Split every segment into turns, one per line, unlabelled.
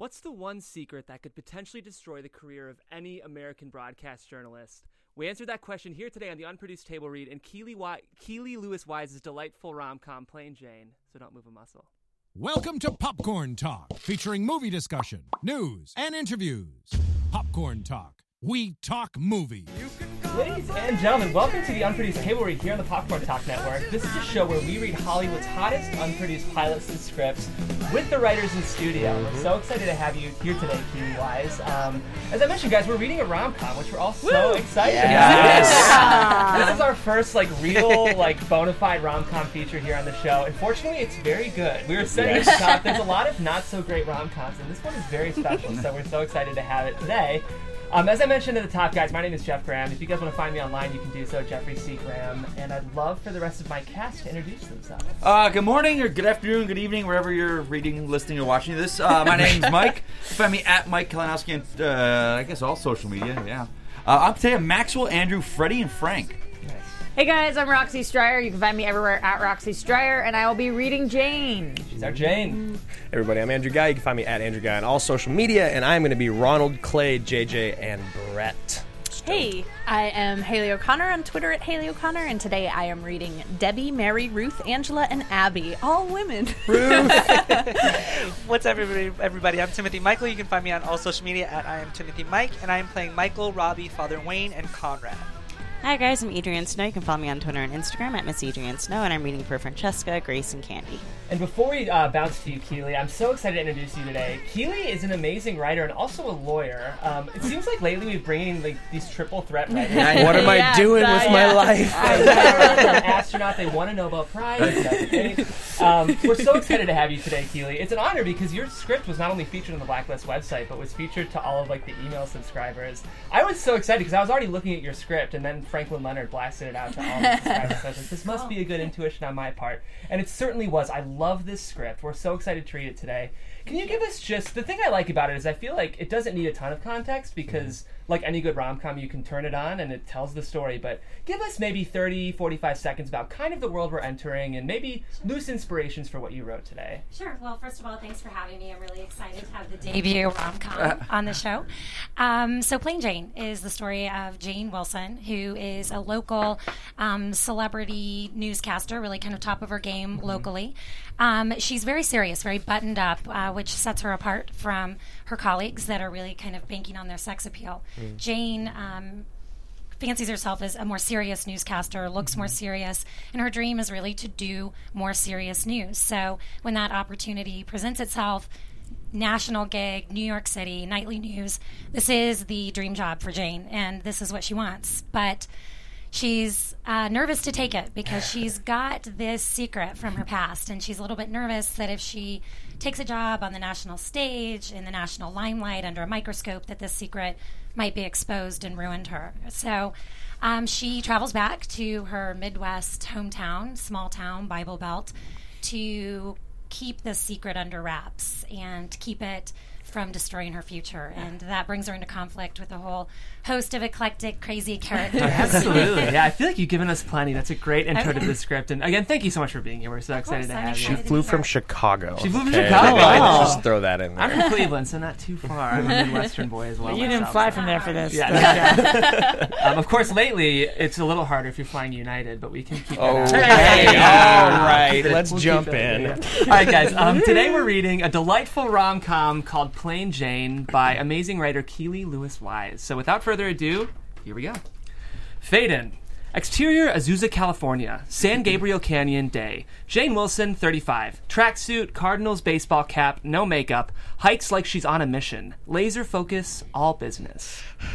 What's the one secret that could potentially destroy the career of any American broadcast journalist? We answered that question here today on the unproduced table read in Keely, Wi- Keely Lewis Wise's delightful rom com, Plain Jane. So don't move a muscle.
Welcome to Popcorn Talk, featuring movie discussion, news, and interviews. Popcorn Talk. We talk movie.
Ladies and gentlemen, welcome to the Unproduced Table Read here on the Popcorn Talk Network. This is a show where we read Hollywood's hottest unproduced pilots and scripts with the writers in studio. We're so excited to have you here today, Kiwi Wise. Um, as I mentioned, guys, we're reading a rom com, which we're all so excited about. this is our first like real like bona fide rom com feature here on the show. Unfortunately, it's very good. We were setting this up. There's a lot of not so great rom coms, and this one is very special. so we're so excited to have it today. Um, as I mentioned at the top, guys, my name is Jeff Graham. If you guys want to find me online, you can do so, Jeffrey C. Graham. And I'd love for the rest of my cast to introduce themselves.
Uh, good morning, or good afternoon, good evening, wherever you're reading, listening, or watching this. Uh, my name's Mike. Find me at Mike Kalinowski on, uh, I guess, all social media. Yeah. Uh, I'm today Maxwell, Andrew, Freddie, and Frank.
Hey guys, I'm Roxy Stryer. You can find me everywhere at Roxy Stryer, and I will be reading Jane.
She's our Jane.
Mm. Everybody, I'm Andrew Guy. You can find me at Andrew Guy on all social media, and I'm going to be Ronald Clay, JJ, and Brett.
Hey, I am Haley O'Connor on Twitter at Haley O'Connor, and today I am reading Debbie, Mary, Ruth, Angela, and Abby, all women.
What's up, everybody? everybody? I'm Timothy Michael. You can find me on all social media at I am Timothy Mike, and I am playing Michael, Robbie, Father Wayne, and Conrad.
Hi guys, I'm Adrian Snow. You can follow me on Twitter and Instagram at Miss Adrian Snow, and I'm reading for Francesca, Grace, and Candy.
And before we uh, bounce to you, Keely, I'm so excited to introduce you today. Keely is an amazing writer and also a lawyer. Um, it seems like lately we've bringing like these triple threat writers.
What am I
Yeah,
doing
uh,
with my
yeah.
life?
They're an astronaut. They won a Nobel Prize. you know, they- um, we're so excited to have you today, Keely. It's an honor because your script was not only featured on the Blacklist website, but was featured to all of like the email subscribers. I was so excited because I was already looking at your script, and then Franklin Leonard blasted it out to all the subscribers. So I was like, this must be a good intuition on my part, and it certainly was. I love this script. We're so excited to read it today. Can you give us just the thing I like about it is I feel like it doesn't need a ton of context because like any good rom-com you can turn it on and it tells the story but give us maybe 30 45 seconds about kind of the world we're entering and maybe loose inspirations for what you wrote today
Sure. Well, first of all, thanks for having me. I'm really excited to have the debut rom com on the show. Um, so, Plain Jane is the story of Jane Wilson, who is a local um, celebrity newscaster, really kind of top of her game locally. Um, she's very serious, very buttoned up, uh, which sets her apart from her colleagues that are really kind of banking on their sex appeal. Jane. Um, fancies herself as a more serious newscaster, looks more serious, and her dream is really to do more serious news. So when that opportunity presents itself, national gig, New York City, nightly news, this is the dream job for Jane, and this is what she wants. But she's uh, nervous to take it because she's got this secret from her past, and she's a little bit nervous that if she takes a job on the national stage in the national limelight under a microscope, that this secret might be exposed and ruined her. So um, she travels back to her Midwest hometown, small town, Bible Belt, to keep this secret under wraps and keep it from destroying her future. And that brings her into conflict with a whole host of eclectic, crazy characters.
absolutely yeah i feel like you've given us plenty that's a great intro to
Okay.
this script and again thank you so much for being here we're so excited
course,
to
I'm
have
excited.
you
She
Flew from Chicago. She
flew from Chicago. Wow.
Oh.
Just throw that in
i'm
there.
from cleveland so not too far i'm a midwestern boy as well
You didn't
myself,
fly
so-
from there for this.
yeah, yeah. um, of course lately it's a little harder if you're flying united but we can keep
Oh,
that out.
hey,
Yeah.
all right. Let's
We'll
jump
keep it
in.
All right, guys. Um, today we're reading a delightful rom com called Plain Jane by amazing writer Keeley Lewis Wise. So without further ado, here we go. Fade in. Exterior Azusa, California. San Gabriel Canyon Day. Jane Wilson, 35. Tracksuit, Cardinals baseball cap, no makeup. Hikes like she's on a mission. Laser focus, all business.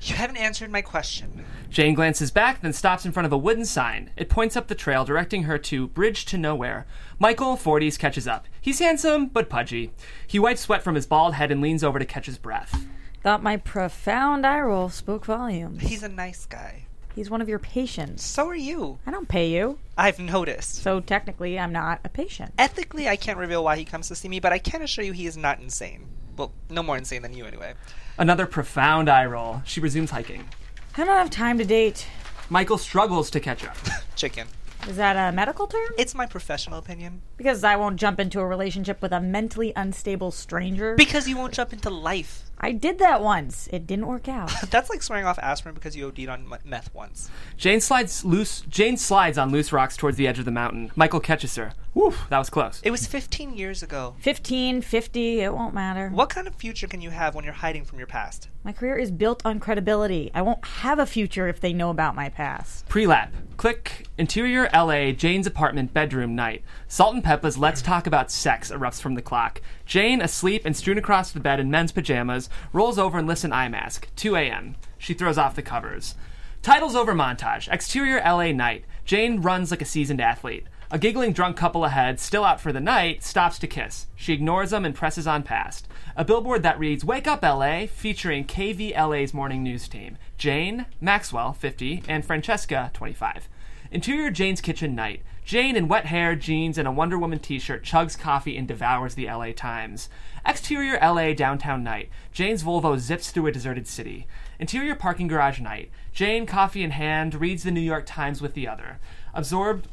You haven't answered my question.
Jane glances back, then stops in front of a wooden sign. It points up the trail, directing her to Bridge to Nowhere. Michael, 40s, catches up. He's handsome, but pudgy. He wipes sweat from his bald head and leans over to catch his breath.
Thought my profound eye roll spoke volumes.
He's a nice guy.
He's one of your patients.
So are you.
I don't pay you,
I've noticed.
so technically I'm not a patient.
Ethically, I can't reveal why he comes to see me, but I can assure you he is not insane. Well, no more insane than you, anyway.
Another profound eye roll. She resumes hiking.
I don't have time to date.
Michael struggles to catch up.
Chicken.
Is that a medical term?
It's my professional opinion.
Because I won't jump into a relationship with a mentally unstable stranger.
Because you won't jump into life.
I did that once. It didn't work out.
That's like swearing off aspirin because you OD'd on m- meth once.
Jane slides loose. Jane slides on loose rocks towards the edge of the mountain. Michael catches her. Woof! That was close.
It was 15 years ago.
15, 50, it won't matter.
What kind of future can you have when you're hiding from your past?
My career is built on credibility. I won't have a future if they know about my past.
Pre-lap. Click. Interior LA, Jane's apartment, bedroom night. Salt and Peppa's Let's Talk About Sex erupts from the clock. Jane, asleep and strewn across the bed in men's pajamas, rolls over and lifts an eye mask. 2 a.m. She throws off the covers. Titles over montage. Exterior LA night. Jane runs like a seasoned athlete. A giggling drunk couple ahead, still out for the night, stops to kiss. She ignores them and presses on past. A billboard that reads Wake Up LA, featuring KVLA's morning news team. Jane, Maxwell, 50, and Francesca, 25. Interior Jane's kitchen night. Jane in wet hair, jeans, and a Wonder Woman t shirt chugs coffee and devours the LA Times. Exterior LA downtown night. Jane's Volvo zips through a deserted city. Interior parking garage night. Jane, coffee in hand, reads the New York Times with the other. Absorbed,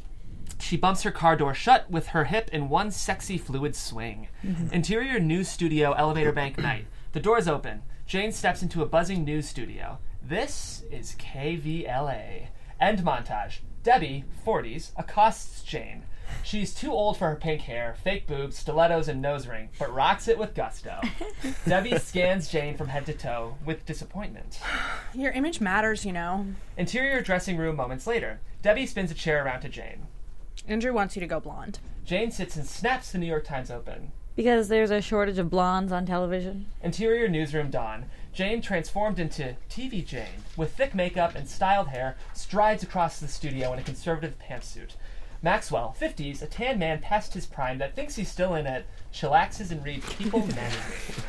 she bumps her car door shut with her hip in one sexy fluid swing.
Mhm.
Interior news studio elevator bank night. The doors open. Jane steps into a buzzing news studio. This is KVLA. End montage. Debbie, 40s, accosts Jane. She's too old for her pink hair, fake boobs, stilettos, and nose ring, but rocks it with gusto. Debbie scans Jane from head to toe with disappointment.
Your image matters, you know.
Interior dressing room moments later. Debbie spins a chair around to Jane.
Andrew wants you to go blonde.
Jane sits and snaps the New York Times open.
Because there's a shortage of blondes on television.
Interior newsroom dawn. Jane, transformed into TV Jane, with thick makeup and styled hair, strides across the studio in a conservative pantsuit. Maxwell, 50s, a tan man past his prime that thinks he's still in it, chillaxes and reads People magazine.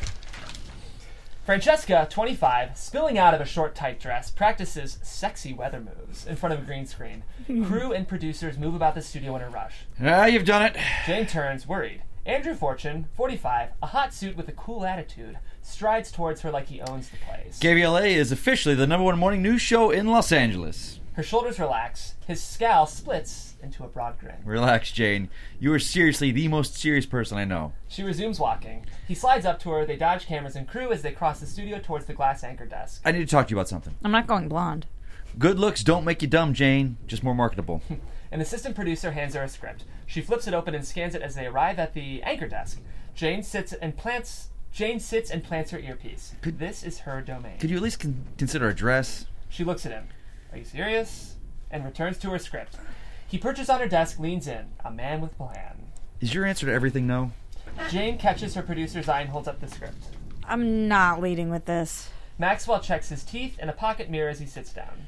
Francesca, 25, spilling out of a short, tight dress, practices sexy weather moves in front of a green screen. Crew and producers move about the studio in a rush.
Ah, you've done it.
Jane turns, worried. Andrew Fortune, 45, a hot suit with a cool attitude, strides towards her like he owns the place.
KVLA is officially the number one morning news show in Los Angeles.
Her shoulders relax, his scowl splits into a broad grin.
Relax, Jane. You are seriously the most serious person I know.
She resumes walking. He slides up to her, they dodge cameras and crew as they cross the studio towards the glass anchor desk.
I need to talk to you about something.
I'm not going blonde.
Good looks don't make you dumb, Jane. Just more marketable.
An assistant producer hands her a script. She flips it open and scans it as they arrive at the anchor desk. Jane sits and plants Jane sits and plants her earpiece. this is her domain.
Could you at least con- consider a dress?
She looks at him. Are you serious? And returns to her script. He perches on her desk, leans in. A man with plan.
Is your answer to everything no?
Jane catches her producer's eye and holds up the script.
I'm not leading with this.
Maxwell checks his teeth in a pocket mirror as he sits down.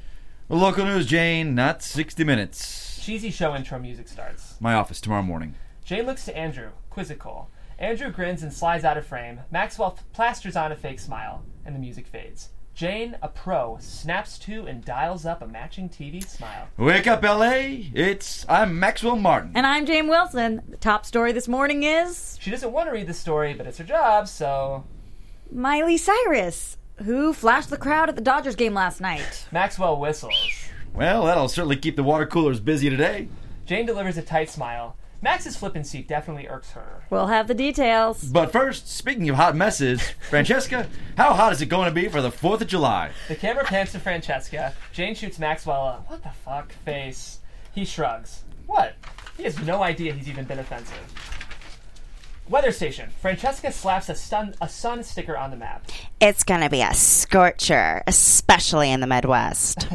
Local news, Jane. Not 60 minutes.
Cheesy show intro music starts.
My office tomorrow morning.
Jane looks to Andrew, quizzical. Andrew grins and slides out of frame. Maxwell f- plasters on a fake smile, and the music fades. Jane, a pro, snaps to and dials up a matching TV smile.
Wake up, LA. It's I'm Maxwell Martin.
And I'm Jane Wilson. The top story this morning is
She doesn't want to read the story, but it's her job, so.
Miley Cyrus, who flashed the crowd at the Dodgers game last night.
Maxwell whistles.
Well, that'll certainly keep the water coolers busy today.
Jane delivers a tight smile. Max's flippancy definitely irks her.
We'll have the details.
But first, speaking of hot messes, Francesca, how hot is it going to be for the 4th of July?
The camera pans to Francesca. Jane shoots Maxwell a what the fuck face. He shrugs. What? He has no idea he's even been offensive. Weather station. Francesca slaps a sun a sun sticker on the map.
It's going to be a scorcher, especially in the Midwest.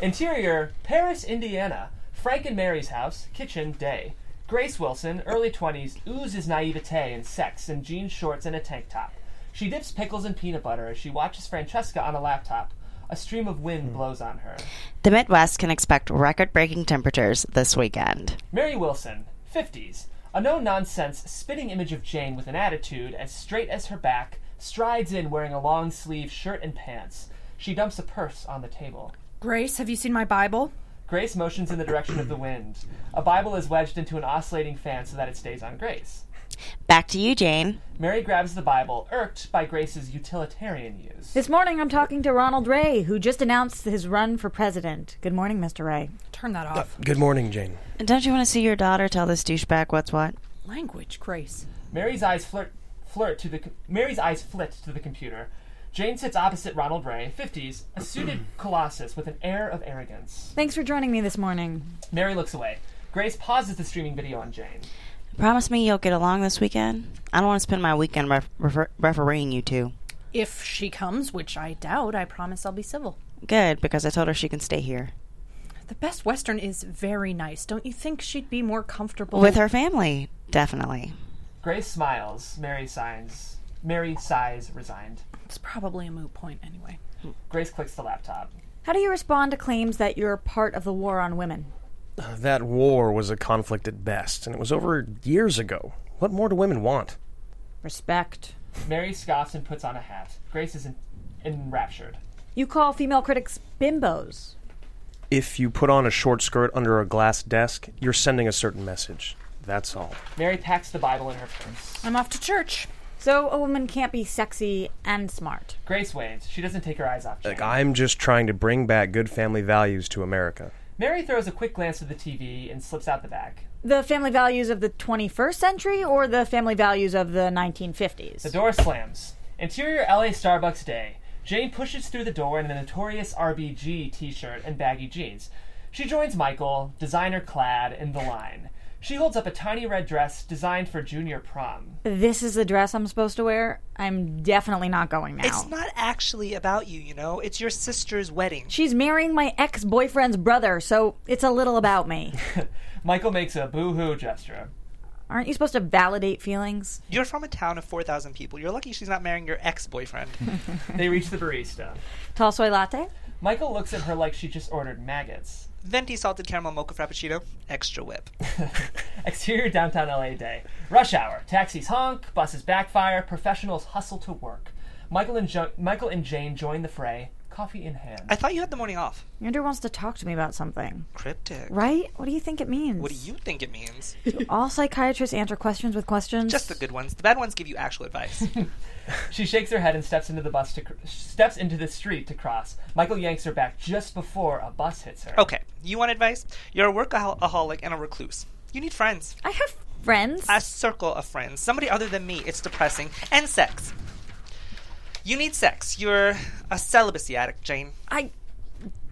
Interior, Paris, Indiana. Frank and Mary's house, kitchen, day. Grace Wilson, early 20s, oozes naivete and sex in jeans shorts and a tank top. She dips pickles in peanut butter as she watches Francesca on a laptop. A stream of wind blows on her.
The Midwest can expect record breaking temperatures this weekend.
Mary Wilson, 50s, a no nonsense, spitting image of Jane with an attitude as straight as her back, strides in wearing a long sleeve shirt and pants. She dumps a purse on the table.
Grace, have you seen my Bible?
Grace motions in the direction of the wind. A Bible is wedged into an oscillating fan so that it stays on Grace.
Back to you, Jane.
Mary grabs the Bible, irked by Grace's utilitarian use.
This morning, I'm talking to Ronald Ray, who just announced his run for president. Good morning, Mr. Ray.
Turn that
Uh, good morning, Jane.
Don't you want to see your daughter tell this douchebag what's what?
Language, Grace.
Mary's eyes flirt, flirt to the co- Mary's eyes flit to the computer. Jane sits opposite Ronald Ray, 50s, a suited colossus with an air of arrogance.
Thanks for joining me this morning.
Mary looks away. Grace pauses the streaming video on Jane.
Promise me you'll get along this weekend? I don't want to spend my weekend ref- refer- refereeing you two.
If she comes, which I doubt, I promise I'll be civil.
Good, because I told her she can stay here.
The Best Western is very nice. Don't you think she'd be more comfortable
With her family, definitely.
Grace smiles. Mary signs. Mary sighs, resigned.
It's probably a moot point anyway.
Grace clicks the laptop.
How do you respond to claims that you're part of the war on women?
Uh, That war was a conflict at best, and it was over years ago. What more do women want?
Respect.
Mary scoffs and puts on a hat. Grace is en- enraptured.
You call female critics bimbos.
If you put on a short skirt under a glass desk, you're sending a certain message. That's all.
Mary packs the Bible in her purse.
I'm off to church.
So a woman can't be sexy and smart.
Grace waves. She doesn't take her eyes off Jane.
Like, I'm just trying to bring back good family values to America.
Mary throws a quick glance at the TV and slips out the back.
The family values of the 21st century or the family values of the 1950s?
The door slams. Interior LA Starbucks day. Jane pushes through the door in the notorious RBG t shirt and baggy jeans. She joins Michael, designer clad, in the line. She holds up a tiny red dress designed for junior prom.
This is the dress I'm supposed to wear. I'm definitely not going now.
It's not actually about you, you know? It's your sister's wedding.
She's marrying my ex boyfriend's brother, so it's a little about me.
Michael makes a boo hoo gesture.
Aren't you supposed to validate feelings?
You're from a town of 4,000 people. You're lucky she's not marrying your ex boyfriend.
They reach the barista.
Tall soy latte?
Michael looks at her like she just ordered maggots.
Venti salted caramel mocha frappuccino, extra whip.
Exterior downtown LA day. Rush hour. Taxis honk, buses backfire, professionals hustle to work. Michael and, jo- Michael and Jane join the fray, coffee in hand.
I thought you had the morning off.
Yonder wants to talk to me about something.
Cryptic.
Right? What do you think it means?
What do you think it means?
All psychiatrists answer questions with questions.
Just the good ones. The bad ones give you actual advice.
She shakes her head and steps into the bus to cr- steps into the street to cross. Michael yanks her back just before a bus hits her.
okay, you want advice? You're a workaholic and a recluse. You need friends.
I have friends.
A circle of friends. Somebody other than me. It's depressing. And sex. You need sex. You're a celibacy addict, Jane.
I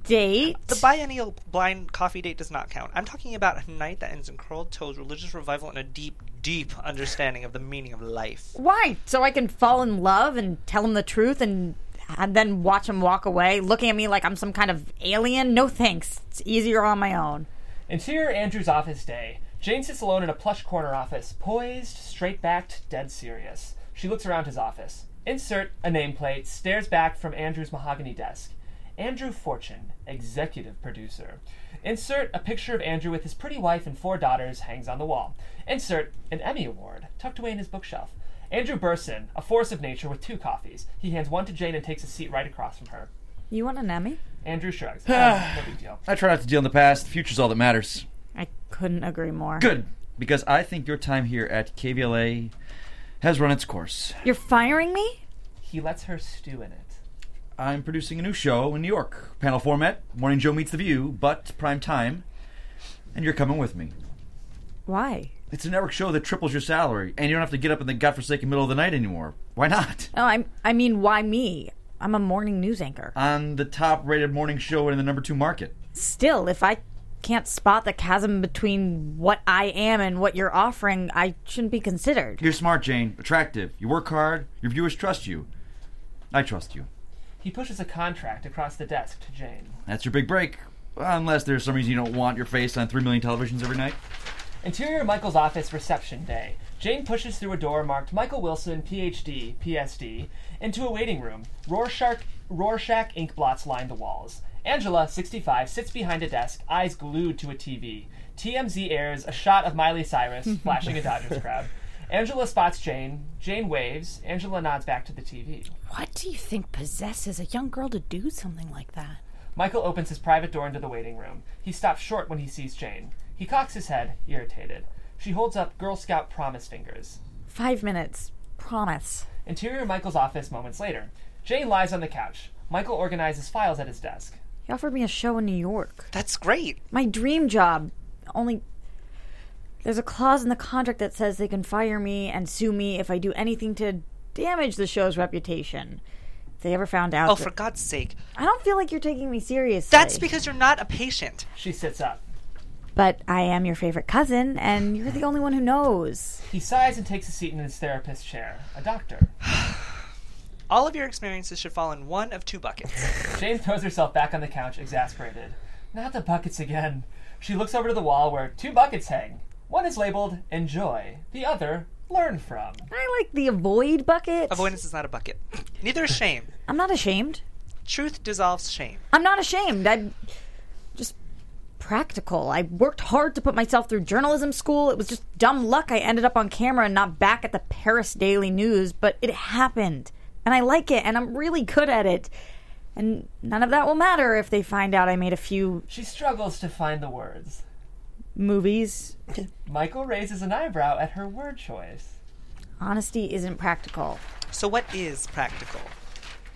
date.
The biennial blind coffee date does not count. I'm talking about a night that ends in curled toes, religious revival, and a deep, deep understanding of the meaning of life.
Why? So I can fall in love and tell him the truth and, and then watch him walk away, looking at me like I'm some kind of alien? No thanks. It's easier on my own.
Interior Andrew's office day. Jane sits alone in a plush corner office, poised, straight backed, dead serious. She looks around his office. Insert a nameplate, stares back from Andrew's mahogany desk. Andrew Fortune, executive producer. Insert a picture of Andrew with his pretty wife and four daughters hangs on the wall. Insert an Emmy Award, tucked away in his bookshelf. Andrew Burson, a force of nature with two coffees. He hands one to Jane and takes a seat right across from her.
You want an Emmy?
Andrew shrugs. "Um, no big deal.
I try not to deal in the past. The future's all that matters.
I couldn't agree more.
Good, because I think your time here at KVLA has run its course.
You're firing me?
He lets her stew in it.
I'm producing a new show in New York, panel format, Morning Joe Meets the View, but prime time, and you're coming with me.
Why?
It's a network show that triples your salary, and you don't have to get up in the godforsaken middle of the night anymore. Why not?
Oh, I I mean, why me? I'm a morning news anchor.
On the top rated morning show in the number two market.
Still, if I can't spot the chasm between what I am and what you're offering, I shouldn't be considered.
You're smart, Jane, attractive, you work hard, your viewers trust you. I trust you.
He pushes a contract across the desk to Jane.
That's your big break. Unless there's some reason you don't want your face on three million televisions every night.
Interior Michael's office reception day. Jane pushes through a door marked Michael Wilson, PhD, PSD, into a waiting room. Rorschach, Rorschach ink blots line the walls. Angela, 65, sits behind a desk, eyes glued to a TV. TMZ airs a shot of Miley Cyrus flashing a Dodgers crowd. Angela spots Jane. Jane waves. Angela nods back to the TV.
What do you think possesses a young girl to do something like that?
Michael opens his private door into the waiting room. He stops short when he sees Jane. He cocks his head, irritated. She holds up Girl Scout promise fingers.
Five minutes. Promise.
Interior Michael's office moments later. Jane lies on the couch. Michael organizes files at his desk.
He offered me a show in New York.
That's great.
My dream job. Only there's a clause in the contract that says they can fire me and sue me if I do anything to damage the show's reputation. If they ever found out.
Oh,
that-
for God's sake.
I don't feel like you're taking me seriously.
That's because you're not a patient.
She sits up.
But I am your favorite cousin, and you're the only one who knows.
He sighs and takes a seat in his therapist's chair. A doctor.
All of your experiences should fall in one of two buckets.
Jane throws herself back on the couch, exasperated. Not the buckets again. She looks over to the wall where two buckets hang. One is labeled enjoy, the other learn from.
I like the avoid bucket.
Avoidance is not a bucket. Neither is shame.
I'm not ashamed.
Truth dissolves shame.
I'm not ashamed. I'm just practical. I worked hard to put myself through journalism school. It was just dumb luck I ended up on camera and not back at the Paris Daily News, but it happened. And I like it, and I'm really good at it. And none of that will matter if they find out I made a few
She struggles to find the words.
movies.
Michael raises an eyebrow at her word choice.
Honesty isn't practical.
So, what is practical?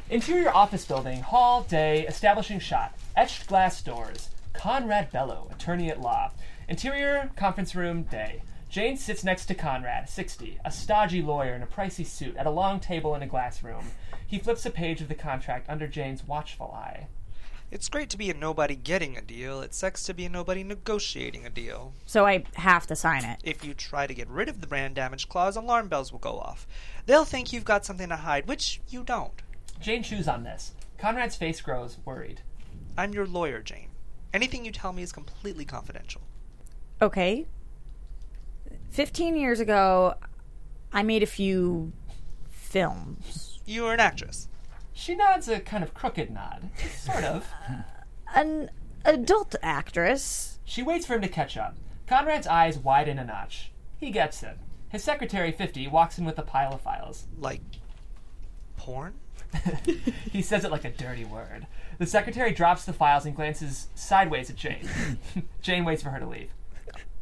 Interior office building, hall, day, establishing shot, etched glass doors. Conrad Bellow, attorney at law. Interior, conference room, day. Jane sits next to Conrad, 60, a stodgy lawyer in a pricey suit at a long table in a glass room. He flips a page of the contract under Jane's watchful eye.
It's great to be a nobody getting a deal. It sucks to be a nobody negotiating a deal.
So I have to sign it.
If you try to get rid of the brand damage clause, alarm bells will go off. They'll think you've got something to hide, which you don't.
Jane chews on this. Conrad's face grows worried.
I'm your lawyer, Jane. Anything you tell me is completely confidential.
Okay. 15 years ago, I made a few films.
You are an actress.
She nods a kind of crooked nod. Sort of.
An adult actress.
She waits for him to catch up. Conrad's eyes widen a notch. He gets it. His secretary, 50, walks in with a pile of files.
Like porn?
he says it like a dirty word. The secretary drops the files and glances sideways at Jane. Jane waits for her to leave.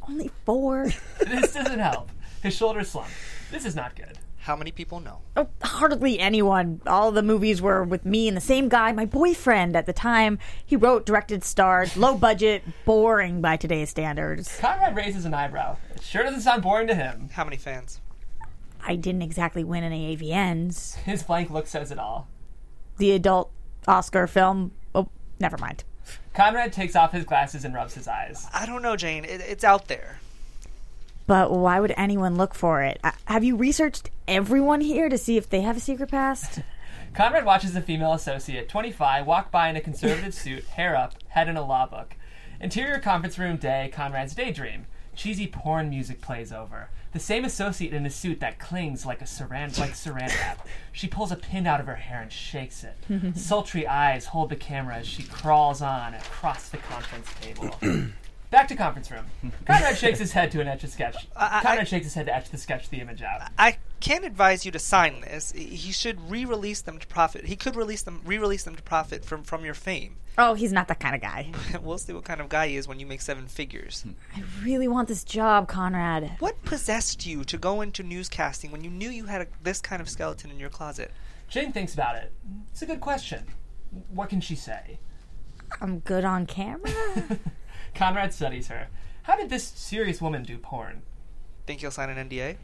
Only four.
This doesn't help. His shoulders slump. This is not good.
How many people know?
Oh, hardly anyone. All the movies were with me and the same guy, my boyfriend at the time. He wrote, directed, starred, low budget, boring by today's standards.
Conrad raises an eyebrow. It sure doesn't sound boring to him.
How many fans?
I didn't exactly win any AVNs.
His blank look says it all.
The adult Oscar film. Oh, never mind.
Conrad takes off his glasses and rubs his eyes.
I don't know, Jane. It, it's out there.
But why would anyone look for it? I- have you researched everyone here to see if they have a secret past?
Conrad watches a female associate, 25, walk by in a conservative suit, hair up, head in a law book. Interior conference room day, Conrad's daydream. Cheesy porn music plays over. The same associate in a suit that clings like a saran like saran wrap. She pulls a pin out of her hair and shakes it. Sultry eyes hold the camera as she crawls on across the conference table. Back to conference room. Conrad shakes his head to an etch a sketch. Conrad shakes his head to etch the sketch the image out.
I can't advise you to sign this. He should re-release them to profit. He could release them, re-release them to profit from from your fame.
oh, he's not that kind of guy.
we'll see what kind of guy he is when you make seven figures.
I really want this job, Conrad.
What possessed you to go into newscasting when you knew you had a, this kind of skeleton in your closet?
Jane thinks about it. It's a good question. What can she say?
I'm good on camera?
Conrad studies her. How did this serious woman do porn?
Think you'll sign an NDA?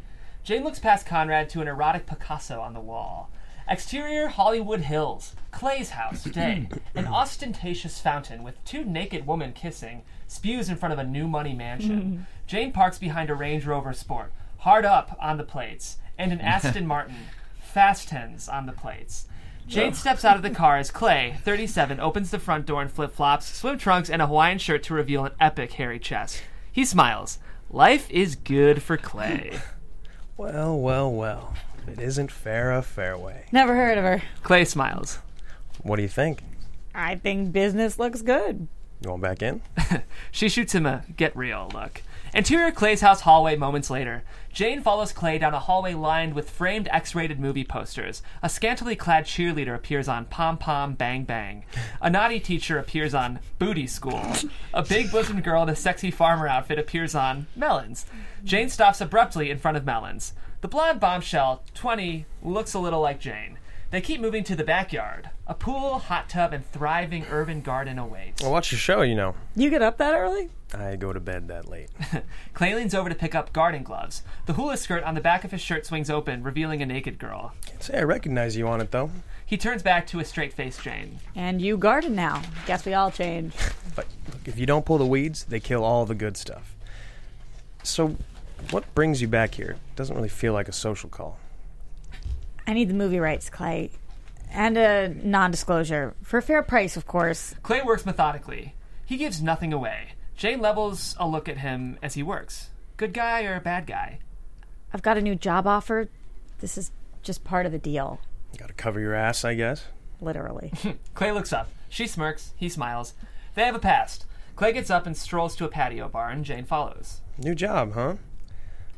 Jane looks past Conrad to an erotic Picasso on the wall. Exterior Hollywood Hills, Clay's house, day. An ostentatious fountain with two naked women kissing spews in front of a new money mansion. Jane parks behind a Range Rover Sport, hard up on the plates, and an Aston Martin, fast tens on the plates. Jane steps out of the car as Clay, 37, opens the front door in flip flops, swim trunks, and a Hawaiian shirt to reveal an epic hairy chest. He smiles. Life is good for Clay.
Well, well, well. It isn't Farrah Fairway.
Never heard of her.
Clay smiles.
What do you think?
I think business looks good.
You want back in?
She shoots him a get real look. Interior Clay's house hallway moments later. Jane follows Clay down a hallway lined with framed X rated movie posters. A scantily clad cheerleader appears on Pom Pom Bang Bang. A naughty teacher appears on Booty School. A big bosomed girl in a sexy farmer outfit appears on Melons. Jane stops abruptly in front of Melons. The blonde bombshell, 20, looks a little like Jane. They keep moving to the backyard. A pool, hot tub, and thriving urban garden awaits.
Well, watch your show, you know.
You get up that early?
I go to bed that late.
Clay leans over to pick up garden gloves. The hula skirt on the back of his shirt swings open, revealing a naked girl.
Say, I recognize you on it, though.
He turns back to a straight faced Jane.
And you garden now. Guess we all change.
But look, if you don't pull the weeds, they kill all the good stuff. So, what brings you back here? Doesn't really feel like a social call.
I need the movie rights, Clay. And a non disclosure. For a fair price, of course.
Clay works methodically. He gives nothing away. Jane levels a look at him as he works. Good guy or bad guy?
I've got a new job offer. This is just part of the deal,
Gotta cover your ass, I guess.
literally.
Clay looks up. She smirks. He smiles. They have a past. Clay gets up and strolls to a patio bar, and Jane follows.
New job, huh?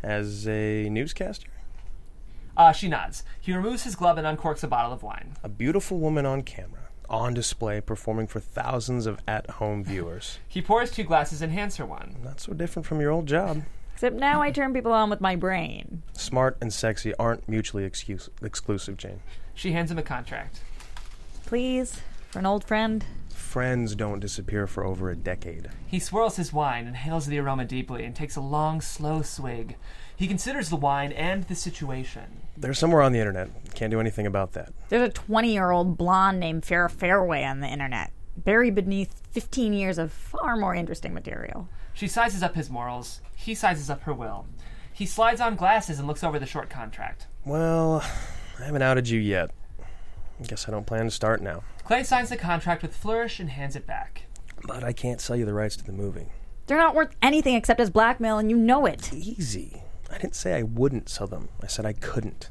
As a newscaster?
Uh, she nods. He removes his glove and uncorks a bottle of wine.
A beautiful woman on camera, on display, performing for thousands of at home viewers.
He pours two glasses and hands her one.
Not so different from your old job.
Except now I turn people on with my brain.
Smart and sexy aren't mutually excuse- exclusive, Jane.
She hands him a contract.
Please, for an old friend.
Friends don't disappear for over a decade.
He swirls his wine, inhales the aroma deeply, and takes a long, slow swig. He considers the wine and the situation.
They're somewhere on the internet. Can't do anything about that.
There's a 20 year old blonde named Farrah Fairway on the internet, buried beneath 15 years of far more interesting material.
She sizes up his morals. He sizes up her will. He slides on glasses and looks over the short contract.
Well, I haven't outed you yet. I guess I don't plan to start now.
Clay signs the contract with flourish and hands it back.
But I can't sell you the rights to the movie.
They're not worth anything except as blackmail, and you know it.
Easy. I didn't say I wouldn't sell them. I said I couldn't.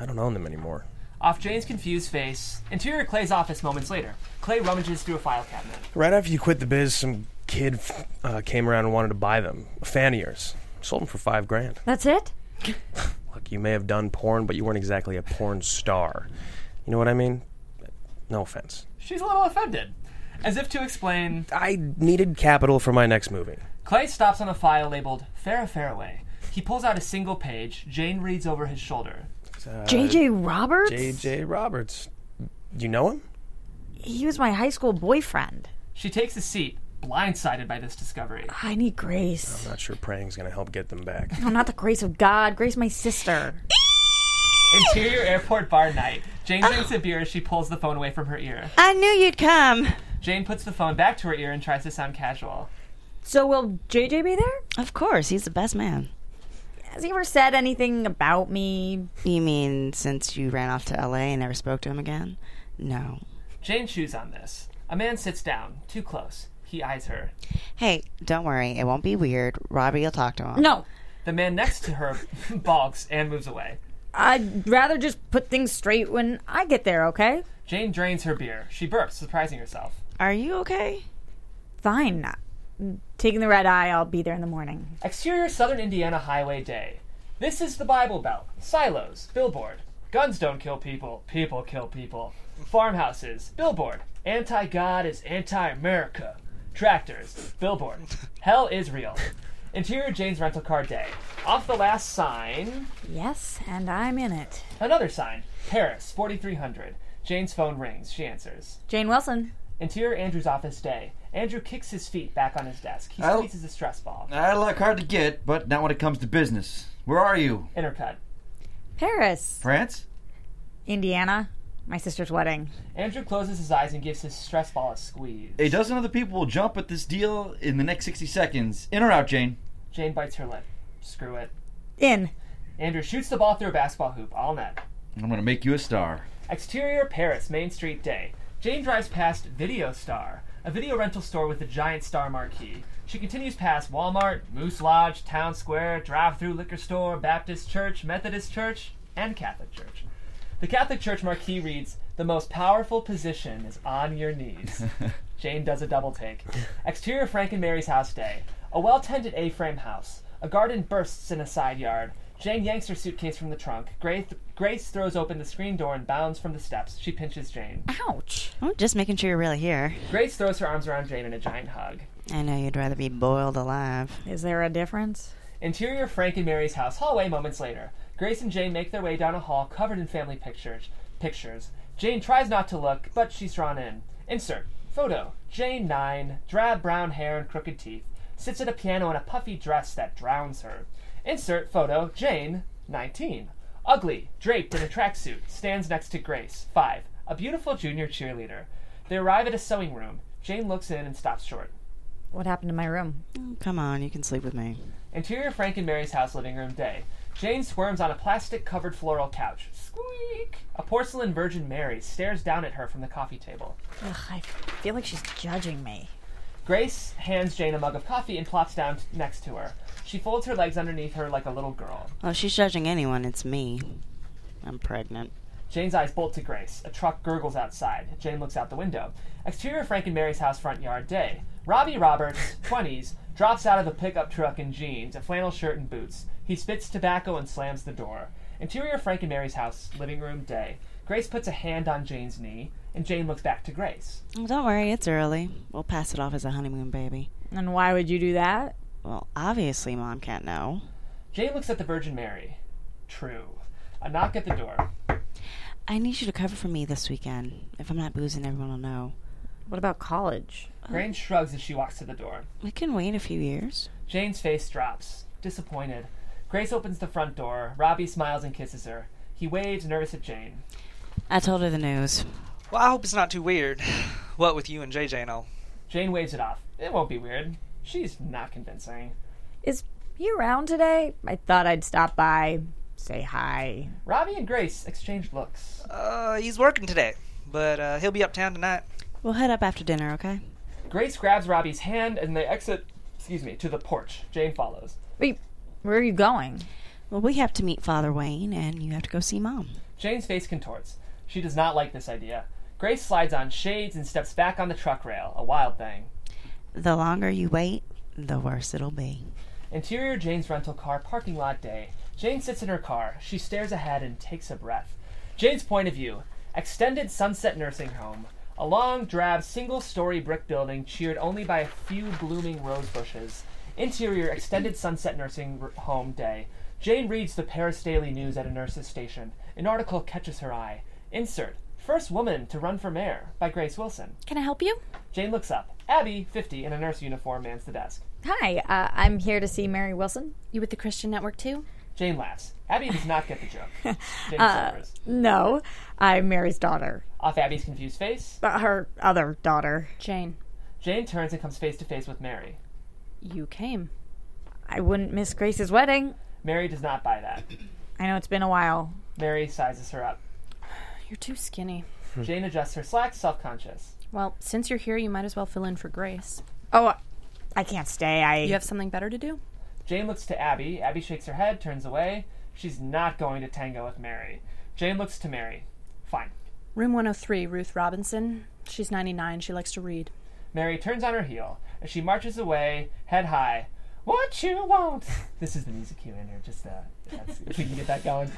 I don't own them anymore.
Off Jane's confused face, interior Clay's office moments later. Clay rummages through a file cabinet.
Right after you quit the biz, some kid f- uh, came around and wanted to buy them. A fan of yours. Sold them for five grand.
That's it?
Look, you may have done porn, but you weren't exactly a porn star. You know what I mean? No offense.
She's a little offended, as if to explain.
I needed capital for my next movie.
Clay stops on a file labeled Farrah Fairway. He pulls out a single page. Jane reads over his shoulder.
Uh,
J.J. Roberts?
J.J. Roberts. You know him?
He was my high school boyfriend.
She takes a seat, blindsided by this discovery.
I need grace.
I'm not sure praying's going to help get them back.
No, not the grace of God. Grace my sister.
Interior airport bar night. Jane drinks a beer as she pulls the phone away from her ear.
I knew you'd come.
Jane puts the phone back to her ear and tries to sound casual.
So will JJ be there?
Of course, he's the best man.
Has he ever said anything about me?
You mean since you ran off to LA and never spoke to him again? No.
Jane chews on this. A man sits down, too close. He eyes her.
Hey, don't worry. It won't be weird. Robbie will talk to him.
No.
The man next to her balks and moves away.
I'd rather just put things straight when I get there, okay?
Jane drains her beer. She burps, surprising herself.
Are you okay?
Fine. I'm Taking the red eye, I'll be there in the morning.
Exterior Southern Indiana Highway Day. This is the Bible Belt. Silos, billboard. Guns don't kill people, people kill people. Farmhouses, billboard. Anti God is anti America. Tractors, billboard. Hell is real. Interior Jane's rental car day. Off the last sign,
Yes, and I'm in it.
another sign. Paris, 4300. Jane's phone rings. She answers.
Jane Wilson.
Interior Andrew's office day. Andrew kicks his feet back on his desk. He
Oh.
squeezes a stress ball.
I look hard to get, but not when it comes to business. Where are you?
Intercut.
Paris.
France?
Indiana. My sister's wedding.
Andrew closes his eyes and gives his stress ball a squeeze.
A dozen other people will jump at this deal in the next 60 seconds. In or out, Jane?
Jane bites her lip. Screw it.
In.
Andrew shoots the ball through a basketball hoop, all net.
I'm gonna make you a star.
Exterior Paris, Main Street Day. Jane drives past Video Star, a video rental store with a giant star marquee. She continues past Walmart, Moose Lodge, Town Square, drive through liquor store, Baptist Church, Methodist Church, and Catholic Church. The Catholic Church marquee reads, The most powerful position is on your knees. Jane does a double take. Exterior Frank and Mary's house day. A well tended A frame house. A garden bursts in a side yard. Jane yanks her suitcase from the trunk. Grace, Grace throws open the screen door and bounds from the steps. She pinches Jane.
Ouch.
I'm just making sure you're really here.
Grace throws her arms around Jane in a giant hug.
I know you'd rather be boiled alive.
Is there a difference?
Interior Frank and Mary's house hallway moments later. Grace and Jane make their way down a hall covered in family pictures. Pictures. Jane tries not to look, but she's drawn in. Insert. Photo. Jane, 9, drab brown hair and crooked teeth, sits at a piano in a puffy dress that drowns her. Insert. Photo. Jane, 19. Ugly, draped in a tracksuit, stands next to Grace, 5, a beautiful junior cheerleader. They arrive at a sewing room. Jane looks in and stops short.
What happened to my room?
Oh, Come on, you can sleep with me.
Interior Frank and Mary's house living room day. Jane squirms on a plastic covered floral couch. Squeak! A porcelain Virgin Mary stares down at her from the coffee table.
Ugh, I feel like she's judging me.
Grace hands Jane a mug of coffee and plops down t- next to her. She folds her legs underneath her like a little girl.
Well, if she's judging anyone. It's me. I'm pregnant.
Jane's eyes bolt to Grace. A truck gurgles outside. Jane looks out the window. Exterior Frank and Mary's house front yard day. Robbie Roberts, 20s, drops out of a pickup truck in jeans, a flannel shirt, and boots. He spits tobacco and slams the door. Interior Frank and Mary's house, living room day. Grace puts a hand on Jane's knee, and Jane looks back to Grace.
Well, Don't worry, it's early. We'll pass it off as a honeymoon baby.
And why would you do that?
Well, obviously, Mom can't know.
Jane looks at the Virgin Mary. True. A knock at the door.
I need you to cover for me this weekend. If I'm not boozing, everyone will know.
What about college?
Grace shrugs as she walks to the door.
We can wait a few years.
Jane's face drops, disappointed. Grace opens the front door. Robbie smiles and kisses her. He waves, nervous at Jane.
I told her the news.
Well, I hope it's not too weird. What with you and JJ and all.
Jane waves it off. It won't be weird. She's not convincing.
Is he around today? I thought I'd stop by, say hi.
Robbie and Grace exchange looks.
Uh, he's working today, but uh, he'll be uptown tonight.
We'll head up after dinner, okay?
Grace grabs Robbie's hand and they exit, excuse me, to the porch. Jane follows.
Wait, where are you going?
Well, we have to meet Father Wayne, and you have to go see Mom.
Jane's face contorts. She does not like this idea. Grace slides on shades and steps back on the truck rail, a wild thing.
The longer you wait, the worse it'll be.
Interior Jane's rental car parking lot day. Jane sits in her car. She stares ahead and takes a breath. Jane's point of view extended sunset nursing home. A long, drab, single story brick building cheered only by a few blooming rose bushes. Interior extended sunset nursing r- home day. Jane reads the Paris Daily News at a nurse's station. An article catches her eye. Insert First Woman to Run for Mayor by Grace Wilson.
Can I help you?
Jane looks up. Abby, 50, in a nurse uniform, mans the desk.
Hi, uh, I'm here to see Mary Wilson.
You with the Christian Network too?
Jane laughs. Abby does not get the joke. Jane
Uh,
sobers.
no, I'm Mary's daughter,
Off Abby's confused face,
but her uh, other daughter.
Jane,
Jane turns and comes face to face with Mary.
you came.
I wouldn't miss Grace's wedding.
Mary does not buy that.
I know it's been a while.
Mary sizes her up.
You're too skinny.
Jane adjusts her slacks, self conscious.
Well, since you're here, you might as well fill in for Grace.
Oh, I can't stay. I
You have something better to do?
Jane looks to Abby. Abby shakes her head, turns away. She's not going to tango with Mary. Jane looks to Mary. Fine.
Room 103, Ruth Robinson. She's 99. She likes to read.
Mary turns on her heel. As she marches away, head high. What you want? This is the music cue in here, just uh, that's, if we can get that going.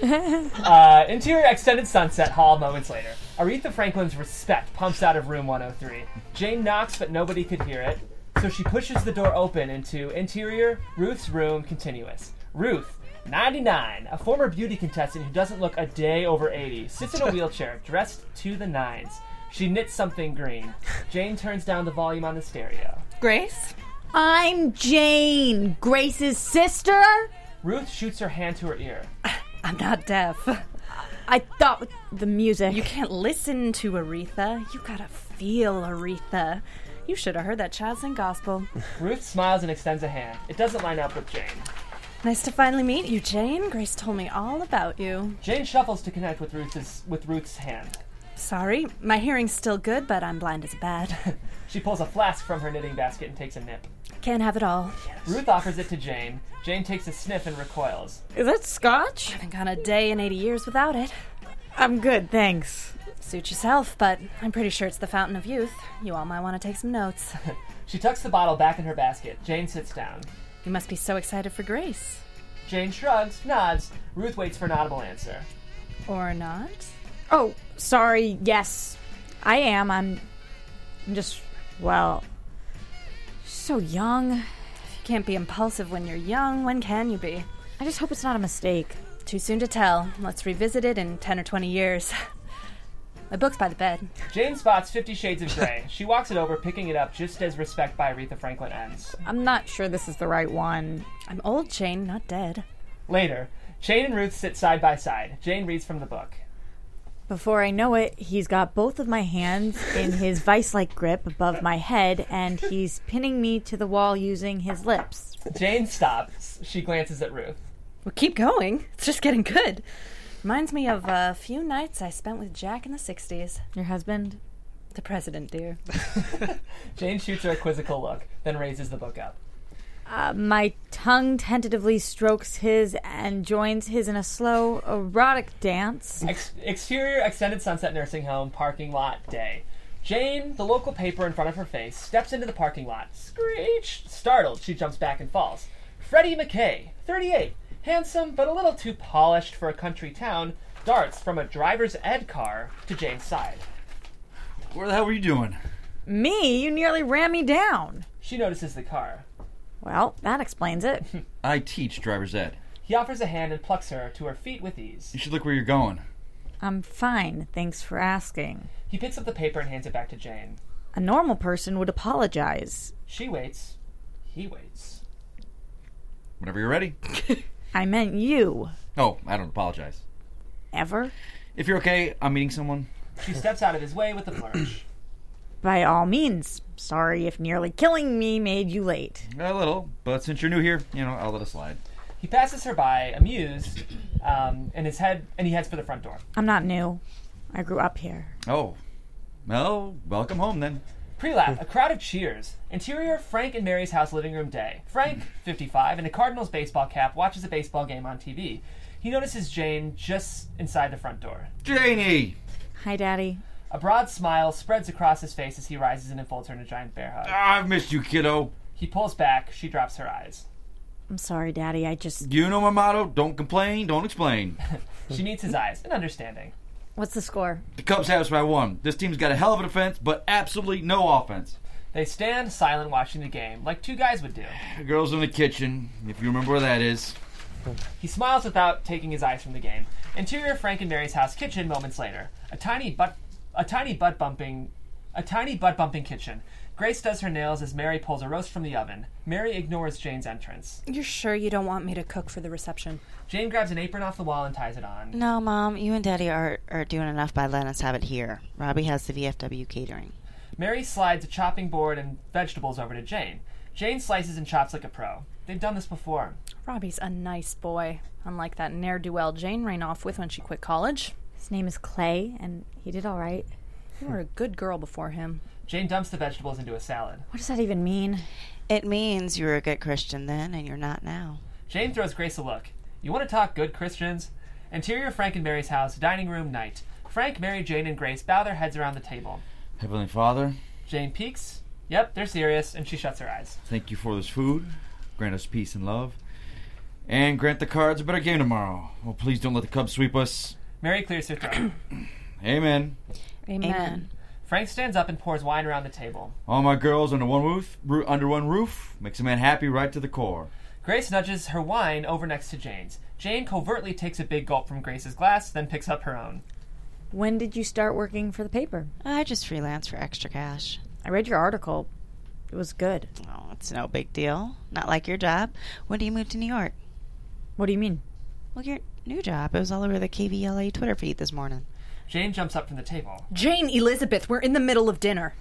Uh, interior extended sunset hall moments later. Aretha Franklin's respect pumps out of room 103. Jane knocks, but nobody could hear it, so she pushes the door open into interior Ruth's room continuous. Ruth, 99, a former beauty contestant who doesn't look a day over 80, sits in a wheelchair, dressed to the nines. She knits something green. Jane turns down the volume on the stereo.
Grace?
I'm Jane, Grace's sister.
Ruth shoots her hand to her ear.
I'm not deaf.
I thought with the music.
You can't listen to Aretha. You gotta feel Aretha. You should have heard that child sing gospel.
Ruth smiles and extends a hand. It doesn't line up with Jane.
nice to finally meet you, Jane. Grace told me all about you.
Jane shuffles to connect with Ruth's with Ruth's hand.
Sorry, my hearing's still good, but I'm blind as a bat.
She pulls a flask from her knitting basket and takes a nip.
Can't have it all.
Ruth offers it to Jane. Jane takes a sniff and recoils.
Is that scotch?
Haven't gone a day in 80 years without it.
I'm good, thanks.
Suit yourself, but I'm pretty sure it's the fountain of youth. You all might want to take some notes.
She tucks the bottle back in her basket. Jane sits down.
You must be so excited for Grace.
Jane shrugs, nods. Ruth waits for an audible answer.
Or not?
Oh, sorry. Yes, I am. I'm. I'm just well. So young.
If you can't be impulsive when you're young. When can you be?
I just hope it's not a mistake.
Too soon to tell. Let's revisit it in 10 or 20 years. My book's by the bed.
Jane spots Fifty Shades of Grey. she walks it over, picking it up just as Respect by Aretha Franklin ends.
I'm not sure this is the right one.
I'm old, Jane, not dead.
Later, Jane and Ruth sit side by side. Jane reads from the book.
Before I know it, he's got both of my hands in his vice like grip above my head, and he's pinning me to the wall using his lips.
Jane stops. She glances at Ruth.
Well, keep going. It's just getting good. Reminds me of a few nights I spent with Jack in the 60s.
Your husband?
The president, dear.
Jane shoots her a quizzical look, then raises the book up.
Uh, my tongue tentatively strokes his and joins his in a slow, erotic dance.
Ex- exterior extended sunset nursing home parking lot day. Jane, the local paper in front of her face, steps into the parking lot. Screech! Startled, she jumps back and falls. Freddie McKay, 38, handsome but a little too polished for a country town, darts from a driver's ed car to Jane's side.
What the hell were you doing?
Me? You nearly ran me down.
She notices the car.
Well, that explains it.
I teach driver's ed.
He offers a hand and plucks her to her feet with ease.
You should look where you're going.
I'm fine. Thanks for asking.
He picks up the paper and hands it back to Jane.
A normal person would apologize.
She waits. He waits.
Whenever you're ready.
I meant you.
Oh, I don't apologize.
Ever?
If you're okay, I'm meeting someone.
She steps out of his way with a flourish.
By all means. Sorry if nearly killing me made you late.
A little, but since you're new here, you know, I'll let it slide.
He passes her by, amused, um, and his head and he heads for the front door.
I'm not new. I grew up here.
Oh. Well, welcome home then.
Pre-lap, a crowd of cheers. Interior of Frank and Mary's house living room day. Frank, 55, in a Cardinals baseball cap, watches a baseball game on TV. He notices Jane just inside the front door.
Janie!
Hi, Daddy.
A broad smile spreads across his face as he rises and enfolds her in a giant bear hug.
I've missed you, kiddo.
He pulls back. She drops her eyes.
I'm sorry, Daddy. I just.
You know my motto don't complain, don't explain.
She meets his eyes, an understanding.
What's the score?
the Cubs have us by one. This team's got a hell of a defense, but absolutely no offense.
They stand silent watching the game, like two guys would do.
The girl's in the kitchen, if you remember where that is.
He smiles without taking his eyes from the game. Interior of Frank and Mary's house kitchen moments later. A tiny butt a tiny butt bumping a tiny butt bumping kitchen. Grace does her nails as Mary pulls a roast from the oven. Mary ignores Jane's entrance.
You're sure you don't want me to cook for the reception?
Jane grabs an apron off the wall and ties it on.
No, Mom, you and Daddy are, are doing enough by letting us have it here. Robbie has the VFW catering.
Mary slides a chopping board and vegetables over to Jane. Jane slices and chops like a pro. They've done this before.
Robbie's a nice boy, unlike that ne'er do well Jane ran off with when she quit college.
His name is Clay, and he did all right.
You were a good girl before him.
Jane dumps the vegetables into a salad.
What does that even mean?
It means you were a good Christian then, and you're not now.
Jane throws Grace a look. You want to talk good Christians? Interior Frank and Mary's house, dining room night. Frank, Mary, Jane, and Grace bow their heads around the table.
Heavenly Father,
Jane peeks. Yep, they're serious, and she shuts her eyes.
thank you for this food. Grant us peace and love. And grant the cards a better game tomorrow. Oh, please don't let the Cubs sweep us.
Mary clears her throat.
Amen.
Amen.
Frank stands up and pours wine around the table.
All my girls under one roof, roo- under one roof makes a man happy right to the core.
Grace nudges her wine over next to Jane's. Jane covertly takes a big gulp from Grace's glass, then picks up her own.
When did you start working for the paper?
I just freelance for extra cash.
I read your article. It was good.
Oh, it's no big deal. Not like your job. When do you move to New York?
What do you mean?
Well, your new job. It was all over the KVLA Twitter feed this morning.
Jane jumps up from the table.
Jane Elizabeth, we're in the middle of dinner.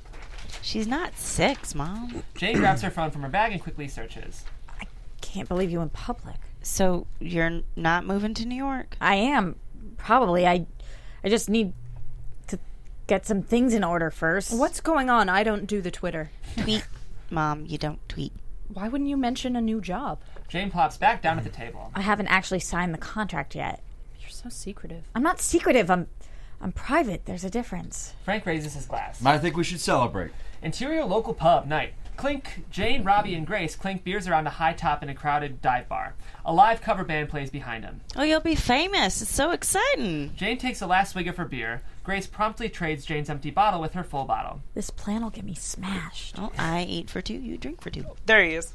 She's not six, Mom.
Jane grabs her phone from her bag and quickly searches.
Can't believe you in public.
So you're n- not moving to New York?
I am probably. I, I just need to get some things in order first.
What's going on? I don't do the Twitter.
Tweet. Mom, you don't tweet.
Why wouldn't you mention a new job?
Jane plops back down at the table.
I haven't actually signed the contract yet.
You're so secretive.
I'm not secretive. I'm, I'm private. There's a difference.
Frank raises his glass.
I think we should celebrate.
Interior local pub night. Clink, Jane, Robbie, and Grace clink beers around a high top in a crowded dive bar. A live cover band plays behind them.
Oh, you'll be famous. It's so exciting.
Jane takes a last swig of her beer. Grace promptly trades Jane's empty bottle with her full bottle.
This plan will get me smashed.
Oh, I eat for two, you drink for two.
There he is.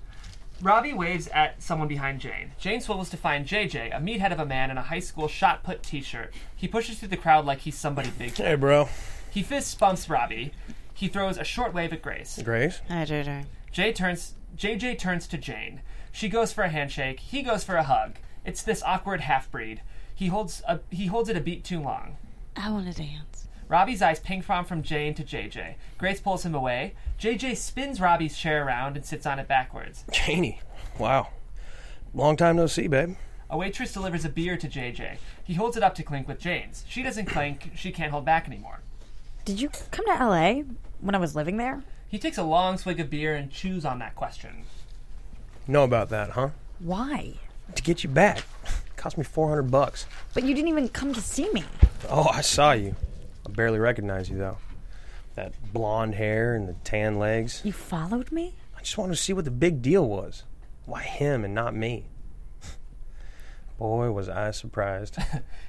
Robbie waves at someone behind Jane. Jane swivels to find JJ, a meathead of a man in a high school shot put t shirt. He pushes through the crowd like he's somebody big.
Hey, bro.
He fist bumps Robbie. He throws a short wave at Grace.
Grace?
Hi, JJ.
Jay turns. JJ turns to Jane. She goes for a handshake. He goes for a hug. It's this awkward half breed. He holds a, he holds it a beat too long.
I want to dance.
Robbie's eyes ping pong from Jane to JJ. Grace pulls him away. JJ spins Robbie's chair around and sits on it backwards.
Janie. Wow. Long time no see, babe.
A waitress delivers a beer to JJ. He holds it up to clink with Jane's. She doesn't clink. She can't hold back anymore.
Did you come to LA when I was living there?
He takes a long swig of beer and chews on that question.
Know about that, huh?
Why?
To get you back. Cost me 400 bucks.
But you didn't even come to see me.
Oh, I saw you. I barely recognize you, though. That blonde hair and the tan legs.
You followed me?
I just wanted to see what the big deal was. Why him and not me? Boy, was I surprised.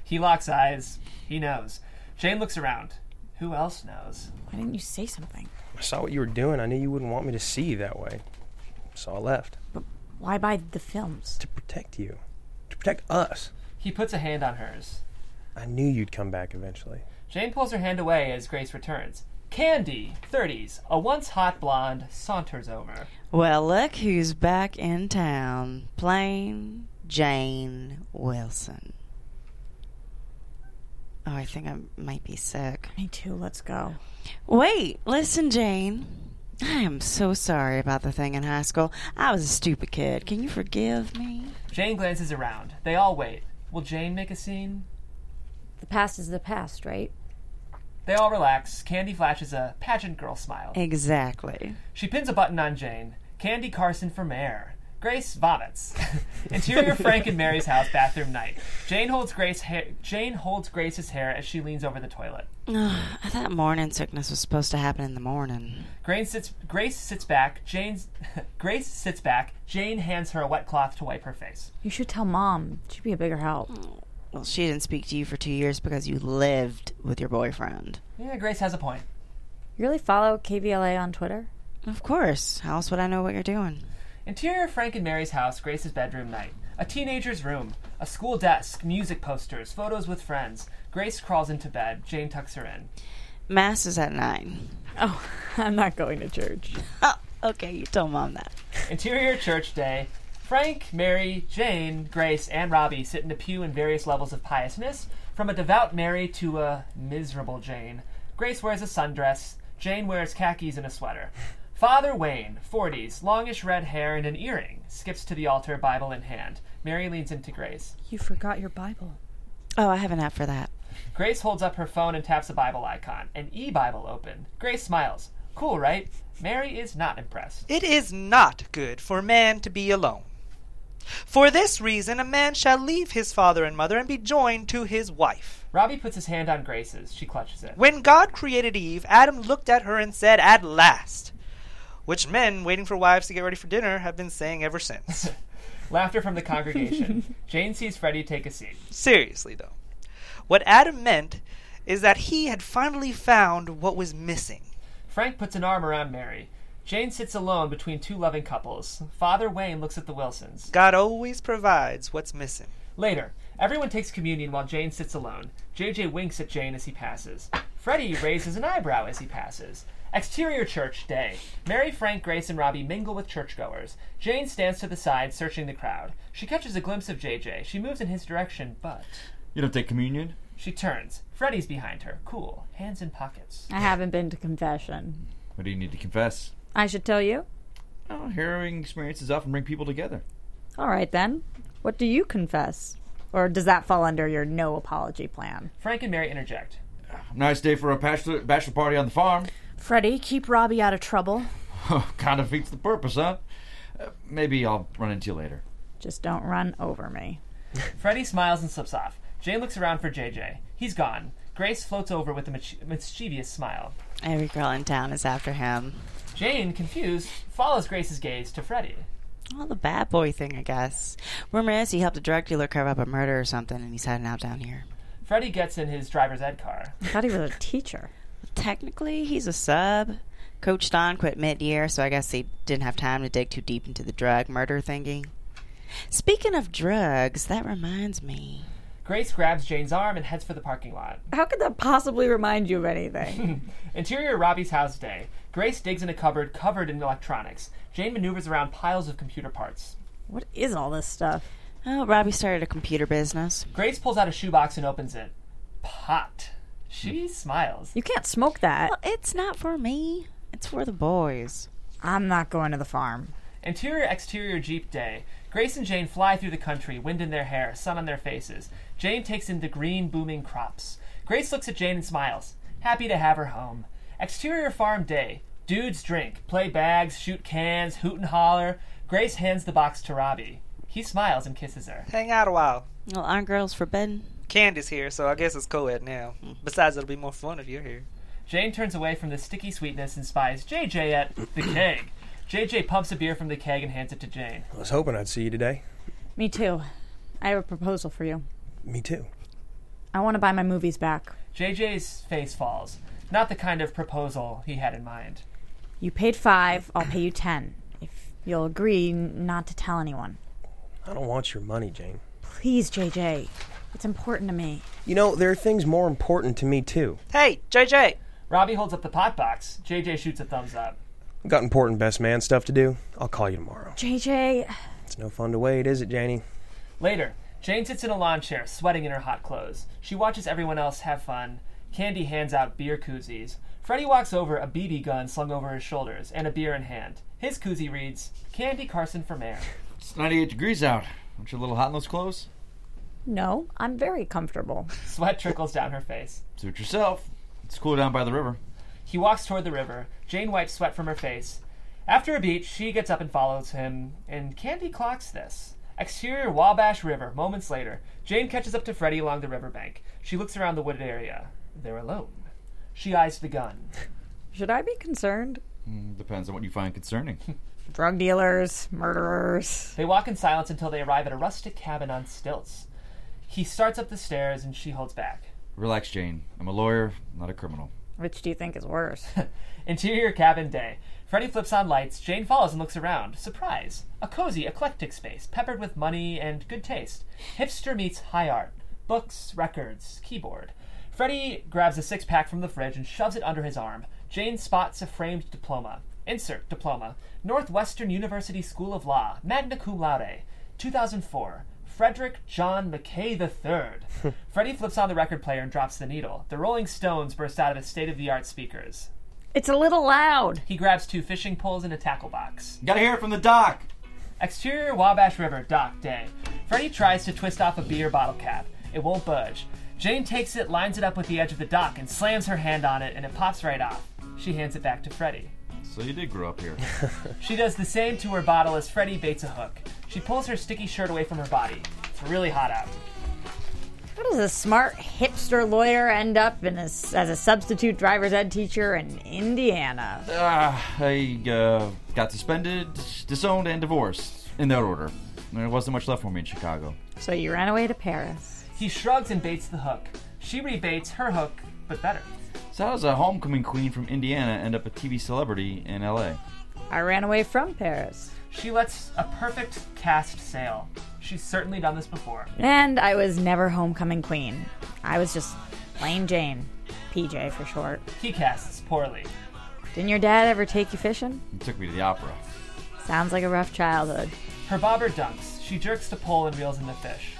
He locks eyes. He knows. Jane looks around. Who else knows?
Why didn't you say something?
I saw what you were doing. I knew you wouldn't want me to see you that way. So I left.
Why buy the films?
To protect you. To protect us.
He puts a hand on hers.
I knew you'd come back eventually.
Jane pulls her hand away as Grace returns. Candy, 30s, a once hot blonde, saunters over.
Well, look who's back in town. Plain Jane Wilson. Oh, I think I might be sick.
Me too. Let's go.
Wait, listen, Jane. I am so sorry about the thing in high school. I was a stupid kid. Can you forgive me?
Jane glances around. They all wait. Will Jane make a scene?
The past is the past, right?
They all relax. Candy flashes a pageant girl smile.
Exactly.
She pins a button on Jane. Candy Carson for mayor. Grace vomits. Interior Frank and Mary's house bathroom night. Jane holds Grace hair. Jane holds Grace's hair as she leans over the toilet.
Ugh, I thought morning sickness was supposed to happen in the morning.
Grace sits. Grace sits back. Jane's. Grace sits back. Jane hands her a wet cloth to wipe her face.
You should tell mom. She'd be a bigger help.
Well, she didn't speak to you for two years because you lived with your boyfriend.
Yeah, Grace has a point.
You really follow KVLA on Twitter?
Of course. How else would I know what you're doing?
Interior of Frank and Mary's house, Grace's bedroom night. A teenager's room, a school desk, music posters, photos with friends. Grace crawls into bed. Jane tucks her in.
Mass is at nine.
Oh, I'm not going to church.
Oh, okay, you told mom that.
Interior church day. Frank, Mary, Jane, Grace, and Robbie sit in a pew in various levels of piousness, from a devout Mary to a miserable Jane. Grace wears a sundress. Jane wears khakis and a sweater. Father Wayne, 40s, longish red hair and an earring, skips to the altar, Bible in hand. Mary leans into Grace.
You forgot your Bible.
Oh, I have an app for that.
Grace holds up her phone and taps a Bible icon. An e Bible open. Grace smiles. Cool, right? Mary is not impressed.
It is not good for man to be alone. For this reason, a man shall leave his father and mother and be joined to his wife.
Robbie puts his hand on Grace's. She clutches it.
When God created Eve, Adam looked at her and said, At last. Which men, waiting for wives to get ready for dinner, have been saying ever since.
Laughter from the congregation. Jane sees Freddie take a seat.
Seriously, though. What Adam meant is that he had finally found what was missing.
Frank puts an arm around Mary. Jane sits alone between two loving couples. Father Wayne looks at the Wilsons.
God always provides what's missing.
Later, everyone takes communion while Jane sits alone. JJ winks at Jane as he passes. Freddie raises an eyebrow as he passes. Exterior church day. Mary, Frank, Grace, and Robbie mingle with churchgoers. Jane stands to the side, searching the crowd. She catches a glimpse of JJ. She moves in his direction, but
You don't take communion?
she turns. Freddie's behind her. Cool. Hands in pockets.
I haven't been to confession.
What do you need to confess?
I should tell you.
Oh, harrowing experiences often bring people together.
All right then. What do you confess? Or does that fall under your no apology plan?
Frank and Mary interject.
Nice day for a bachelor, bachelor party on the farm.
Freddie, keep Robbie out of trouble.
kind of defeats the purpose, huh? Uh, maybe I'll run into you later.
Just don't run over me.
Freddie smiles and slips off. Jane looks around for JJ. He's gone. Grace floats over with a mach- mischievous smile.
Every girl in town is after him.
Jane, confused, follows Grace's gaze to Freddie.
Well, the bad boy thing, I guess. Rumor is he helped a drug dealer cover up a murder or something, and he's heading out down here.
Freddie gets in his driver's ed car.
I thought he was a teacher.
Technically, he's a sub. Coach Don quit mid year, so I guess he didn't have time to dig too deep into the drug murder thingy. Speaking of drugs, that reminds me.
Grace grabs Jane's arm and heads for the parking lot.
How could that possibly remind you of anything?
Interior Robbie's house day. Grace digs in a cupboard covered in electronics. Jane maneuvers around piles of computer parts.
What is all this stuff?
Oh, Robbie started a computer business.
Grace pulls out a shoebox and opens it. Pot. She smiles.
You can't smoke that.
it's not for me. It's for the boys.
I'm not going to the farm.
Interior exterior Jeep day. Grace and Jane fly through the country, wind in their hair, sun on their faces. Jane takes in the green, booming crops. Grace looks at Jane and smiles, happy to have her home. Exterior farm day. Dudes drink, play bags, shoot cans, hoot and holler. Grace hands the box to Robbie. He smiles and kisses her.
Hang out a while.
Well, aren't girls forbidden?
Candy's here, so I guess it's co ed now. Besides, it'll be more fun if you're here.
Jane turns away from the sticky sweetness and spies JJ at the keg. JJ pumps a beer from the keg and hands it to Jane.
I was hoping I'd see you today.
Me too. I have a proposal for you.
Me too.
I want to buy my movies back.
JJ's face falls. Not the kind of proposal he had in mind.
You paid five, I'll pay you ten. If you'll agree n- not to tell anyone.
I don't want your money, Jane.
Please, JJ. It's important to me.
You know, there are things more important to me, too.
Hey, JJ!
Robbie holds up the pot box. JJ shoots a thumbs up.
Got important best man stuff to do. I'll call you tomorrow.
JJ.
It's no fun to wait, is it, Janie?
Later, Jane sits in a lawn chair, sweating in her hot clothes. She watches everyone else have fun. Candy hands out beer koozies. Freddy walks over, a BB gun slung over his shoulders, and a beer in hand. His koozie reads, Candy Carson for mayor.
It's 98 degrees out. Aren't you a little hot in those clothes?
No, I'm very comfortable.
Sweat trickles down her face.
Suit yourself. It's cool down by the river.
He walks toward the river. Jane wipes sweat from her face. After a beat, she gets up and follows him, and Candy clocks this. Exterior Wabash River, moments later. Jane catches up to Freddy along the riverbank. She looks around the wooded area. They're alone. She eyes the gun.
Should I be concerned?
Mm, depends on what you find concerning.
Drug dealers, murderers.
They walk in silence until they arrive at a rustic cabin on stilts. He starts up the stairs, and she holds back.
Relax, Jane. I'm a lawyer, not a criminal.
Which do you think is worse?
Interior cabin day. Freddy flips on lights. Jane follows and looks around. Surprise! A cozy, eclectic space, peppered with money and good taste. Hipster meets high art. Books, records, keyboard. Freddy grabs a six pack from the fridge and shoves it under his arm. Jane spots a framed diploma. Insert diploma. Northwestern University School of Law, magna cum laude. 2004. Frederick John McKay III. Freddy flips on the record player and drops the needle. The Rolling Stones burst out of his state of the art speakers.
It's a little loud.
He grabs two fishing poles and a tackle box.
Gotta hear it from the dock!
Exterior Wabash River, dock day. Freddy tries to twist off a beer bottle cap. It won't budge. Jane takes it, lines it up with the edge of the dock, and slams her hand on it, and it pops right off. She hands it back to Freddy.
So you did grow up here.
She does the same to her bottle as Freddy baits a hook. She pulls her sticky shirt away from her body. It's really hot out.
How does a smart hipster lawyer end up in a, as a substitute driver's ed teacher in Indiana?
Ah, I uh, got suspended, disowned, and divorced in that order. There wasn't much left for me in Chicago.
So you ran away to Paris.
He shrugs and baits the hook. She rebaits her hook, but better.
So how does a homecoming queen from Indiana end up a TV celebrity in LA?
I ran away from Paris.
She lets a perfect cast sail. She's certainly done this before.
And I was never homecoming queen. I was just plain Jane. PJ for short.
He casts poorly.
Didn't your dad ever take you fishing?
He took me to the opera.
Sounds like a rough childhood.
Her bobber dunks. She jerks the pole and reels in the fish.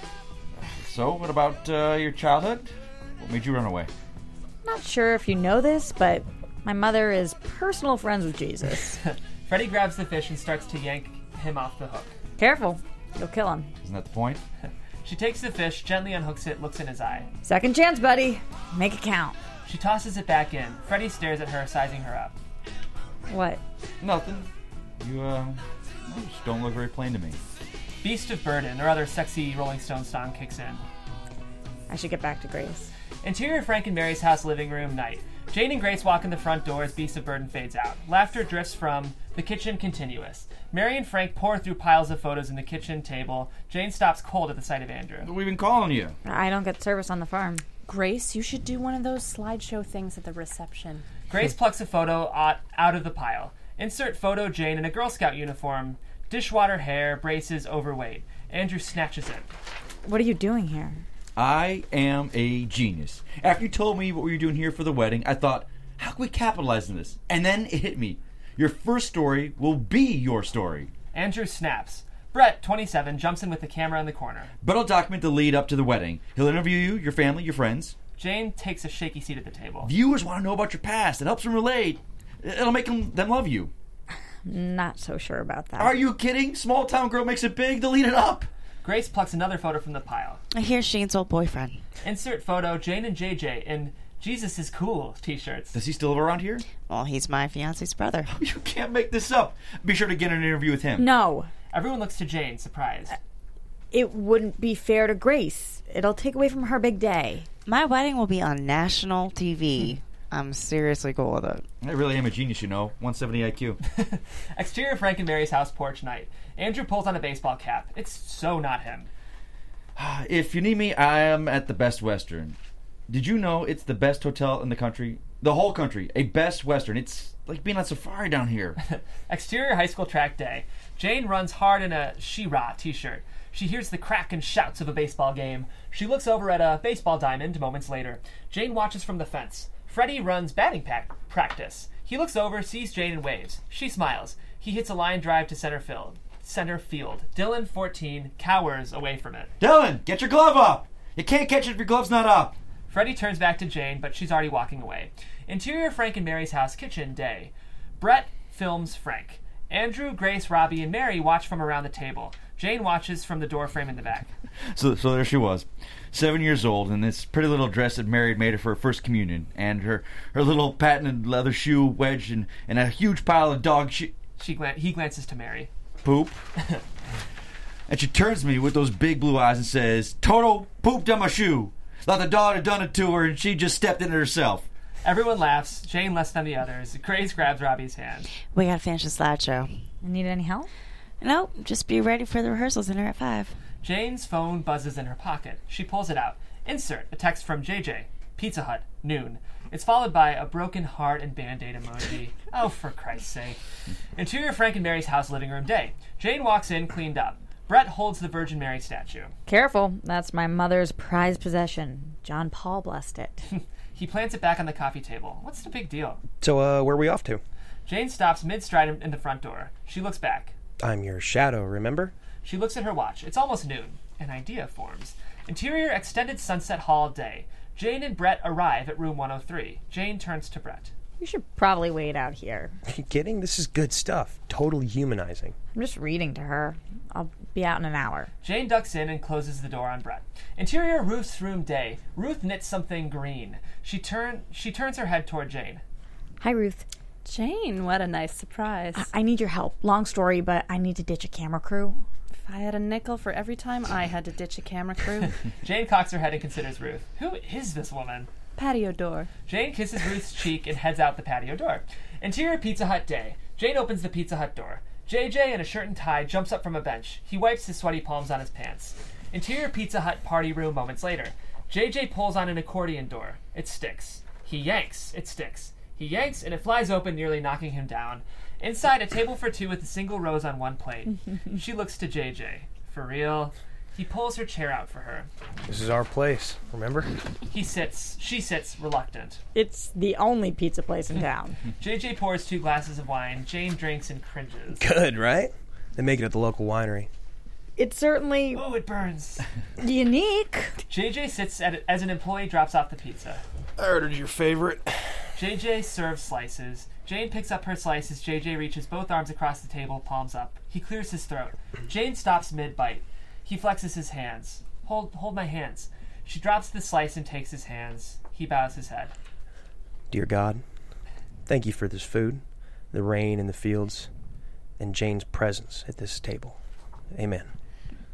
So, what about uh, your childhood? What made you run away?
Not sure if you know this, but my mother is personal friends with Jesus.
Freddy grabs the fish and starts to yank him off the hook.
Careful, you'll kill him.
Isn't that the point?
She takes the fish, gently unhooks it, looks in his eye.
Second chance, buddy. Make it count.
She tosses it back in. Freddy stares at her, sizing her up.
What?
Nothing. You, uh, you just don't look very plain to me.
Beast of Burden, or other sexy Rolling Stone song, kicks in.
I should get back to Grace.
Interior Frank and Mary's house living room night. Jane and Grace walk in the front door as Beast of Burden fades out. Laughter drifts from the kitchen continuous. Mary and Frank pour through piles of photos in the kitchen table. Jane stops cold at the sight of Andrew.
We've been calling you.
I don't get service on the farm.
Grace, you should do one of those slideshow things at the reception.
Grace plucks a photo out out of the pile. Insert photo Jane in a Girl Scout uniform, dishwater hair, braces, overweight. Andrew snatches it.
What are you doing here?
I am a genius. After you told me what we were doing here for the wedding, I thought, how can we capitalize on this? And then it hit me. Your first story will be your story.
Andrew snaps. Brett, 27, jumps in with the camera in the corner.
But I'll document the lead up to the wedding. He'll interview you, your family, your friends.
Jane takes a shaky seat at the table.
Viewers want to know about your past. It helps them relate. It'll make them, them love you.
Not so sure about that.
Are you kidding? Small town girl makes it big. They'll eat it up.
Grace plucks another photo from the pile.
I hear Shane's old boyfriend.
Insert photo Jane and JJ in Jesus is cool t shirts.
Does he still live around here?
Well, he's my fiance's brother.
You can't make this up. Be sure to get an interview with him.
No.
Everyone looks to Jane, surprised.
It wouldn't be fair to Grace. It'll take away from her big day.
My wedding will be on national TV. I'm seriously cool with it.
I really am a genius, you know. 170 IQ.
Exterior Frank and Mary's house porch night. Andrew pulls on a baseball cap. It's so not him.
If you need me, I am at the Best Western. Did you know it's the best hotel in the country? The whole country. A Best Western. It's like being on safari down here.
Exterior high school track day. Jane runs hard in a She-Ra t-shirt. She hears the crack and shouts of a baseball game. She looks over at a baseball diamond moments later. Jane watches from the fence. Freddie runs batting pack practice. He looks over, sees Jane and waves. She smiles. He hits a line drive to center field. Center field. Dylan 14 cowers away from it.
Dylan, get your glove up. You can't catch it if your glove's not up.
Freddie turns back to Jane, but she's already walking away. Interior Frank and Mary's house kitchen day. Brett films Frank. Andrew, Grace, Robbie, and Mary watch from around the table. Jane watches from the door frame in the back.
So, so there she was, seven years old, in this pretty little dress that Mary had made her for her first communion, and her, her little patented leather shoe wedged in, in a huge pile of dog shit
She glan- he glances to Mary.
poop. and she turns to me with those big blue eyes and says, Toto pooped on my shoe. Like the dog had done it to her, and she just stepped in it herself.
Everyone laughs. Jane less than the others. Grace grabs Robbie's hand.
We gotta finish the slideshow.
Need any help?
Nope, just be ready for the rehearsals dinner at 5.
Jane's phone buzzes in her pocket. She pulls it out. Insert a text from JJ. Pizza Hut, noon. It's followed by a broken heart and band aid emoji. Oh, for Christ's sake. Interior Frank and Mary's house living room day. Jane walks in, cleaned up. Brett holds the Virgin Mary statue.
Careful. That's my mother's prized possession. John Paul blessed it.
He plants it back on the coffee table. What's the big deal?
So, uh, where are we off to?
Jane stops mid stride in the front door. She looks back.
I'm your shadow, remember?
She looks at her watch. It's almost noon. An idea forms. Interior extended sunset hall day. Jane and Brett arrive at room 103. Jane turns to Brett.
You should probably wait out here.
Are you kidding? This is good stuff. Totally humanizing.
I'm just reading to her. I'll be out in an hour.
Jane ducks in and closes the door on Brett. Interior Ruth's room day. Ruth knits something green. She turn she turns her head toward Jane.
Hi, Ruth.
Jane, what a nice surprise.
I need your help. Long story, but I need to ditch a camera crew.
if I had a nickel for every time I had to ditch a camera crew,
Jane cocks her head and considers Ruth. Who is this woman?
patio door.
Jane kisses Ruth's cheek and heads out the patio door. Interior Pizza Hut day. Jane opens the Pizza Hut door. JJ in a shirt and tie jumps up from a bench. He wipes his sweaty palms on his pants. Interior Pizza Hut party room moments later. JJ pulls on an accordion door. It sticks. He yanks. It sticks. He yanks and it flies open, nearly knocking him down. Inside, a table for two with a single rose on one plate. she looks to JJ. For real? He pulls her chair out for her.
This is our place, remember?
He sits. She sits, reluctant.
It's the only pizza place in town.
JJ pours two glasses of wine. Jane drinks and cringes.
Good, right? They make it at the local winery.
It's certainly
Oh, it burns.
unique.
JJ sits at as an employee drops off the pizza.
I ordered your favorite.
JJ serves slices. Jane picks up her slices. JJ reaches both arms across the table, palms up. He clears his throat. Jane stops mid bite. He flexes his hands. Hold, hold my hands. She drops the slice and takes his hands. He bows his head.
Dear God, thank you for this food, the rain in the fields, and Jane's presence at this table. Amen.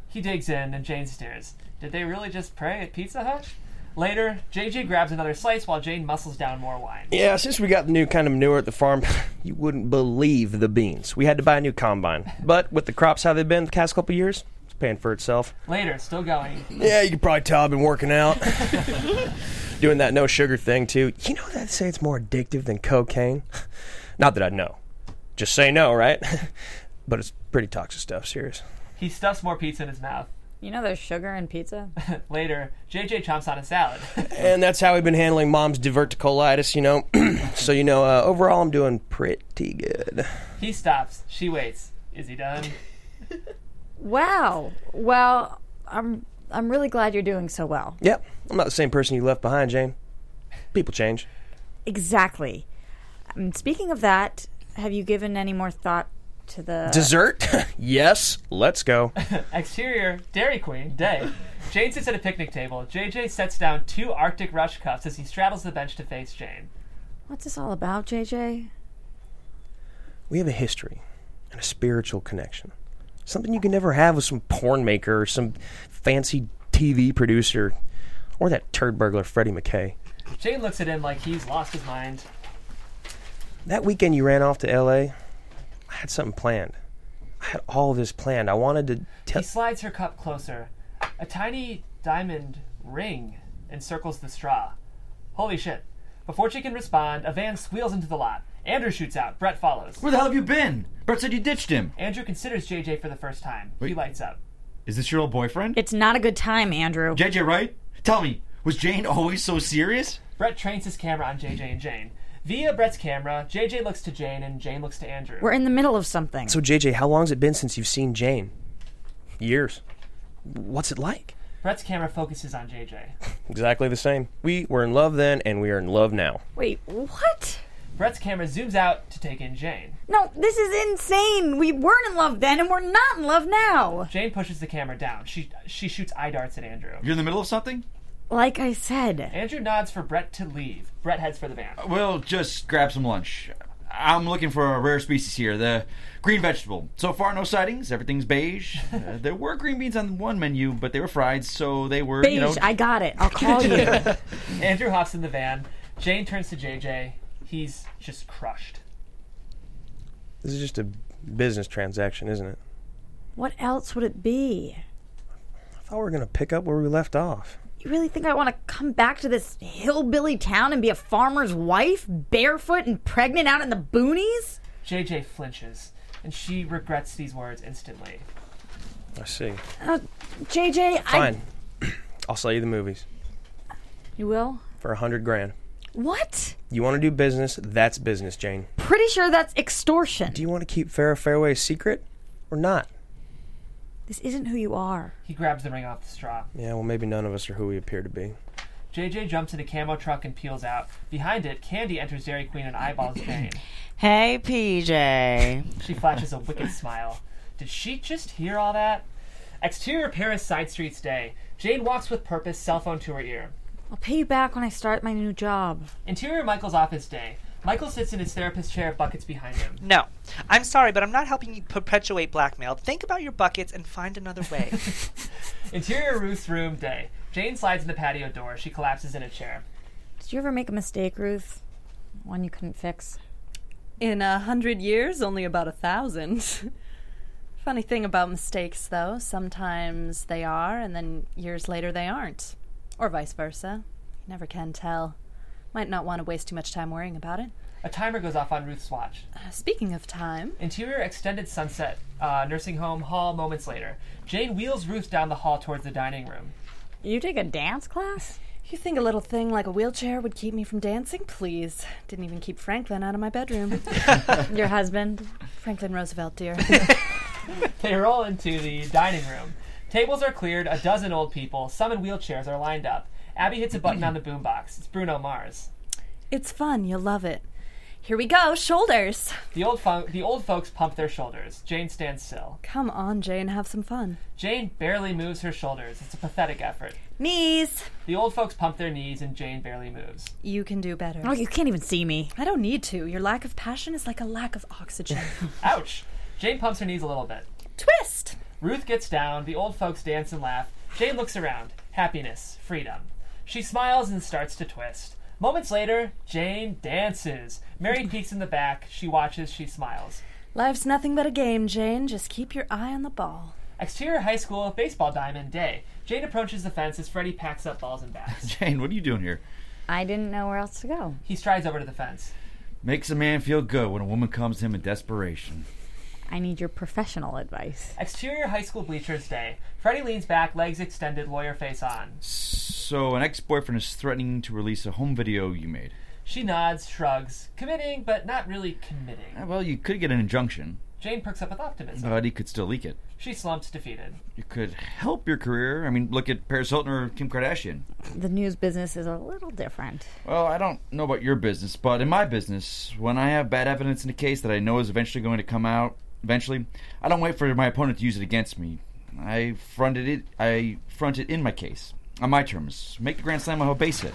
He digs in, and Jane stares. Did they really just pray at Pizza Hut? Later, JJ grabs another slice while Jane muscles down more wine.
Yeah, since we got the new kind of manure at the farm, you wouldn't believe the beans. We had to buy a new combine. But with the crops how they've been the past couple years, It's paying for itself.
Later, still going.
Yeah, you can probably tell I've been working out. Doing that no sugar thing too. You know that say it's more addictive than cocaine? Not that I know. Just say no, right? but it's pretty toxic stuff, serious.
He stuffs more pizza in his mouth.
You know there's sugar in pizza?
Later, JJ chomps on a salad.
And that's how we've been handling mom's diverticulitis, you know. so you know, uh, overall I'm doing pretty good.
He stops. She waits. Is he done?
Wow. Well, I'm I'm really glad you're doing so well.
Yep. I'm not the same person you left behind, Jane. People change.
Exactly. Um, speaking of that, have you given any more thought to the
Dessert? yes, let's go.
Exterior, Dairy Queen, day. Jane sits at a picnic table. JJ sets down two Arctic Rush cups as he straddles the bench to face Jane.
What's this all about, JJ?
We have a history and a spiritual connection. Something you can never have with some porn maker or some fancy TV producer or that turd burglar Freddie McKay.
Jane looks at him like he's lost his mind.
That weekend you ran off to LA, I had something planned. I had all this planned. I wanted to tell.
He slides her cup closer. A tiny diamond ring encircles the straw. Holy shit. Before she can respond, a van squeals into the lot. Andrew shoots out. Brett follows.
Where the hell have you been? Brett said you ditched him.
Andrew considers JJ for the first time. He
Wait.
lights up.
Is this your old boyfriend?
It's not a good time, Andrew.
JJ, right? Tell me, was Jane always so serious?
Brett trains his camera on JJ and Jane. Via Brett's camera, JJ looks to Jane and Jane looks to Andrew.
We're in the middle of something.
So, JJ, how long's it been since you've seen Jane? Years. What's it like?
Brett's camera focuses on JJ.
Exactly the same. We were in love then, and we are in love now.
Wait, what?
Brett's camera zooms out to take in Jane.
No, this is insane. We weren't in love then and we're not in love now.
Jane pushes the camera down. She she shoots eye darts at Andrew.
You're in the middle of something?
Like I said,
Andrew nods for Brett to leave. Brett heads for the van.
We'll just grab some lunch. I'm looking for a rare species here, the green vegetable. So far, no sightings. Everything's beige. Uh, there were green beans on one menu, but they were fried, so they were,
beige,
you know.
I got it. I'll call you.
Andrew hops in the van. Jane turns to JJ. He's just crushed.
This is just a business transaction, isn't it?
What else would it be?
I thought we were going to pick up where we left off.
You really think I want to come back to this hillbilly town and be a farmer's wife, barefoot and pregnant out in the boonies?
JJ flinches, and she regrets these words instantly.
I see.
JJ, Uh, I.
Fine. I'll sell you the movies
You will?
for a hundred grand.
What?
You want to do business? That's business, Jane.
Pretty sure that's extortion.
Do you want to keep Farrah Fairway secret or not?
this isn't who you are.
He grabs the ring off the straw.
Yeah, well, maybe none of us are who we appear to be.
JJ jumps in a camo truck and peels out. Behind it, Candy enters Dairy Queen and eyeballs Jane.
Hey, PJ.
She flashes a wicked smile. Did she just hear all that? Exterior Paris side streets day. Jane walks with purpose, cell phone to her ear.
I'll pay you back when I start my new job.
Interior Michael's office day. Michael sits in his therapist chair, buckets behind him.
No. I'm sorry, but I'm not helping you perpetuate blackmail. Think about your buckets and find another way.
Interior Ruth's room day. Jane slides in the patio door. She collapses in a chair.
Did you ever make a mistake, Ruth? One you couldn't fix?
In a hundred years, only about a thousand. Funny thing about mistakes, though, sometimes they are, and then years later they aren't. Or vice versa. You never can tell. Might not want to waste too much time worrying about it.
A timer goes off on Ruth's watch.
Uh, Speaking of time,
Interior extended sunset, uh, nursing home hall moments later. Jane wheels Ruth down the hall towards the dining room.
You take a dance class?
you think a little thing like a wheelchair would keep me from dancing? Please. Didn't even keep Franklin out of my bedroom.
Your husband?
Franklin Roosevelt, dear.
They roll into the dining room. Tables are cleared, a dozen old people, some in wheelchairs, are lined up. Abby hits a button on the boombox. It's Bruno Mars.
It's fun. You'll love it. Here we go. Shoulders.
The old, fo- the old folks pump their shoulders. Jane stands still.
Come on, Jane. Have some fun.
Jane barely moves her shoulders. It's a pathetic effort.
Knees.
The old folks pump their knees, and Jane barely moves.
You can do better.
Oh, you can't even see me.
I don't need to. Your lack of passion is like a lack of oxygen.
Ouch! Jane pumps her knees a little bit.
Twist.
Ruth gets down. The old folks dance and laugh. Jane looks around. Happiness, freedom. She smiles and starts to twist. Moments later, Jane dances. Mary peeks in the back. She watches. She smiles.
Life's nothing but a game, Jane. Just keep your eye on the ball.
Exterior High School Baseball Diamond Day. Jane approaches the fence as Freddy packs up balls and bats.
Jane, what are you doing here?
I didn't know where else to go.
He strides over to the fence.
Makes a man feel good when a woman comes to him in desperation.
I need your professional advice.
Exterior High School Bleachers Day. Freddy leans back, legs extended, lawyer face on.
So, an ex boyfriend is threatening to release a home video you made.
She nods, shrugs, committing, but not really committing.
Eh, Well, you could get an injunction,
Jane perks up with optimism.
but he could still leak it.
She slumps, defeated.
You could help your career. I mean, look at Paris Hilton or Kim Kardashian.
The news business is a little different.
Well, I don't know about your business, but in my business, when I have bad evidence in a case that I know is eventually going to come out, eventually, I don't wait for my opponent to use it against me. I fronted it. I front it in my case on my terms. Make the grand slam. I'll base it.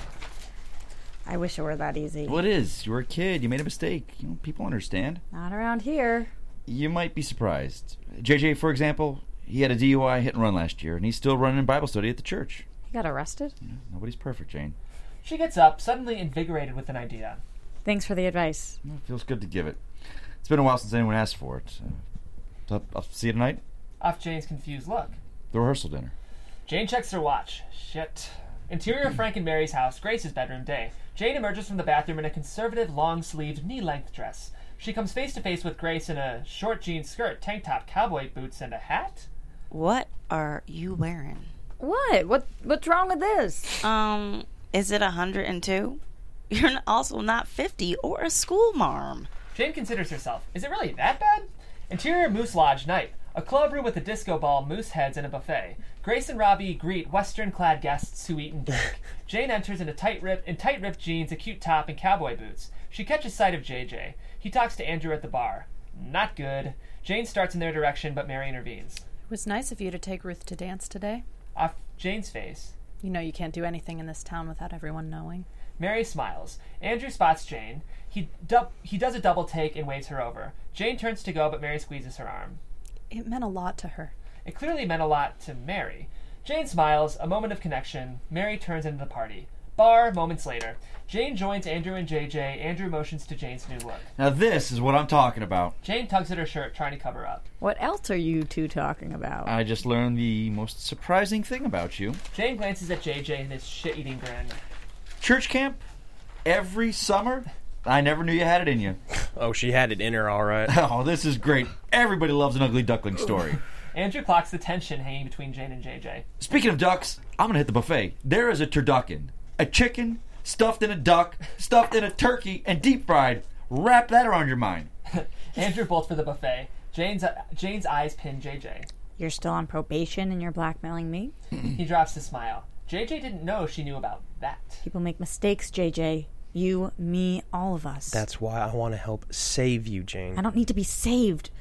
I wish it were that easy.
Well, it is. You were a kid. You made a mistake. You know, people understand.
Not around here.
You might be surprised. JJ, for example, he had a DUI hit and run last year, and he's still running Bible study at the church.
He got arrested?
Nobody's perfect, Jane.
She gets up, suddenly invigorated with an idea.
Thanks for the advice.
Feels good to give it. It's been a while since anyone asked for it. Uh, I'll- I'll see you tonight.
Off Jane's confused look.
The rehearsal dinner.
Jane checks her watch. Shit. Interior of Frank and Mary's house, Grace's bedroom day. Jane emerges from the bathroom in a conservative long sleeved knee length dress. She comes face to face with Grace in a short jean skirt, tank top, cowboy boots, and a hat?
What are you wearing?
What? What? What's wrong with this?
Um, is it 102? You're n- also not 50 or a school marm.
Jane considers herself. Is it really that bad? Interior Moose Lodge night. A club room with a disco ball, moose heads, and a buffet. Grace and Robbie greet Western clad guests who eat and drink. Jane enters in a tight rip in tight ripped jeans, a cute top, and cowboy boots. She catches sight of JJ. He talks to Andrew at the bar. Not good. Jane starts in their direction, but Mary intervenes.
It was nice of you to take Ruth to dance today.
Off Jane's face.
You know you can't do anything in this town without everyone knowing.
Mary smiles. Andrew spots Jane. He dub- he does a double take and waves her over. Jane turns to go, but Mary squeezes her arm.
It meant a lot to her.
It clearly meant a lot to Mary. Jane smiles, a moment of connection. Mary turns into the party. Bar, moments later. Jane joins Andrew and JJ. Andrew motions to Jane's new look.
Now this is what I'm talking about.
Jane tugs at her shirt, trying to cover up.
What else are you two talking about?
I just learned the most surprising thing about you.
Jane glances at JJ in his shit eating grin.
Church camp every summer. I never knew you had it in you.
Oh, she had it in her, all right.
oh, this is great. Everybody loves an ugly duckling story.
Andrew clocks the tension hanging between Jane and JJ.
Speaking of ducks, I'm gonna hit the buffet. There is a turducken, a chicken stuffed in a duck, stuffed in a turkey, and deep fried. Wrap that around your mind.
Andrew bolts for the buffet. Jane's, Jane's eyes pin JJ.
You're still on probation and you're blackmailing me?
He drops his smile. JJ didn't know she knew about that.
People make mistakes, JJ. You, me, all of us.
That's why I want to help save you, Jane.
I don't need to be saved.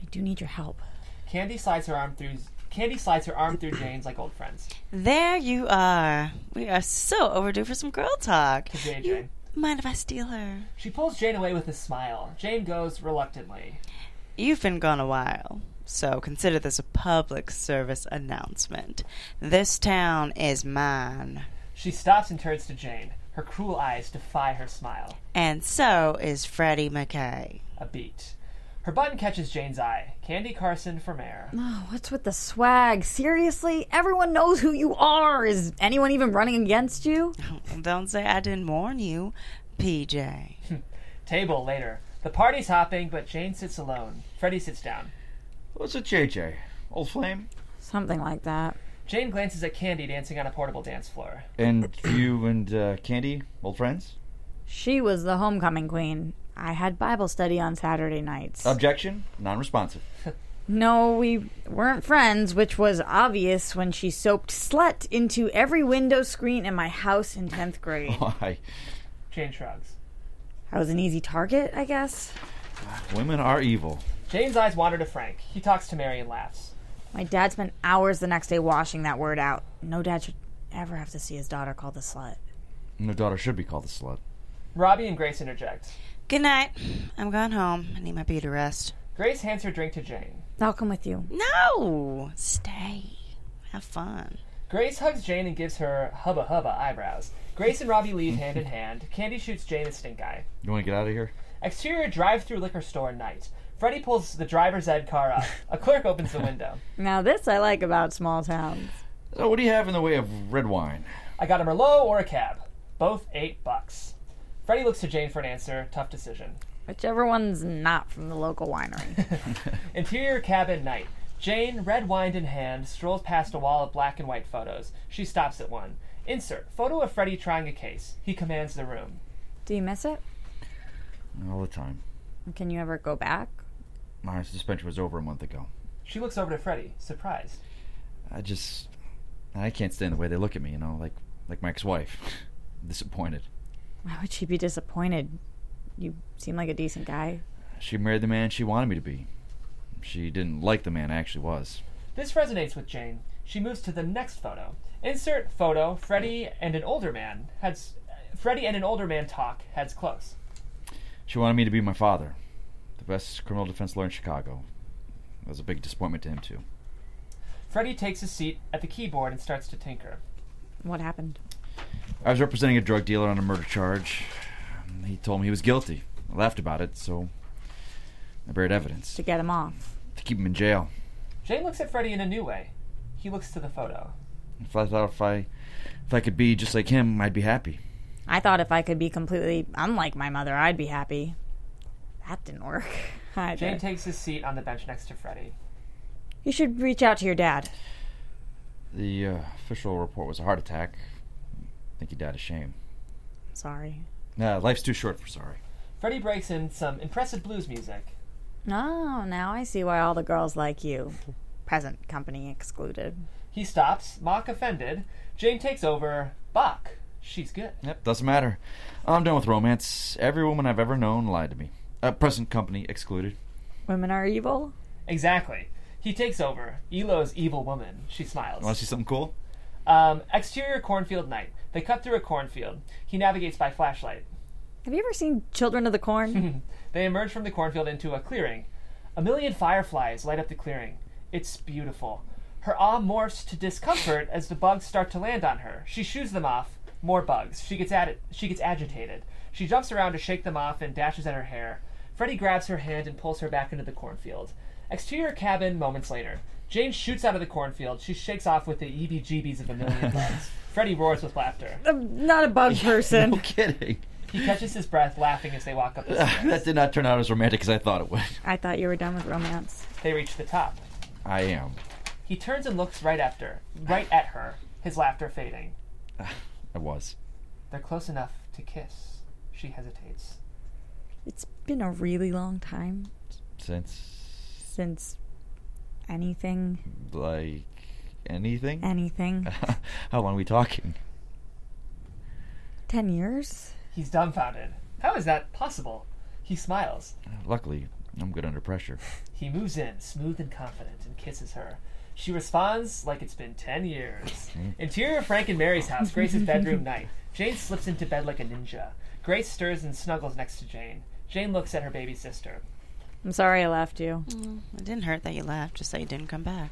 I do need your help.
Candy slides her arm through Candy slides her arm through Jane's like old friends.
There you are. We are so overdue for some girl talk.
To JJ.
You mind if I steal her?
She pulls Jane away with a smile. Jane goes reluctantly.
You've been gone a while, so consider this a public service announcement. This town is mine,
She stops and turns to Jane. Her cruel eyes defy her smile.
and so is Freddie McKay.
A beat. Her button catches Jane's eye. Candy Carson for mayor.
Oh, what's with the swag? Seriously? Everyone knows who you are. Is anyone even running against you?
Oh, Don't say I didn't warn you, PJ.
Hmm. Table later. The party's hopping, but Jane sits alone. Freddy sits down.
What's a JJ? Old flame?
Something like that.
Jane glances at Candy dancing on a portable dance floor.
And you and uh, Candy, old friends?
She was the homecoming queen. I had Bible study on Saturday nights.
Objection? Non responsive.
No, we weren't friends, which was obvious when she soaped slut into every window screen in my house in 10th grade.
Why?
Jane shrugs.
I was an easy target, I guess.
Women are evil.
Jane's eyes wander to Frank. He talks to Mary and laughs.
My dad spent hours the next day washing that word out. No dad should ever have to see his daughter called a slut.
No daughter should be called a slut.
Robbie and Grace interject.
Good night. I'm going home. I need my beauty rest.
Grace hands her drink to Jane.
I'll come with you.
No! Stay. Have fun.
Grace hugs Jane and gives her hubba hubba eyebrows. Grace and Robbie leave hand in hand. Candy shoots Jane a stink eye.
You want to get out of here?
Exterior drive through liquor store night. Freddie pulls the driver's ed car up. A clerk opens the window.
Now, this I like about small towns.
So, what do you have in the way of red wine?
I got a Merlot or a cab. Both eight bucks. Freddie looks to Jane for an answer. Tough decision.
Whichever one's not from the local winery.
Interior cabin night. Jane, red wine in hand, strolls past a wall of black and white photos. She stops at one. Insert photo of Freddie trying a case. He commands the room.
Do you miss it?
All the time.
Can you ever go back?
My suspension was over a month ago.
She looks over to Freddie, surprised.
I just, I can't stand the way they look at me. You know, like like my ex-wife, disappointed.
Why would she be disappointed? You seem like a decent guy.
She married the man she wanted me to be. She didn't like the man I actually was.
This resonates with Jane. She moves to the next photo. Insert photo. Freddie and an older man heads. Freddie and an older man talk. Heads close.
She wanted me to be my father, the best criminal defense lawyer in Chicago. It was a big disappointment to him too.
Freddie takes a seat at the keyboard and starts to tinker.
What happened?
I was representing a drug dealer on a murder charge. He told me he was guilty. I laughed about it, so I buried evidence
To get him off.
to keep him in jail.
Jane looks at Freddie in a new way. He looks to the photo.
If I thought if I if I could be just like him, I'd be happy.
I thought if I could be completely unlike my mother, I'd be happy. That didn't work. either.
Jane takes his seat on the bench next to Freddie.
you should reach out to your dad.
The uh, official report was a heart attack. I think he died of shame.
Sorry.
Nah, life's too short for sorry.
Freddie breaks in some impressive blues music.
Oh, now I see why all the girls like you. Present company excluded.
He stops, mock offended. Jane takes over. Bach. She's good.
Yep, doesn't matter. I'm done with romance. Every woman I've ever known lied to me. Uh, present company excluded.
Women are evil?
Exactly. He takes over. Elo's evil woman. She smiles.
Want to see something cool?
Um, exterior cornfield night. They cut through a cornfield. He navigates by flashlight.
Have you ever seen Children of the Corn?
They emerge from the cornfield into a clearing. A million fireflies light up the clearing. It's beautiful. Her awe morphs to discomfort as the bugs start to land on her. She shoos them off. More bugs. She gets at it. She gets agitated. She jumps around to shake them off and dashes at her hair. Freddy grabs her hand and pulls her back into the cornfield. Exterior cabin moments later. Jane shoots out of the cornfield. She shakes off with the EBGBs of a million bugs. Freddy roars with laughter.
I'm Um, not a bug person.
No kidding.
He catches his breath, laughing as they walk up the stairs.
that did not turn out as romantic as I thought it would.
I thought you were done with romance.
They reach the top.
I am.
He turns and looks right after, right at her, his laughter fading.
I was.
They're close enough to kiss. She hesitates.
It's been a really long time
Since
since anything,
like anything?
anything.
How long are we talking?
Ten years?
He's dumbfounded. How is that possible? He smiles.
Luckily, I'm good under pressure.
He moves in, smooth and confident, and kisses her. She responds like it's been ten years. Interior Frank and Mary's house, Grace's bedroom night. Jane slips into bed like a ninja. Grace stirs and snuggles next to Jane. Jane looks at her baby sister.
I'm sorry I left you.
Mm, It didn't hurt that you left, just that you didn't come back.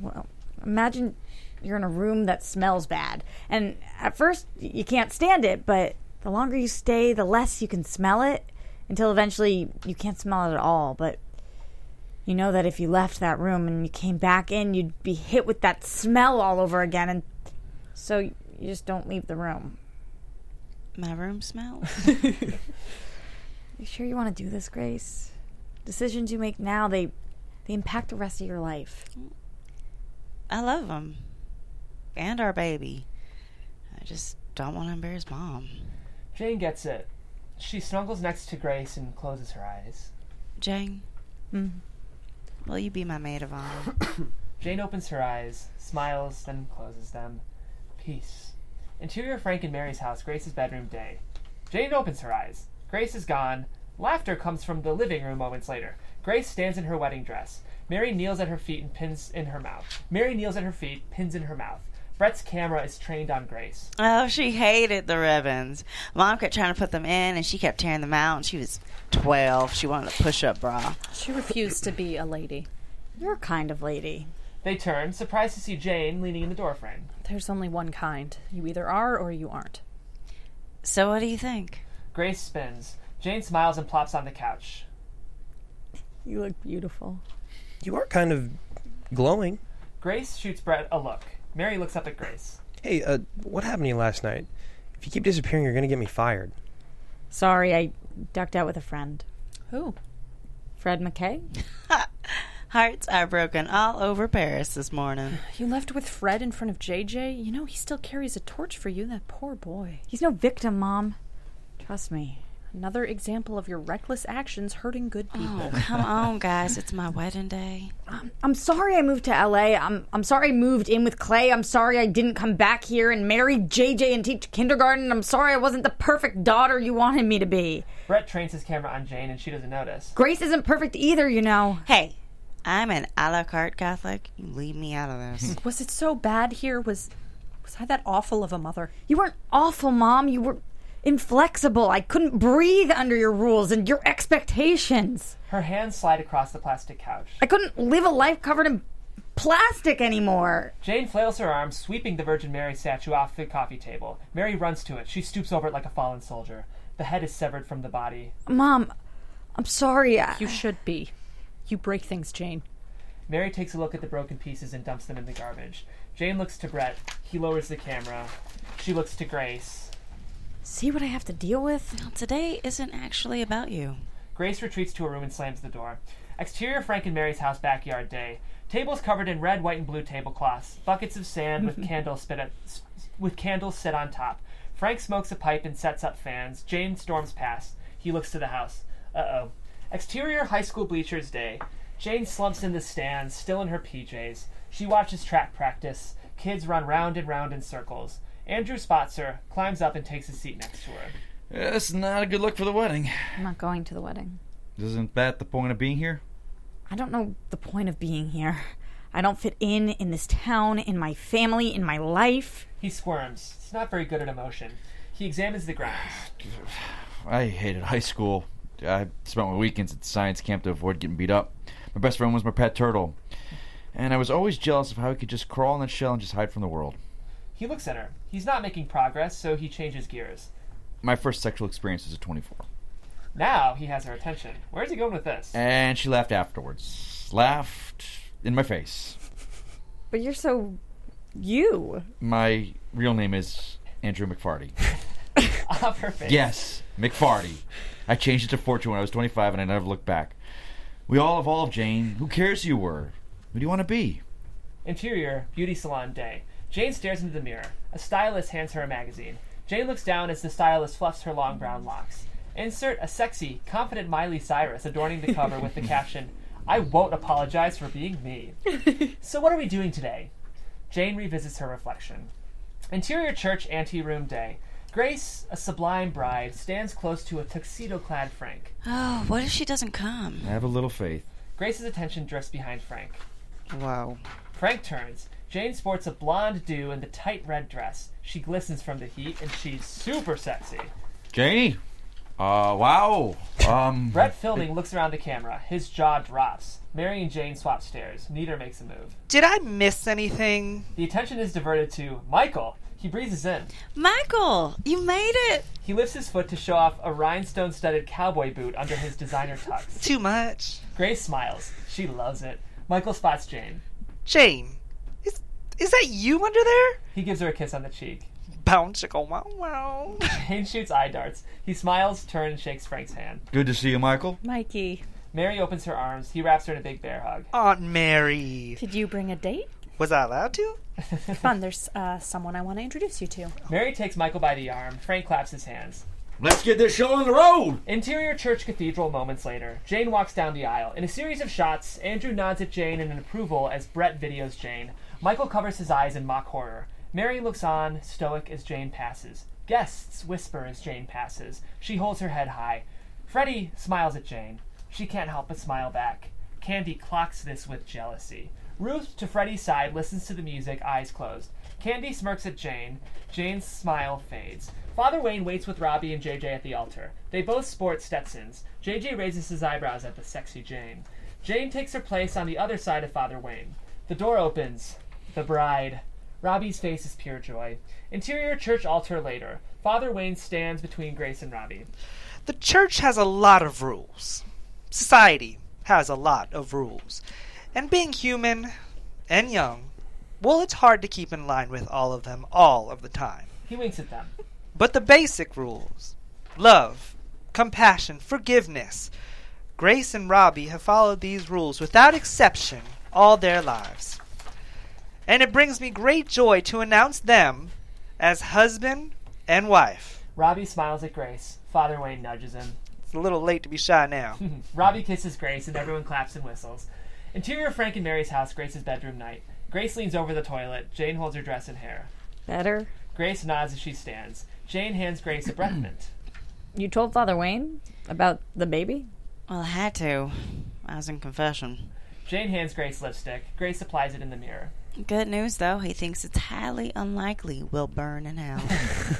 Well, imagine you're in a room that smells bad. And at first, y- you can't stand it, but the longer you stay, the less you can smell it until eventually you can't smell it at all. But you know that if you left that room and you came back in, you'd be hit with that smell all over again. And so you just don't leave the room.
My room smells.
You sure you want to do this, Grace? Decisions you make now, they they impact the rest of your life.
I love him. And our baby. I just don't want to embarrass mom.
Jane gets it. She snuggles next to Grace and closes her eyes.
Jane, Mm-hmm.
Mm.
will you be my maid of honor?
Jane opens her eyes, smiles, then closes them. Peace. Interior Frank and Mary's house, Grace's bedroom day. Jane opens her eyes. Grace is gone. Laughter comes from the living room moments later. Grace stands in her wedding dress. Mary kneels at her feet and pins in her mouth. Mary kneels at her feet, pins in her mouth. Brett's camera is trained on Grace.
oh, she hated the ribbons. Mom kept trying to put them in, and she kept tearing them out, and she was 12. She wanted a push up bra.
She refused to be a lady.
You're a kind of lady.
They turn, surprised to see Jane leaning in the doorframe.
There's only one kind. You either are or you aren't.
So, what do you think?
Grace spins. Jane smiles and plops on the couch.
You look beautiful.
You are kind of glowing.
Grace shoots Brett a look. Mary looks up at Grace.
Hey, uh, what happened to you last night? If you keep disappearing, you're going to get me fired.
Sorry, I ducked out with a friend.
Who?
Fred McKay.
Hearts are broken all over Paris this morning.
You left with Fred in front of JJ. You know he still carries a torch for you, that poor boy.
He's no victim, Mom. Trust me.
Another example of your reckless actions hurting good people.
Oh, come on, guys. It's my wedding day.
I'm sorry I moved to LA. I'm I'm sorry I moved in with Clay. I'm sorry I didn't come back here and marry JJ and teach kindergarten. I'm sorry I wasn't the perfect daughter you wanted me to be.
Brett trains his camera on Jane and she doesn't notice.
Grace isn't perfect either, you know.
Hey, I'm an a la carte Catholic. You leave me out of this.
Was it so bad here? Was was I that awful of a mother?
You weren't awful, Mom. You were inflexible. I couldn't breathe under your rules and your expectations.
Her hands slide across the plastic couch.
I couldn't live a life covered in plastic anymore.
Jane flails her arms, sweeping the Virgin Mary statue off the coffee table. Mary runs to it. She stoops over it like a fallen soldier. The head is severed from the body.
Mom, I'm sorry. I,
You should be. You break things, Jane.
Mary takes a look at the broken pieces and dumps them in the garbage. Jane looks to Brett. He lowers the camera. She looks to Grace.
See what I have to deal with?
Today isn't actually about you.
Grace retreats to her room and slams the door. Exterior Frank and Mary's house backyard day. Tables covered in red, white, and blue tablecloths. Buckets of sand with candles spit at, s- with candles set on top. Frank smokes a pipe and sets up fans. Jane storms past. He looks to the house. Uh oh. Exterior high school bleachers day. Jane slumps in the stands, still in her PJs. She watches track practice. Kids run round and round in circles. Andrew spots her, climbs up, and takes a seat next to her.
Yeah, this is not a good look for the wedding.
I'm not going to the wedding.
Isn't that the point of being here?
I don't know the point of being here. I don't fit in in this town, in my family, in my life.
He squirms. He's not very good at emotion. He examines the grounds.
I hated high school. I spent my weekends at science camp to avoid getting beat up. My best friend was my pet turtle. And I was always jealous of how he could just crawl in its shell and just hide from the world.
He looks at her. He's not making progress, so he changes gears.
My first sexual experience was at 24.
Now he has her attention. Where's he going with this?
And she laughed afterwards. Laughed in my face.
But you're so you.
My real name is Andrew McFarty.
Off her face.
Yes, McFarty. I changed it to Fortune when I was 25 and I never looked back. We all evolved, Jane. Who cares who you were? Who do you want to be?
Interior, beauty salon day. Jane stares into the mirror. A stylist hands her a magazine. Jane looks down as the stylist fluffs her long brown locks. Insert a sexy, confident Miley Cyrus adorning the cover with the caption, I won't apologize for being me. so, what are we doing today? Jane revisits her reflection. Interior church anteroom day. Grace, a sublime bride, stands close to a tuxedo clad Frank.
Oh, what if she doesn't come?
I have a little faith.
Grace's attention drifts behind Frank.
Wow.
Frank turns. Jane sports a blonde do in the tight red dress. She glistens from the heat, and she's super sexy.
Janie? Uh, wow. Um,
Brett Fielding looks around the camera. His jaw drops. Mary and Jane swap stares. Neither makes a move.
Did I miss anything?
The attention is diverted to Michael. He breathes in.
Michael, you made it.
He lifts his foot to show off a rhinestone studded cowboy boot under his designer tux.
Too much.
Grace smiles. She loves it. Michael spots Jane.
Jane, is is that you under there?
He gives her a kiss on the cheek.
Bounticle, wow, wow.
Jane shoots eye darts. He smiles, turns, and shakes Frank's hand.
good to see you, Michael.
Mikey,
Mary opens her arms. He wraps her in a big bear hug.
Aunt Mary,
did you bring a date?
was I allowed to?
Come on, there's uh, someone I want to introduce you to.
Mary takes Michael by the arm. Frank claps his hands.
Let's get this show on the road.
Interior church cathedral moments later, Jane walks down the aisle. In a series of shots, Andrew nods at Jane in approval as Brett videos Jane. Michael covers his eyes in mock horror. Mary looks on, stoic, as Jane passes. Guests whisper as Jane passes. She holds her head high. Freddie smiles at Jane. She can't help but smile back. Candy clocks this with jealousy. Ruth, to Freddie's side, listens to the music, eyes closed. Candy smirks at Jane. Jane's smile fades. Father Wayne waits with Robbie and JJ at the altar. They both sport Stetsons. JJ raises his eyebrows at the sexy Jane. Jane takes her place on the other side of Father Wayne. The door opens. The bride. Robbie's face is pure joy. Interior church altar later. Father Wayne stands between Grace and Robbie.
The church has a lot of rules. Society, has a lot of rules. And being human and young, well, it's hard to keep in line with all of them all of the time.
He winks at them.
But the basic rules love, compassion, forgiveness. Grace and Robbie have followed these rules without exception all their lives. And it brings me great joy to announce them as husband and wife.
Robbie smiles at Grace. Father Wayne nudges him.
It's a little late to be shy now.
Robbie kisses Grace, and everyone claps and whistles. Interior of Frank and Mary's house, Grace's bedroom night. Grace leans over the toilet. Jane holds her dress and hair.
Better.
Grace nods as she stands. Jane hands Grace a breath mint.
You told Father Wayne about the baby?
Well, I had to. I was in confession.
Jane hands Grace lipstick. Grace applies it in the mirror.
Good news, though. He thinks it's highly unlikely we'll burn in hell.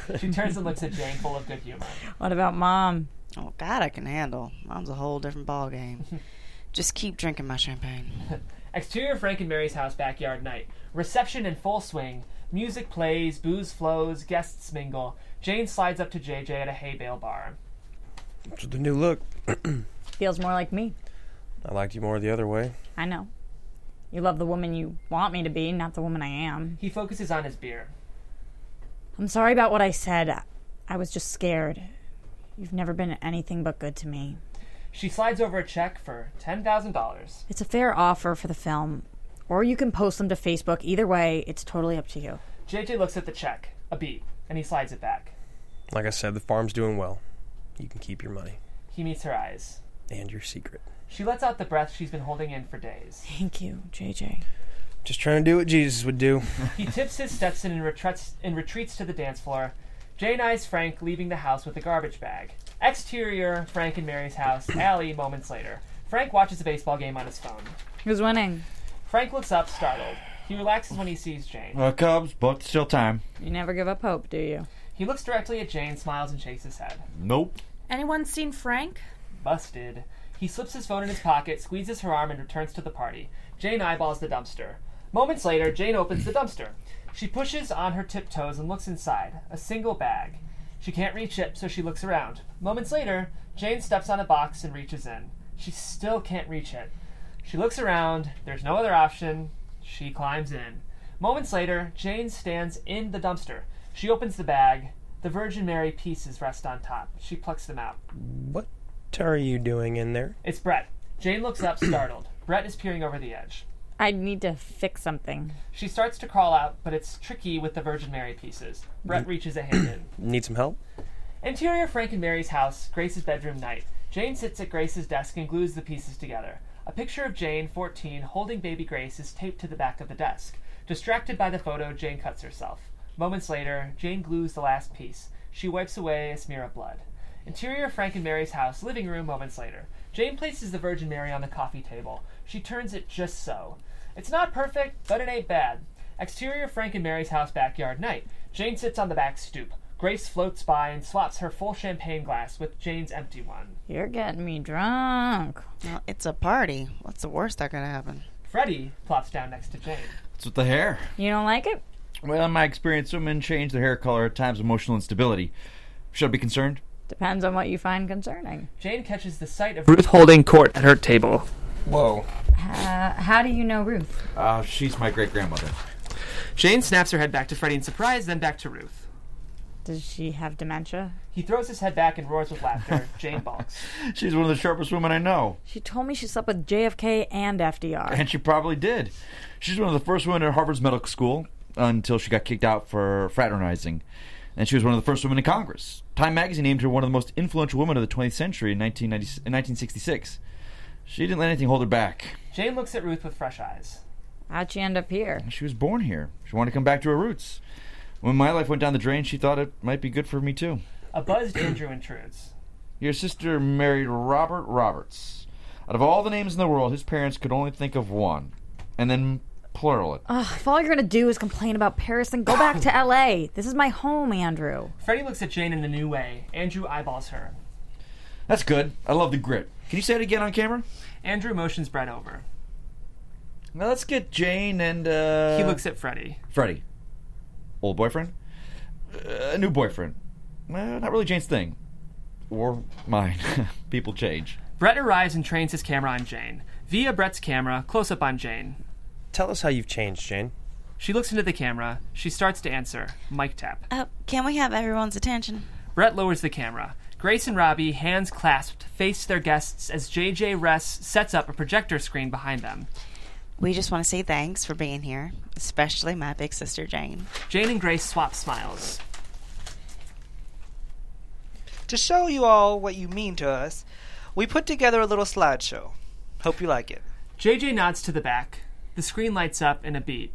She turns and looks at Jane full of good humor.
What about mom?
Oh, God, I can handle. Mom's a whole different ballgame. Just keep drinking my champagne.
Exterior Frank and Mary's house backyard night. Reception in full swing. Music plays, booze flows, guests mingle. Jane slides up to JJ at a hay bale bar.
It's the new look.
Feels more like me.
I liked you more the other way.
I know. You love the woman you want me to be, not the woman I am.
He focuses on his beer.
I'm sorry about what I said. I- I was just scared. You've never been anything but good to me.
She slides over a check for $10,000.
It's a fair offer for the film, or you can post them to Facebook. Either way, it's totally up to you.
JJ looks at the check, a B, and he slides it back.
Like I said, the farm's doing well. You can keep your money
He meets her eyes.
and your secret.
She lets out the breath she's been holding in for days.
Thank you, JJ.
Just trying to do what Jesus would do.
He tips his Stetson and retreats, and retreats to the dance floor. Jane eyes Frank leaving the house with a garbage bag. Exterior, Frank and Mary's house, alley, moments later. Frank watches a baseball game on his phone.
Who's winning?
Frank looks up, startled. He relaxes when he sees Jane.
Uh, Cubs, but still time.
You never give up hope, do you?
He looks directly at Jane, smiles, and shakes his head.
Nope.
Anyone seen Frank?
Busted. He slips his phone in his pocket, squeezes her arm, and returns to the party. Jane eyeballs the dumpster. Moments later, Jane opens the dumpster. She pushes on her tiptoes and looks inside. A single bag. She can't reach it, so she looks around. Moments later, Jane steps on a box and reaches in. She still can't reach it. She looks around. There's no other option. She climbs in. Moments later, Jane stands in the dumpster. She opens the bag. The Virgin Mary pieces rest on top. She plucks them out.
What are you doing in there?
It's Brett. Jane looks up, startled. Brett is peering over the edge.
I need to fix something.
She starts to crawl out, but it's tricky with the Virgin Mary pieces. Brett reaches a hand in.
Need some help?
Interior Frank and Mary's house, Grace's bedroom night. Jane sits at Grace's desk and glues the pieces together. A picture of Jane, 14, holding baby Grace is taped to the back of the desk. Distracted by the photo, Jane cuts herself. Moments later, Jane glues the last piece. She wipes away a smear of blood. Interior Frank and Mary's house, living room, moments later. Jane places the Virgin Mary on the coffee table. She turns it just so. It's not perfect, but it ain't bad. Exterior Frank and Mary's house backyard night. Jane sits on the back stoop. Grace floats by and swaps her full champagne glass with Jane's empty one.
You're getting me drunk.
Well, it's a party. What's the worst that could happen?
Freddie plops down next to Jane.
It's with the hair.
You don't like it?
Well, in my experience, women change their hair color at times of emotional instability. Should I be concerned?
Depends on what you find concerning.
Jane catches the sight of
Ruth holding court at her table.
Whoa.
Uh, how do you know Ruth?
Uh, she's my great grandmother.
Jane snaps her head back to Freddie in surprise, then back to Ruth.
Does she have dementia?
He throws his head back and roars with laughter. Jane balks.
She's one of the sharpest women I know,
She told me she slept with JFK and FDR.
and she probably did. She's one of the first women at Harvard's medical school until she got kicked out for fraternizing. And she was one of the first women in Congress. Time magazine named her one of the most influential women of the 20th century in, 1990, in 1966. She didn't let anything hold her back.
Jane looks at Ruth with fresh eyes.
How'd she end up here?
She was born here. She wanted to come back to her roots. When my life went down the drain, she thought it might be good for me too.
A buzzed Andrew intrudes.
Your sister married Robert Roberts. Out of all the names in the world, his parents could only think of one, and then plural it.
Ugh, if all you're gonna do is complain about Paris, then go back to LA. This is my home, Andrew.
Freddie looks at Jane in a new way. Andrew eyeballs her.
That's good. I love the grit. Can you say it again on camera?
Andrew motions Brett over.
Now let's get Jane and uh,
He looks at Freddie.
Freddie, old boyfriend, uh, new boyfriend. Uh, not really Jane's thing. or mine. People change.
Brett arrives and trains his camera on Jane. Via Brett's camera, close up on Jane.
Tell us how you've changed, Jane.
She looks into the camera. She starts to answer. Mic tap.
Uh,
Oh, can we have everyone's attention?
Brett lowers the camera. Grace and Robbie, hands clasped, face their guests as JJ Ress sets up a projector screen behind them.
We just want to say thanks for being here, especially my big sister Jane.
Jane and Grace swap smiles.
To show you all what you mean to us, we put together a little slideshow. Hope you like it.
JJ nods to the back. The screen lights up in a beat,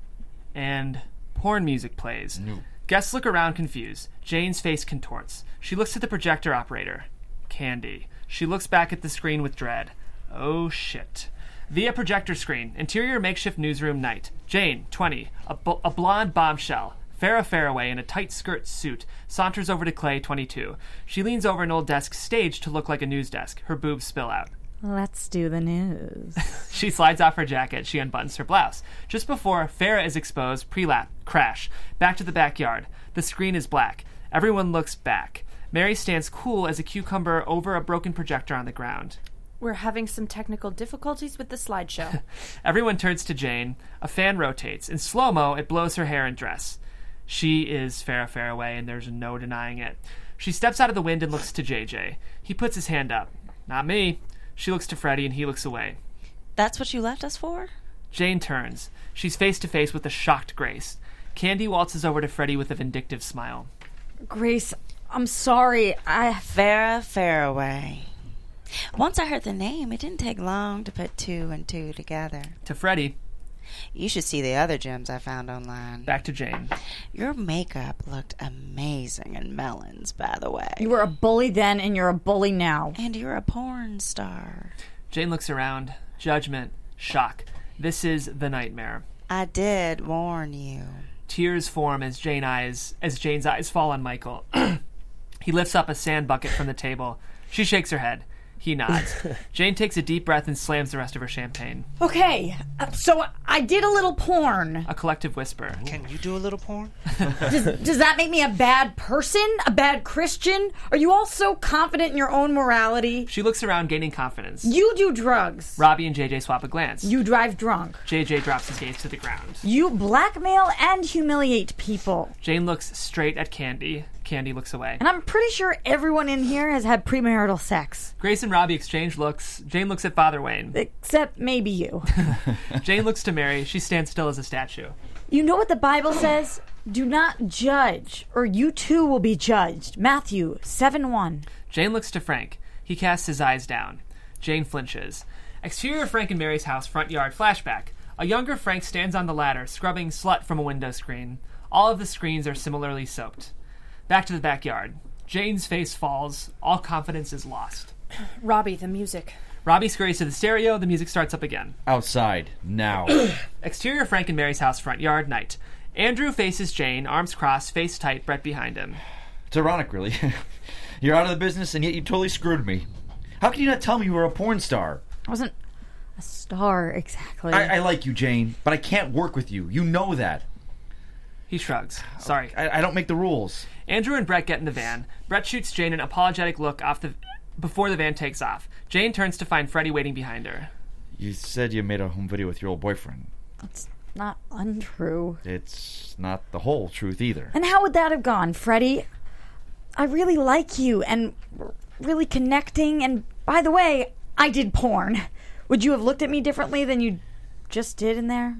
and porn music plays. Guests look around confused. Jane's face contorts. She looks at the projector operator. Candy. She looks back at the screen with dread. Oh shit. Via projector screen, interior makeshift newsroom night. Jane, 20, a, bl- a blonde bombshell. Farrah Faraway in a tight skirt suit saunters over to Clay, 22. She leans over an old desk staged to look like a news desk. Her boobs spill out.
Let's do the news.
She slides off her jacket. She unbuttons her blouse. Just before Farah is exposed, pre-lap, crash. Back to the backyard. The screen is black. Everyone looks back. Mary stands cool as a cucumber over a broken projector on the ground.
We're having some technical difficulties with the slideshow.
Everyone turns to Jane. A fan rotates. In slow mo, it blows her hair and dress. She is Farrah Faraway, and there's no denying it. She steps out of the wind and looks to JJ. He puts his hand up. Not me. She looks to Freddy, and he looks away.
That's what you left us for?
Jane turns. She's face to face with a shocked Grace. Candy waltzes over to Freddy with a vindictive smile.
Grace, I'm sorry. I
Farrah Faraway. Once I heard the name, it didn't take long to put two and two together.
To Freddy,
You should see the other gems I found online.
back to Jane.
Your makeup looked amazing in melons, by the way.
You were a bully then, and you're a bully now.
And you're a porn star.
Jane looks around. Judgment. Shock. This is the nightmare.
I did warn you.
Tears form as Jane eyes as Jane's eyes fall on Michael. he lifts up a sand bucket from the table. She shakes her head. He nods. Jane takes a deep breath and slams the rest of her champagne.
Okay, uh, so I did a little porn.
A collective whisper.
Can you do a little porn?
Does, does that make me a bad person? A bad Christian? Are you all so confident in your own morality?
She looks around, gaining confidence.
You do drugs.
Robbie and JJ swap a glance.
You drive drunk.
JJ drops his gaze to the ground.
You blackmail and humiliate people.
Jane looks straight at Candy. Candy looks away.
And I'm pretty sure everyone in here has had premarital sex,
Grace and Robbie exchange looks. Jane looks at Father Wayne.
except maybe you.
Jane looks to Mary. She stands still as a statue.
You know what the Bible says? Do not judge, or you too will be judged. Matthew 7 1.
Jane looks to Frank. He casts his eyes down. Jane flinches. Exterior of Frank and Mary's house, front yard flashback. A younger Frank stands on the ladder, scrubbing slut from a window screen. All of the screens are similarly soaped. Back to the backyard. Jane's face falls. All confidence is lost.
Robbie, the music.
Robbie scurries to the stereo. The music starts up again.
Outside now.
Exterior of Frank and Mary's house, front yard, night. Andrew faces Jane, arms crossed, face tight, Brett behind him.
it's ironic, really. You're out of the business, and yet you totally screwed me. How can you not tell me you were a porn star?
I wasn't a star exactly.
I, I like you, Jane, but I can't work with you. You know that.
He shrugs. Sorry.
I, I don't make the rules.
Andrew and Brett get in the van. Brett shoots Jane an apologetic look off the before the van takes off. Jane turns to find Freddie waiting behind her.
You said you made a home video with your old boyfriend.
That's not untrue.
It's not the whole truth either.
And how would that have gone, Freddie? I really like you and we're really connecting. And by the way, I did porn. Would you have looked at me differently than you just did in there?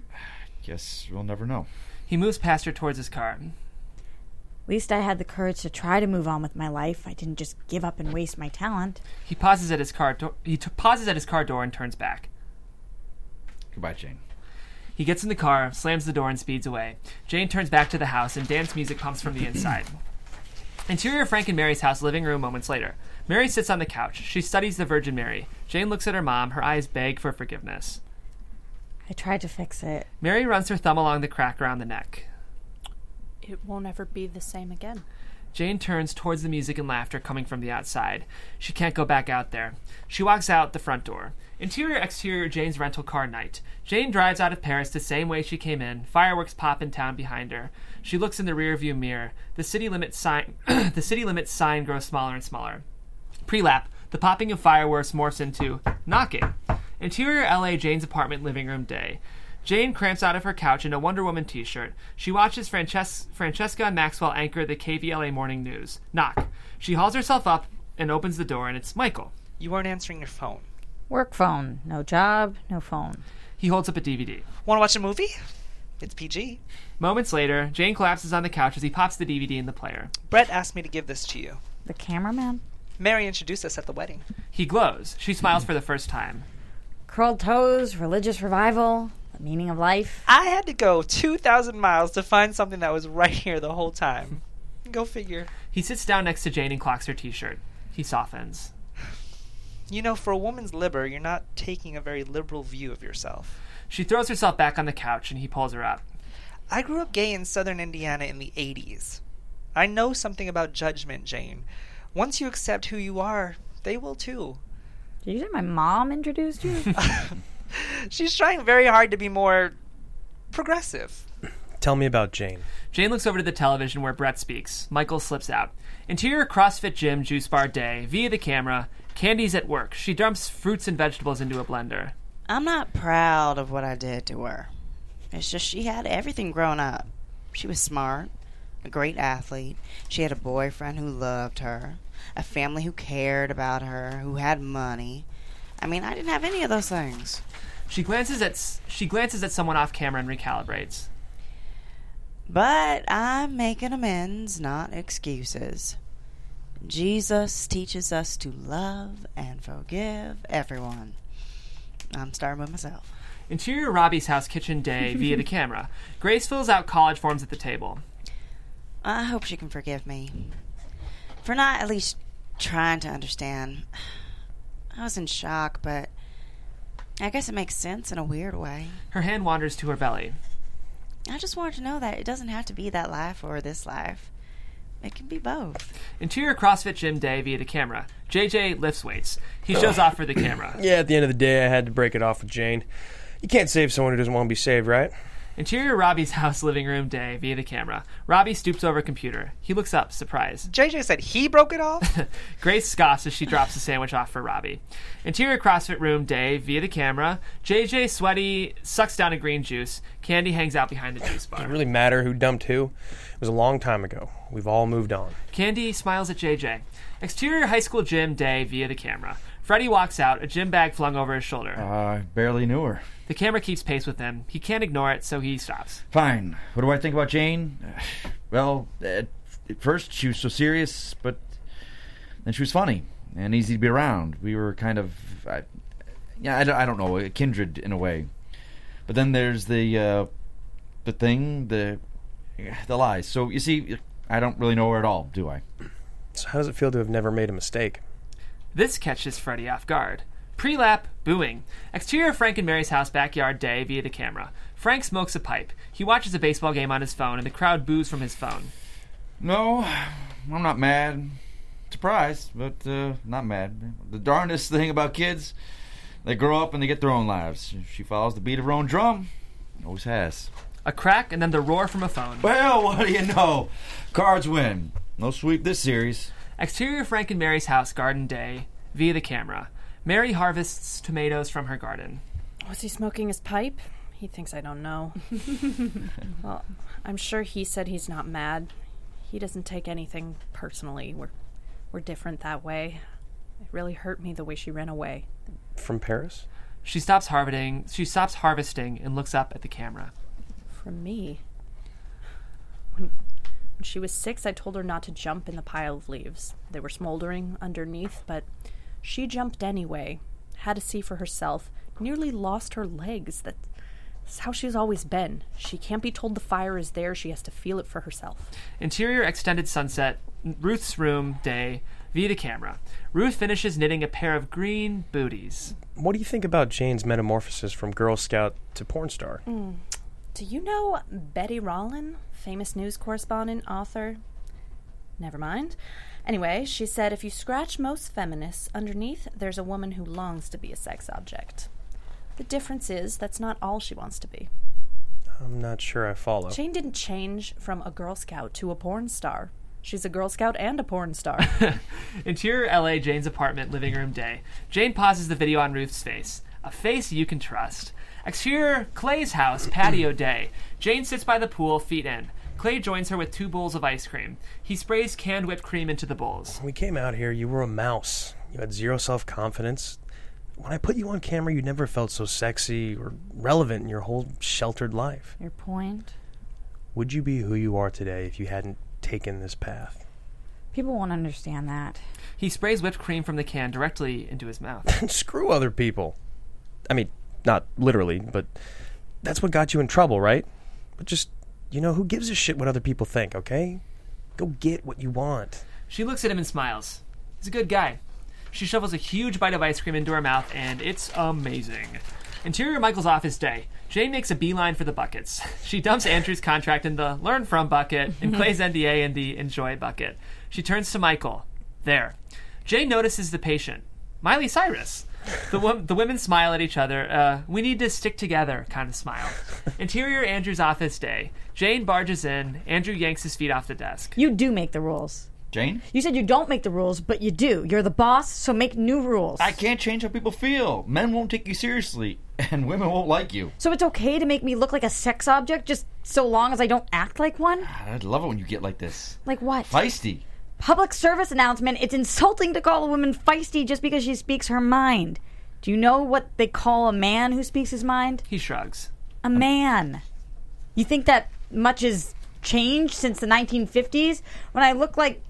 Guess we'll never know.
He moves past her towards his car.
At least I had the courage to try to move on with my life. I didn't just give up and waste my talent.
He pauses at his car door. He t- pauses at his car door and turns back.
Goodbye, Jane.
He gets in the car, slams the door, and speeds away. Jane turns back to the house, and dance music comes from the inside. Interior of Frank and Mary's house, living room moments later. Mary sits on the couch. She studies the Virgin Mary. Jane looks at her mom. Her eyes beg for forgiveness.
I tried to fix it.
Mary runs her thumb along the crack around the neck.
It won't ever be the same again.
Jane turns towards the music and laughter coming from the outside. She can't go back out there. She walks out the front door. Interior exterior Jane's rental car night. Jane drives out of Paris the same way she came in. Fireworks pop in town behind her. She looks in the rearview mirror. The city limit sign the city limit sign grows smaller and smaller. Prelap. The popping of fireworks morphs into knocking. Interior LA Jane's apartment living room day. Jane cramps out of her couch in a Wonder Woman t shirt. She watches Frances- Francesca and Maxwell anchor the KVLA morning news. Knock. She hauls herself up and opens the door, and it's Michael.
You weren't answering your phone.
Work phone. No job, no phone.
He holds up a DVD.
Want to watch a movie? It's PG.
Moments later, Jane collapses on the couch as he pops the DVD in the player.
Brett asked me to give this to you.
The cameraman?
Mary introduced us at the wedding.
He glows. She smiles for the first time.
Curled toes, religious revival, the meaning of life.
I had to go 2,000 miles to find something that was right here the whole time. Go figure.
He sits down next to Jane and clocks her t shirt. He softens.
You know, for a woman's liber, you're not taking a very liberal view of yourself.
She throws herself back on the couch and he pulls her up.
I grew up gay in southern Indiana in the 80s. I know something about judgment, Jane. Once you accept who you are, they will too.
Did you say my mom introduced you?
She's trying very hard to be more progressive.
Tell me about Jane.
Jane looks over to the television where Brett speaks. Michael slips out. Interior CrossFit Gym Juice Bar Day via the camera. Candy's at work. She dumps fruits and vegetables into a blender.
I'm not proud of what I did to her. It's just she had everything growing up. She was smart, a great athlete. She had a boyfriend who loved her, a family who cared about her, who had money. I mean, I didn't have any of those things.
She glances at s- she glances at someone off camera and recalibrates.
But I'm making amends, not excuses. Jesus teaches us to love and forgive everyone. I'm starting with myself.
Interior Robbie's house kitchen day via the camera. Grace fills out college forms at the table.
I hope she can forgive me for not at least trying to understand. I was in shock, but I guess it makes sense in a weird way.
Her hand wanders to her belly.
I just wanted to know that it doesn't have to be that life or this life. It can be both.
Interior CrossFit gym day via the camera. JJ lifts weights. He shows off for the camera.
Yeah, at the end of the day, I had to break it off with Jane. You can't save someone who doesn't want to be saved, right?
Interior Robbie's house living room day via the camera. Robbie stoops over computer. He looks up, surprised.
JJ said he broke it off?
Grace scoffs as she drops the sandwich off for Robbie. Interior CrossFit room day via the camera. JJ sweaty sucks down a green juice. Candy hangs out behind the juice bar.
Does it really matter who dumped who? It was a long time ago. We've all moved on.
Candy smiles at JJ. Exterior high school gym day via the camera. Freddy walks out, a gym bag flung over his shoulder.
I barely knew her.
The camera keeps pace with him. He can't ignore it, so he stops.
Fine. What do I think about Jane? Well, at at first she was so serious, but then she was funny and easy to be around. We were kind of, I, yeah, I don't, I don't know, kindred in a way. But then there's the uh, the thing, the the lies. So you see, I don't really know her at all, do I?
So how does it feel to have never made a mistake?
This catches Freddy off guard. Prelap, booing. Exterior of Frank and Mary's house backyard day via the camera. Frank smokes a pipe. He watches a baseball game on his phone, and the crowd boos from his phone.
No, I'm not mad. Surprised, but uh, not mad. The darndest thing about kids, they grow up and they get their own lives. She follows the beat of her own drum. Always has.
A crack and then the roar from a phone.
Well, what do you know? Cards win. No sweep this series.
Exterior of Frank and Mary's house garden day via the camera. Mary harvests tomatoes from her garden.
Was he smoking his pipe? He thinks I don't know. well, I'm sure he said he's not mad. He doesn't take anything personally. We're we're different that way. It really hurt me the way she ran away.
From Paris?
She stops harvesting. She stops harvesting and looks up at the camera.
From me. When, when she was six, I told her not to jump in the pile of leaves. They were smoldering underneath, but she jumped anyway, had to see for herself, nearly lost her legs. That- That's how she's always been. She can't be told the fire is there, she has to feel it for herself.
Interior extended sunset. Ruth's room day via the camera. Ruth finishes knitting a pair of green booties.
What do you think about Jane's metamorphosis from Girl Scout to porn star?
Hmm. Do you know Betty Rollin, famous news correspondent, author? Never mind. Anyway, she said if you scratch most feminists, underneath there's a woman who longs to be a sex object. The difference is that's not all she wants to be.
I'm not sure I follow.
Jane didn't change from a Girl Scout to a porn star. She's a Girl Scout and a porn star.
Interior LA Jane's apartment living room day. Jane pauses the video on Ruth's face. A face you can trust. Exterior Clay's house patio day. Jane sits by the pool, feet in. Clay joins her with two bowls of ice cream. He sprays canned whipped cream into the bowls.
When we came out here, you were a mouse. You had zero self confidence. When I put you on camera, you never felt so sexy or relevant in your whole sheltered life.
Your point?
Would you be who you are today if you hadn't taken this path?
People won't understand that.
He sprays whipped cream from the can directly into his mouth.
Screw other people. I mean, not literally, but that's what got you in trouble, right? But just, you know, who gives a shit what other people think, okay? Go get what you want.
She looks at him and smiles. He's a good guy. She shovels a huge bite of ice cream into her mouth, and it's amazing. Interior Michael's office day. Jane makes a beeline for the buckets. She dumps Andrew's contract in the learn from bucket and Clay's NDA in the enjoy bucket. She turns to Michael. There. Jane notices the patient, Miley Cyrus. The, wo- the women smile at each other. Uh, we need to stick together kind of smile. Interior Andrew's office day. Jane barges in. Andrew yanks his feet off the desk.
You do make the rules.
Jane?
You said you don't make the rules, but you do. You're the boss, so make new rules.
I can't change how people feel. Men won't take you seriously, and women won't like you.
So it's okay to make me look like a sex object just so long as I don't act like one?
I love it when you get like this.
Like what?
Feisty.
Public service announcement. It's insulting to call a woman feisty just because she speaks her mind. Do you know what they call a man who speaks his mind?
He shrugs.
A man. You think that much has changed since the 1950s? When I look like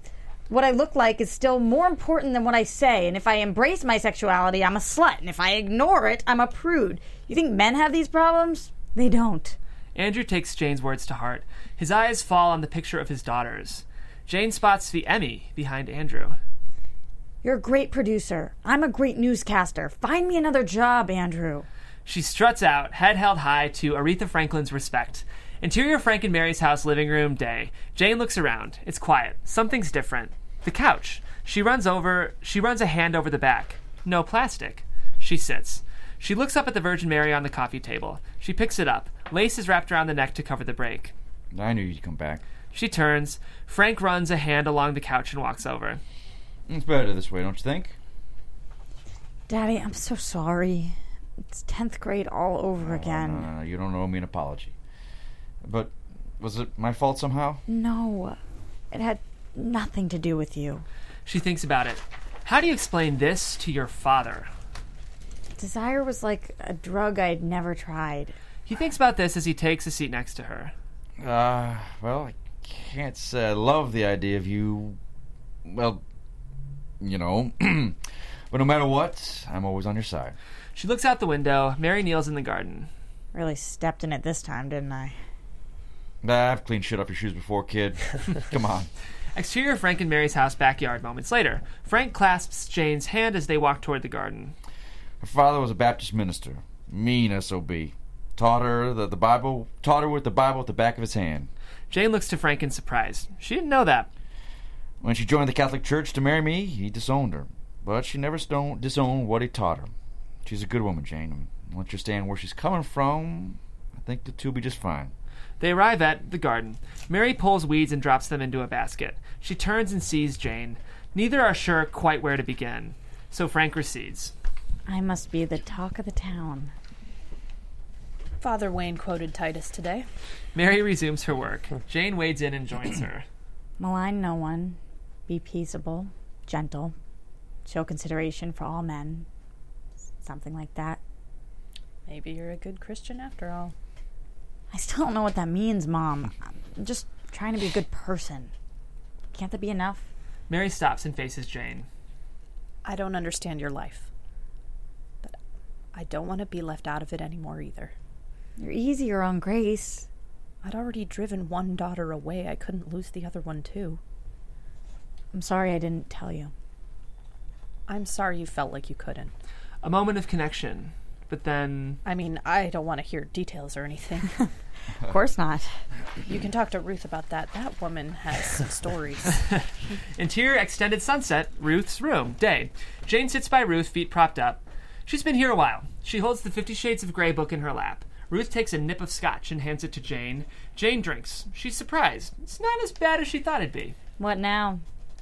what I look like is still more important than what I say, and if I embrace my sexuality, I'm a slut, and if I ignore it, I'm a prude. You think men have these problems? They don't.
Andrew takes Jane's words to heart. His eyes fall on the picture of his daughters. Jane spots the Emmy behind Andrew.
You're a great producer. I'm a great newscaster. Find me another job, Andrew.
She struts out, head held high, to Aretha Franklin's respect. Interior Frank and Mary's house living room day. Jane looks around. It's quiet. Something's different. The couch. She runs over. She runs a hand over the back. No plastic. She sits. She looks up at the Virgin Mary on the coffee table. She picks it up. Lace is wrapped around the neck to cover the break.
I knew you'd come back.
She turns. Frank runs a hand along the couch and walks over.
It's better this way, don't you think?
Daddy, I'm so sorry. It's 10th grade all
Oh,
over
No,
again.
no, no, Uh, you don't owe me an apology. But was it my fault somehow?
No, it had nothing to do with you.
She thinks about it. How do you explain this to your father?
Desire was like a drug I'd never tried.
He thinks about this as he takes a seat next to her.
Uh, well, I can't say I love the idea of you. Well, you know. but no matter what, I'm always on your side.
She looks out the window. Mary kneels in the garden.
Really stepped in it this time, didn't I?
Nah, I've cleaned shit off your shoes before, kid. Come on.
Exterior Frank and Mary's house backyard moments later. Frank clasps Jane's hand as they walk toward the garden.
Her father was a Baptist minister. Mean SOB. Taught her that the Bible, taught her with the Bible at the back of his hand.
Jane looks to Frank in surprise. She didn't know that.
When she joined the Catholic Church to marry me, he disowned her. But she never stone, disowned what he taught her. She's a good woman, Jane. and Once you understand where she's coming from, I think the two will be just fine.
They arrive at the garden. Mary pulls weeds and drops them into a basket. She turns and sees Jane. Neither are sure quite where to begin. So Frank recedes.
I must be the talk of the town.
Father Wayne quoted Titus today.
Mary resumes her work. Jane wades in and joins her.
Malign no one. Be peaceable, gentle. Show consideration for all men. Something like that.
Maybe you're a good Christian after all.
I still don't know what that means, Mom. I'm just trying to be a good person. Can't that be enough?
Mary stops and faces Jane.
I don't understand your life. But I don't want to be left out of it anymore either.
You're easier on Grace.
I'd already driven one daughter away. I couldn't lose the other one, too.
I'm sorry I didn't tell you.
I'm sorry you felt like you couldn't.
A moment of connection. But then
I mean, I don't want to hear details or anything.
Of course not.
you can talk to Ruth about that. That woman has some stories.
Interior extended sunset, Ruth's room, day. Jane sits by Ruth, feet propped up. She's been here a while. She holds the Fifty Shades of Grey book in her lap. Ruth takes a nip of scotch and hands it to Jane. Jane drinks. She's surprised. It's not as bad as she thought it'd be.
What now?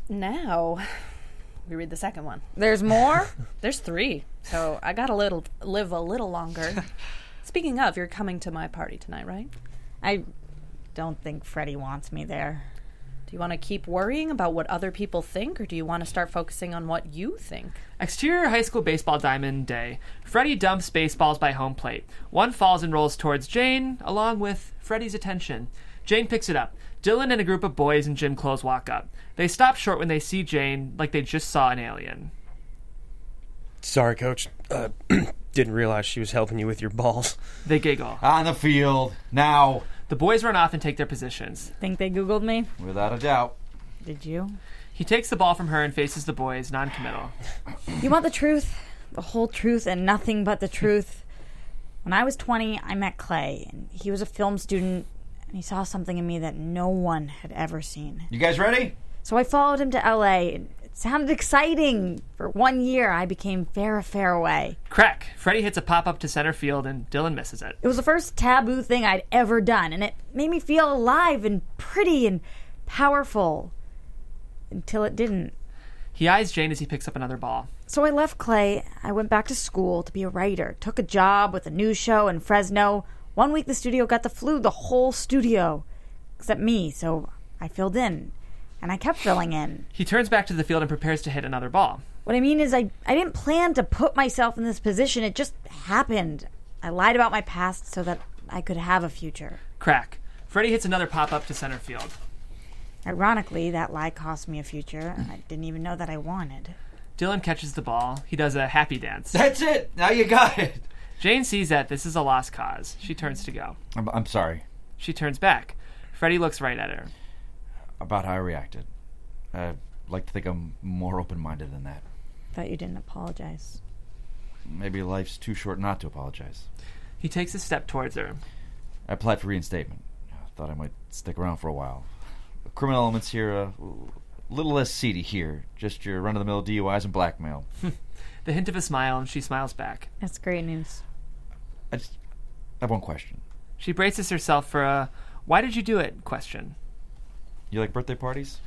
Now, we read the second one.
There's more?
There's three. So I got to little live a little longer. Speaking of, you're coming to my party tonight, right?
I don't think Freddie wants me there.
Do you want to keep worrying about what other people think, or do you want to start focusing on what you think?
Exterior High School Baseball Diamond Day. Freddy dumps baseballs by home plate. One falls and rolls towards Jane, along with Freddy's attention. Jane picks it up. Dylan and a group of boys in gym clothes walk up. They stop short when they see Jane, like they just saw an alien.
Sorry, coach. Uh, didn't realize she was helping you with your balls.
They giggle.
On the field, now.
The boys run off and take their positions.
Think they Googled me?
Without a doubt.
Did you?
He takes the ball from her and faces the boys, non-committal.
You want the truth? The whole truth and nothing but the truth. When I was 20, I met Clay, and he was a film student, and he saw something in me that no one had ever seen.
You guys ready?
So I followed him to LA, and it sounded exciting. For one year, I became Farrah Faraway.
Crack! Freddy hits a pop up to center field and Dylan misses it.
It was the first taboo thing I'd ever done, and it made me feel alive and pretty and powerful. Until it didn't.
He eyes Jane as he picks up another ball.
So I left Clay. I went back to school to be a writer, took a job with a news show in Fresno. One week the studio got the flu, the whole studio, except me, so I filled in. And I kept filling in.
He turns back to the field and prepares to hit another ball.
What I mean is, I, I didn't plan to put myself in this position, it just happened. I lied about my past so that I could have a future.
Crack! Freddy hits another pop up to center field.
Ironically, that lie cost me a future, and I didn't even know that I wanted.
Dylan catches the ball. He does a happy dance.
That's it! Now you got it!
Jane sees that this is a lost cause. She turns to go.
I'm, I'm sorry
She turns back. Freddy looks right at her.
about how I reacted. I like to think I'm more open minded than that.
Thought you didn't apologize.
Maybe life's too short not to apologize.
He takes a step towards her.
I applied for reinstatement. I thought I might stick around for a while. The criminal elements here uh, a little less seedy here. Just your run of the mill DUIs and blackmail.
The hint of a smile, and she smiles back.
That's great news.
I just I have one question.
She braces herself for a why did you do it question.
You like birthday parties?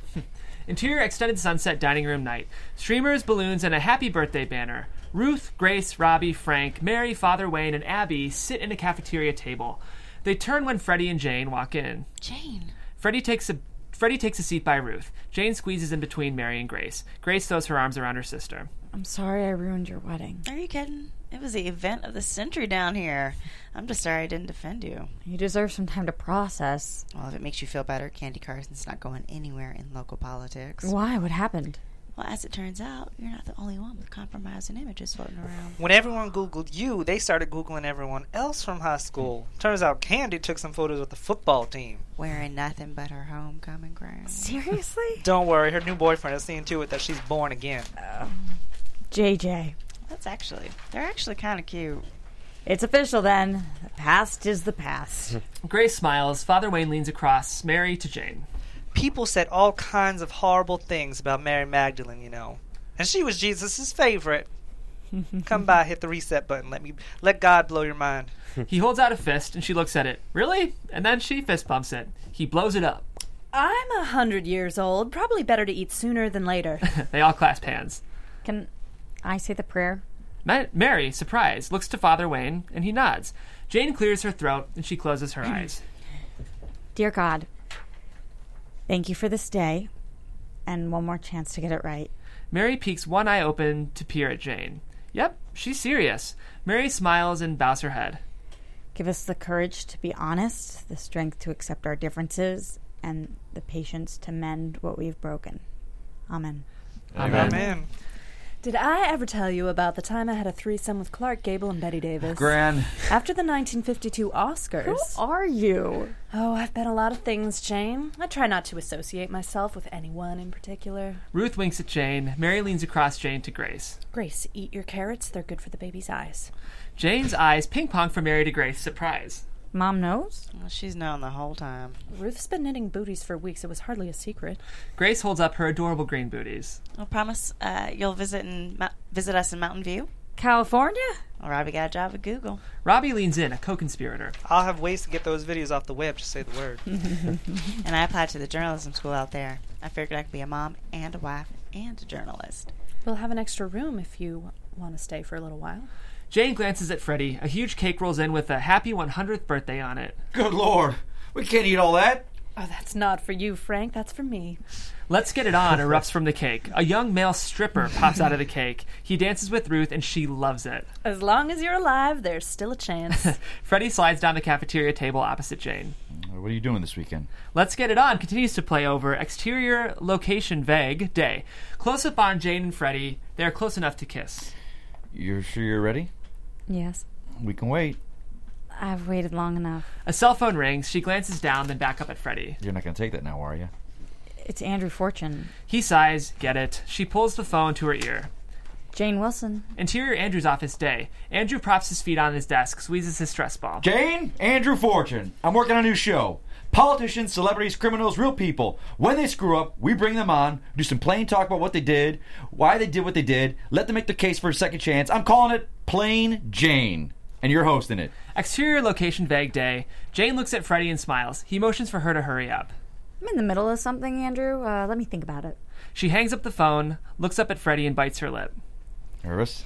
Interior extended sunset dining room night. Streamers, balloons, and a happy birthday banner. Ruth, Grace, Robbie, Frank, Mary, Father Wayne, and Abby sit in a cafeteria table. They turn when Freddie and Jane walk in.
Jane.
Freddie takes a Freddie takes a seat by Ruth. Jane squeezes in between Mary and Grace. Grace throws her arms around her sister.
I'm sorry I ruined your wedding.
Are you kidding? It was the event of the century down here. I'm just sorry I didn't defend you.
You deserve some time to process.
Well, if it makes you feel better, Candy Carson's not going anywhere in local politics.
Why? What happened?
Well, as it turns out, you're not the only one with compromising images floating around.
When everyone Googled you, they started Googling everyone else from high school. Turns out Candy took some photos with the football team.
Wearing nothing but her homecoming grounds.
Seriously?
Don't worry, her new boyfriend is seeing to it that she's born again.
JJ.
That's actually, they're actually kind of cute.
It's official then. The past is the past.
Grace smiles. Father Wayne leans across Mary to Jane.
People said all kinds of horrible things about Mary Magdalene, you know. And she was Jesus' favorite. Come by, hit the reset button. Let me let God blow your mind.
He holds out a fist and she looks at it. Really? And then she fist bumps it. He blows it up.
I'm a hundred years old. Probably better to eat sooner than later.
They all clasp hands.
Can I say the prayer?
Ma- Mary, surprised, looks to Father Wayne and he nods. Jane clears her throat and she closes her eyes.
Dear God, thank you for this day and one more chance to get it right.
Mary peeks one eye open to peer at Jane. Yep, she's serious. Mary smiles and bows her head.
Give us the courage to be honest, the strength to accept our differences, and the patience to mend what we've broken. Amen.
Amen.
Did I ever tell you about the time I had a threesome with Clark Gable and Betty Davis?
Gran,
After the 1952 Oscars.
are you?
Oh, I've been a lot of things, Jane. I try not to associate myself with anyone in particular.
Ruth winks at Jane. Mary leans across Jane to Grace.
Grace, eat your carrots. They're good for the baby's eyes.
Jane's eyes ping pong from Mary to Grace, surprise.
Mom knows?
Well, she's known the whole time.
Ruth's been knitting booties for weeks. It was hardly a secret.
Grace holds up her adorable green booties.
I promise uh, you'll visit in, Mo- visit us in Mountain View.
California?
Well, Robbie got a job at Google.
Robbie leans in, a co-conspirator.
I'll have ways to get those videos off the web. Just say the word.
and I applied to the journalism school out there. I figured I could be a mom and a wife and a journalist.
We'll have an extra room if you want to stay for a little while.
Jane glances at Freddy. A huge cake rolls in with a happy 100th birthday on it.
Good lord. We can't eat all that.
Oh, that's not for you, Frank. That's for me.
Let's get it on erupts from the cake. A young male stripper pops out of the cake. He dances with Ruth and she loves it.
As long as you're alive, there's still a chance.
Freddy slides down the cafeteria table opposite Jane.
What are you doing this weekend?
Let's Get It On continues to play over exterior location vague day. Close up on Jane and Freddy. They are close enough to kiss.
You're sure you're ready?
Yes.
We can wait.
I've waited long enough.
A cell phone rings. She glances down, then back up at Freddy.
You're not going to take that now, are you?
It's Andrew Fortune.
He sighs, get it. She pulls the phone to her ear.
Jane Wilson.
Interior Andrew's office day. Andrew props his feet on his desk, squeezes his stress ball.
Jane, Andrew Fortune. I'm working on a new show. Politicians, celebrities, criminals, real people. When they screw up, we bring them on, do some plain talk about what they did, why they did what they did, let them make their case for a second chance. I'm calling it Plain Jane, and you're hosting it.
Exterior location vague day. Jane looks at Freddy and smiles. He motions for her to hurry up.
I'm in the middle of something, Andrew. Uh, let me think about it.
She hangs up the phone, looks up at Freddy, and bites her lip.
Nervous?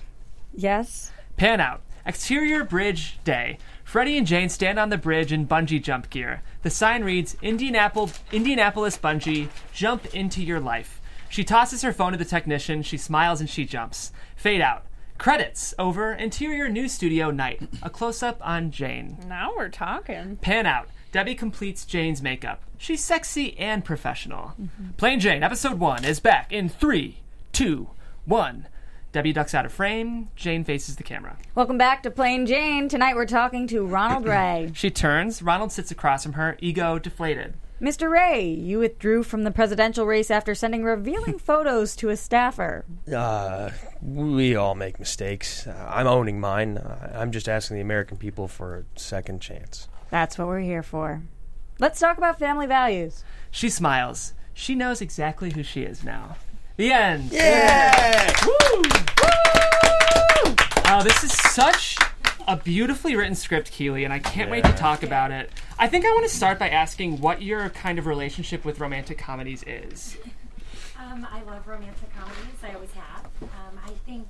Yes?
Pan out. Exterior bridge day. Freddy and Jane stand on the bridge in bungee jump gear. The sign reads Indianapolis, Indianapolis Bungee, jump into your life. She tosses her phone to the technician, she smiles and she jumps. Fade out. Credits over interior news studio night. A close up on Jane.
now we're talking.
Pan out. Debbie completes Jane's makeup. She's sexy and professional.
Mm-hmm.
Plain Jane, episode one, is back in three, two, one. Debbie ducks out of frame. Jane faces the camera.
Welcome back to Plain Jane. Tonight we're talking to Ronald Ray.
She turns. Ronald sits across from her, ego deflated.
Mr. Ray, you withdrew from the presidential race after sending revealing photos to a staffer.
Uh, we all make mistakes. Uh, I'm owning mine. Uh, I'm just asking the American people for a second chance.
That's what we're here for. Let's talk about family values.
She smiles. She knows exactly who she is now. The end.
Woo!
Uh, this is such a beautifully written script, Keely, and I can't wait to talk about it. I think I want to start by asking what your kind of relationship with romantic comedies is.
Um, I love romantic comedies. I always have. Um, I think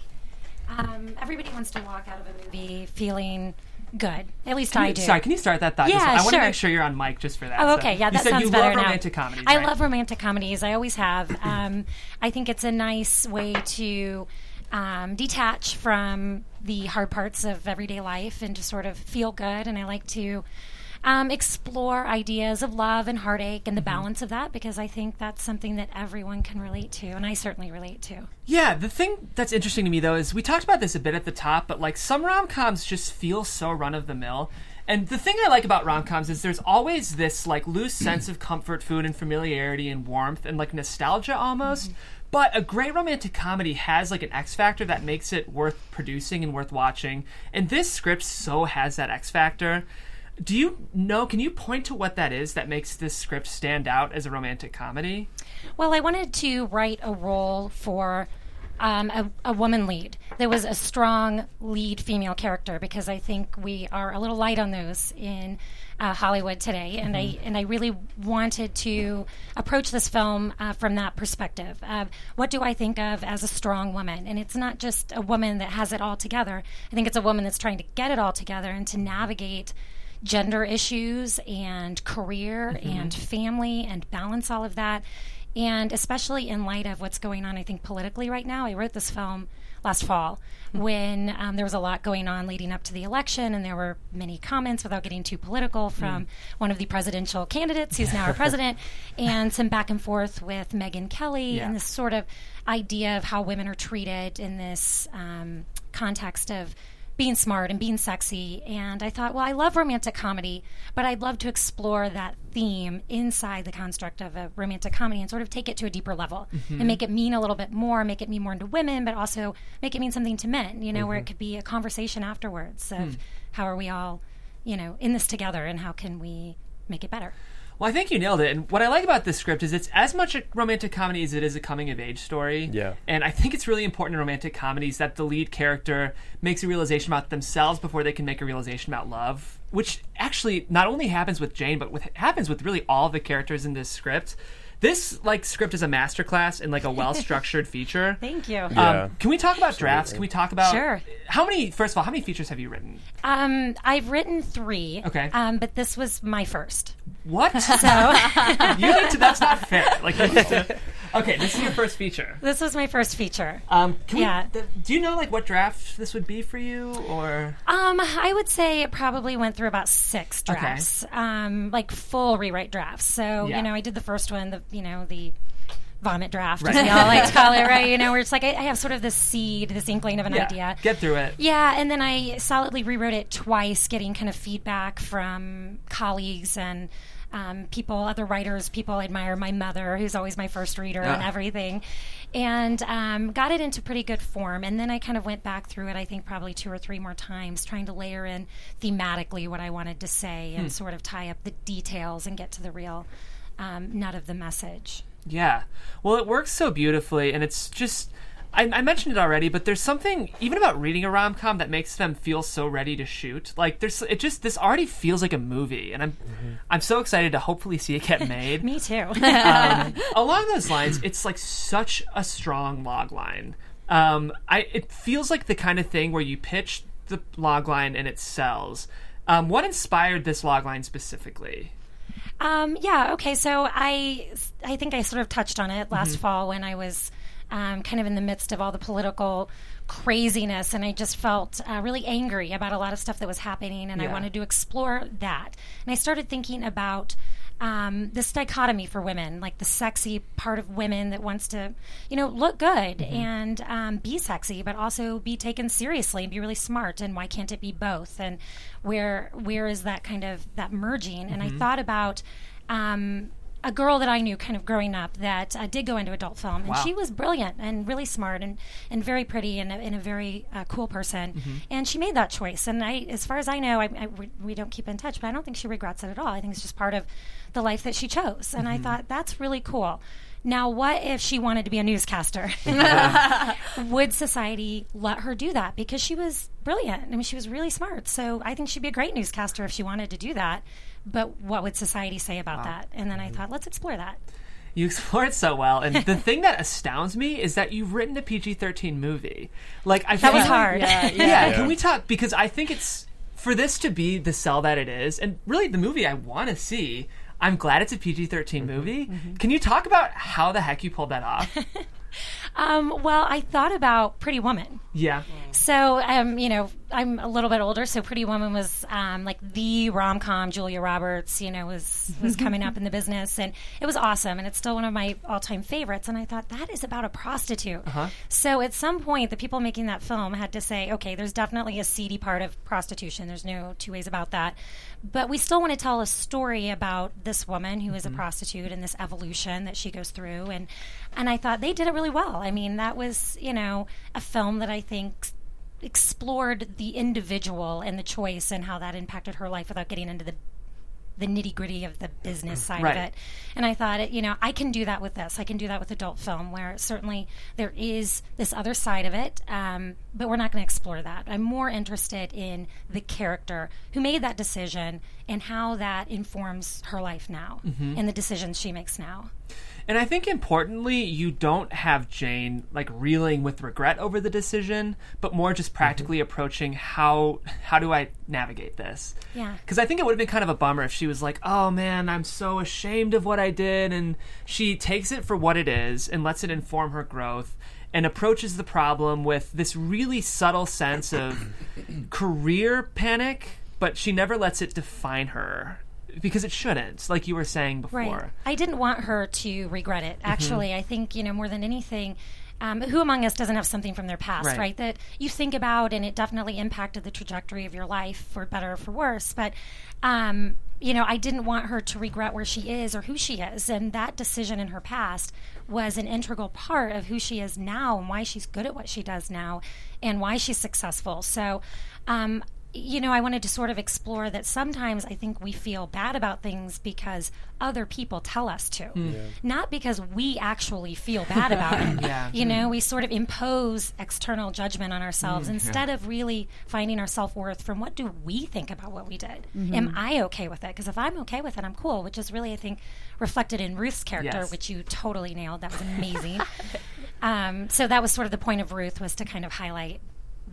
um, everybody wants to walk out of a movie feeling good. At least
Can
I
you-
do.
Sorry, can you start that thought?
Yeah,
just, I want to
sure.
make sure you're on mic just for that.
Oh,
so-
okay. Yeah, that
you said
sounds
you
better
love
now.
romantic comedies.
I
right?
love romantic comedies. I always have. Um, I think it's a nice way to um, detach from the hard parts of everyday life and just sort of feel good. And I like to um, explore ideas of love and heartache
Mm-hmm.
and the balance of that because I think that's something that everyone can relate to, and I certainly relate to.
Yeah, the thing that's interesting to me though is we talked about this a bit at the top, but like some rom coms just feel so run of the mill. And the thing I like about rom coms is there's always this like loose sense of comfort food and familiarity and warmth and like nostalgia almost. But a great romantic comedy has like an X factor that makes it worth producing and worth watching. And this script so has that X factor. Do you know? Can you point to what that is that makes this script stand out as a romantic comedy?
Well, I wanted to write a role for um, a, a woman lead. There was a strong lead female character because I think we are a little light on those in uh, Hollywood today, and I and I really wanted to approach this film uh, from that perspective. Uh, what do I think of as a strong woman? And it's not just a woman that has it all together. I think it's a woman that's trying to get it all together and to navigate gender issues and career and family and balance all of that. And especially in light of what's going on, I think politically right now, I wrote this film last fall when um, there was a lot going on leading up to the election, and there were many comments without getting too political from one of the presidential candidates who's now our president, and some back and forth with Megan Kelly
Yeah.
and this sort of idea of how women are treated in this um, context of being smart and being sexy. And I thought, well, I love romantic comedy, but I'd love to explore that theme inside the construct of a romantic comedy and sort of take it to a deeper level
Mm-hmm.
and make it mean a little bit more, make it mean more to women, but also make it mean something to men, you know, where
Mm-hmm.
it could be a conversation
Hmm.
afterwards of how are we all, you know, in this together and how can we make it better.
Well, Well, I think you nailed it. And what I like about this script is it's as much a romantic comedy as it is a coming of age story.
Yeah.
And I think it's really important in romantic comedies that the lead character makes a realization about themselves before they can make a realization about love, which actually not only happens with Jane, but with, happens with really all the characters in this script. This like script is a masterclass in like a well structured feature.
Thank you.
Um, can we talk about drafts? Can we talk about
Sure.
How many? First of all, how many features have you written?
Um, I've written three.
Okay.
Um, but this was my first.
What?
So
you need to. That's not fair. Like, you need to- okay, this is your first feature.
this was my first feature.
Um, can
Yeah.
we, th- do you know like what draft this would be for you, or
Um, I would say it probably went through about six drafts, um, like full rewrite drafts. So
Yeah.
you know, I did the first one, the you know the vomit draft,
Right.
as we all like to call it, right? You know, where it's like I, I have sort of this seed, this inkling of an
yeah,
idea.
get through it?
Yeah, and then I solidly rewrote it twice, getting kind of feedback from colleagues and um, people, other writers, people I admire. My mother, who's always my first reader and
Ah.
everything, and um, got it into pretty good form. And then I kind of went back through it. I think probably two or three more times, trying to layer in thematically what I wanted to say and sort of tie up the details and get to the real um, nut of the message.
Yeah. Well, it works so beautifully, and it's just. I, I mentioned it already, but there's something even about reading a rom com that makes them feel so ready to shoot. Like there's, it just this already feels like a movie, and I'm, I'm so excited to hopefully see it get made.
Mm-hmm. Me too.
um, along those lines, it's like such a strong log line. Um, I it feels like the kind of thing where you pitch the log line and it sells. Um, what inspired this log line specifically?
Um, yeah. Okay. So I, I think I sort of touched on it last fall when I was um, kind of in the midst of all the political craziness, and I just felt uh, really angry about a lot of stuff that was happening, and
Yeah.
I wanted to explore that. And I started thinking about um, this dichotomy for women, like the sexy part of women that wants to, you know, look good and um, be sexy, but also be taken seriously and be really smart. And why can't it be both? And where where is that kind of that merging? And I thought about. Um, a girl that I knew kind of growing up that uh, did go into adult film, and
Wow.
she was brilliant and really smart and, and very pretty and a, and a very uh, cool person. And she made that choice. And I, as far as I know, I, I- we, we don't keep in touch, but I don't think she regrets it at all. I think it's just part of the life that she chose. And I thought that's really cool. Now, what if she wanted to be a newscaster? Would society let her do that? Because she was brilliant. I mean, she was really smart. So I think she'd be a great newscaster if she wanted to do that. But what would society say about that? And then I thought, let's explore that.
You explore it so well, and the thing that astounds me is that you've written a PG-13 movie. Like I
That was
feel-
hard.
yeah, Can we talk? Because I think it's for this to be the sell that it is, and really the movie I want to see. I'm glad it's a PG-13 movie.
Mm-hmm.
Can you talk about how the heck you pulled that off?
Um, well, I thought about Pretty Woman.
yeah.
So, um, you know, I'm a little bit older, so Pretty Woman was um, like the rom com. Julia Roberts, you know, was was coming up in the business, and it was awesome, and it's still one of my all time favorites. And I thought that is about a prostitute.
Uh-huh.
Uh-huh.
So at some point, the people making that film had to say, okay, there's definitely a seedy part of prostitution. There's no two ways about that, but we still want to tell a story about this woman who is a prostitute and this evolution that she goes through. And and I thought they did it really well. I mean, that was you know a film that I think explored the individual and the choice and how that impacted her life without getting into the the nitty gritty of the business side
Right.
of it. And I thought, you know, I can do that with this. I can do that with adult film, where certainly there is this other side of it, um, but we're not going to explore that. I'm more interested in the character who made that decision and how that informs her life now and the decisions she makes now.
And I think importantly, you don't have Jane like reeling with regret over the decision, but more just practically approaching how how do I navigate this?
Yeah.
Because I think it would have been kind of a bummer if she was like, "Oh man, I'm so ashamed of what I did," and she takes it for what it is and lets it inform her growth and approaches the problem with this really subtle sense of career panic, but she never lets it define her because it shouldn't, like you were saying before. Mm-hmm.
I didn't want her to regret it. Actually, I think you know more than anything. Um, who among us doesn't have something from their past,
Right.
right. That you think about, and it definitely impacted the trajectory of your life for better or for worse. But um, you know, I didn't want her to regret where she is or who she is, and that decision in her past was an integral part of who she is now and why she's good at what she does now, and why she's successful. So. Um, you know, I wanted to sort of explore that sometimes I think we feel bad about things because other people tell us to,
Hmm. Yeah.
not because we actually feel bad about it.
Yeah.
You know, we sort of impose external judgment on ourselves
Mm, yeah.
instead of really finding our self worth from what do we think about what we did?
Mhm.
Am I okay with it? Because if I'm okay with it, I'm cool, which is really, I think, reflected in Ruth's character,
Yes.
which you totally nailed. That was amazing. um, so that was sort of the point of Ruth was to kind of highlight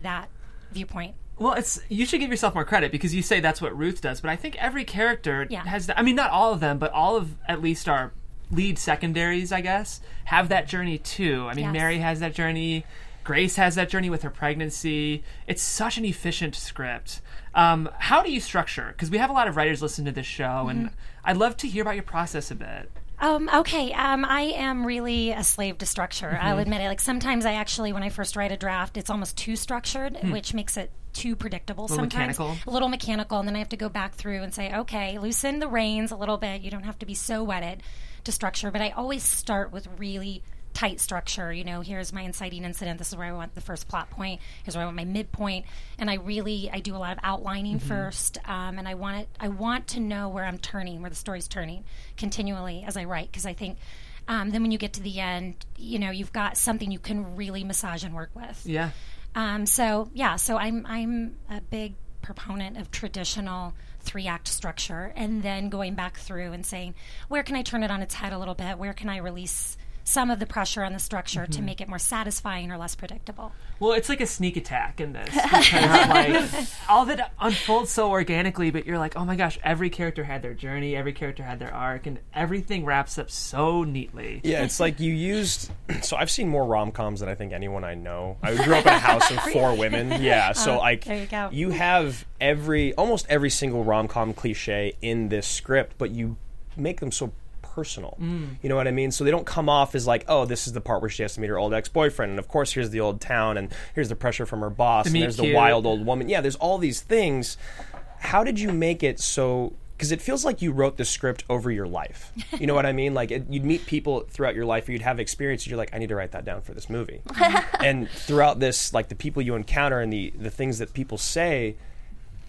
that viewpoint.
Well, it's you should give yourself more credit because you say that's what Ruth does, but I think every character
Yeah.
has. That, I mean, not all of them, but all of at least our lead secondaries, I guess, have that journey too. I mean,
Yes.
Mary has that journey. Grace has that journey with her pregnancy. It's such an efficient script. Um, how do you structure? Because we have a lot of writers listen to this show, and
Mhm.
I'd love to hear about your process a bit.
Um, okay, um, I am really a slave to structure. I'll
Mhm.
admit it. Like sometimes I actually, when I first write a draft, it's almost too structured,
Hmm.
which makes it too predictable
Little
sometimes.
mechanical.
A little mechanical, and then I have to go back through and say, okay, loosen the reins a little bit. You don't have to be so wedded to structure. But I always start with really tight structure. You know, here's my inciting incident. This is where I want the first plot point. Here's where I want my midpoint. And I really, I do a lot of outlining
Mhm.
first, um, and I want it. I want to know where I'm turning, where the story's turning, continually as I write, because I think. Um, then when you get to the end, you know you've got something you can really massage and work with.
Yeah.
Um, so yeah, so I'm I'm a big proponent of traditional three act structure, and then going back through and saying where can I turn it on its head a little bit? Where can I release some of the pressure on the structure to
Mhm.
make it more satisfying or less predictable?
Well, it's like a sneak attack in this. because, like, all of it unfolds so organically, but you're like, oh my gosh, every character had their journey, every character had their arc, and everything wraps up so neatly.
Yeah, it's like you used. So I've seen more rom coms than I think anyone I know. I grew up in a house of four women. Yeah, so
Uh,
like
there you go.
have every almost every single rom com cliche in this script, but you make them so personal.
Mm.
You know what I mean? So they don't come off as like, oh, this is the part where she has to meet her old ex boyfriend, and of course here's the old town, and here's the pressure from her boss,
The
and
meet
there's the
cute.
wild old woman. Yeah, there's all these things. How did you make it so? Because it feels like you wrote the script over your life. You know what I mean? Like it, you'd meet people throughout your life, or you'd have experiences. You're like, I need to write that down for this movie. and throughout this, like the people you encounter and the the things that people say,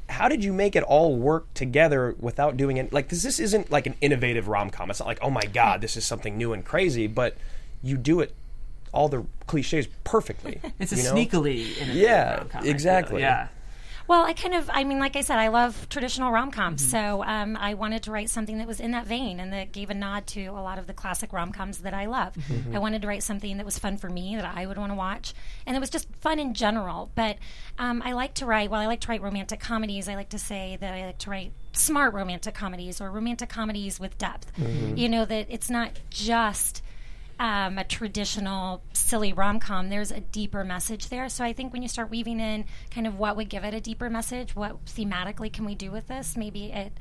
how did you make it all work together without doing it? Like this, this isn't like an innovative rom com. It's not like, oh my god, this is something new and crazy. But you do it all the cliches perfectly.
It's a
you know?
sneakily innovative
yeah,
rom-com, I feel.
exactly.
Yeah.
Well, I kind of, I mean, like I said, I love traditional rom coms. So um, I wanted to write something that was in that vein and that gave a nod to a lot of the classic rom coms that I love.
Mhm.
I wanted to write something that was fun for me, that I would want to watch, and that was just fun in general. But um, I like to write, well, I like to write romantic comedies. I like to say that I like to write smart romantic comedies or romantic comedies with depth.
Mhm.
You know, that it's not just um, a traditional silly rom com, there's a deeper message there. So I think when you start weaving in kind of what would give it a deeper message, what thematically can we do with this, maybe it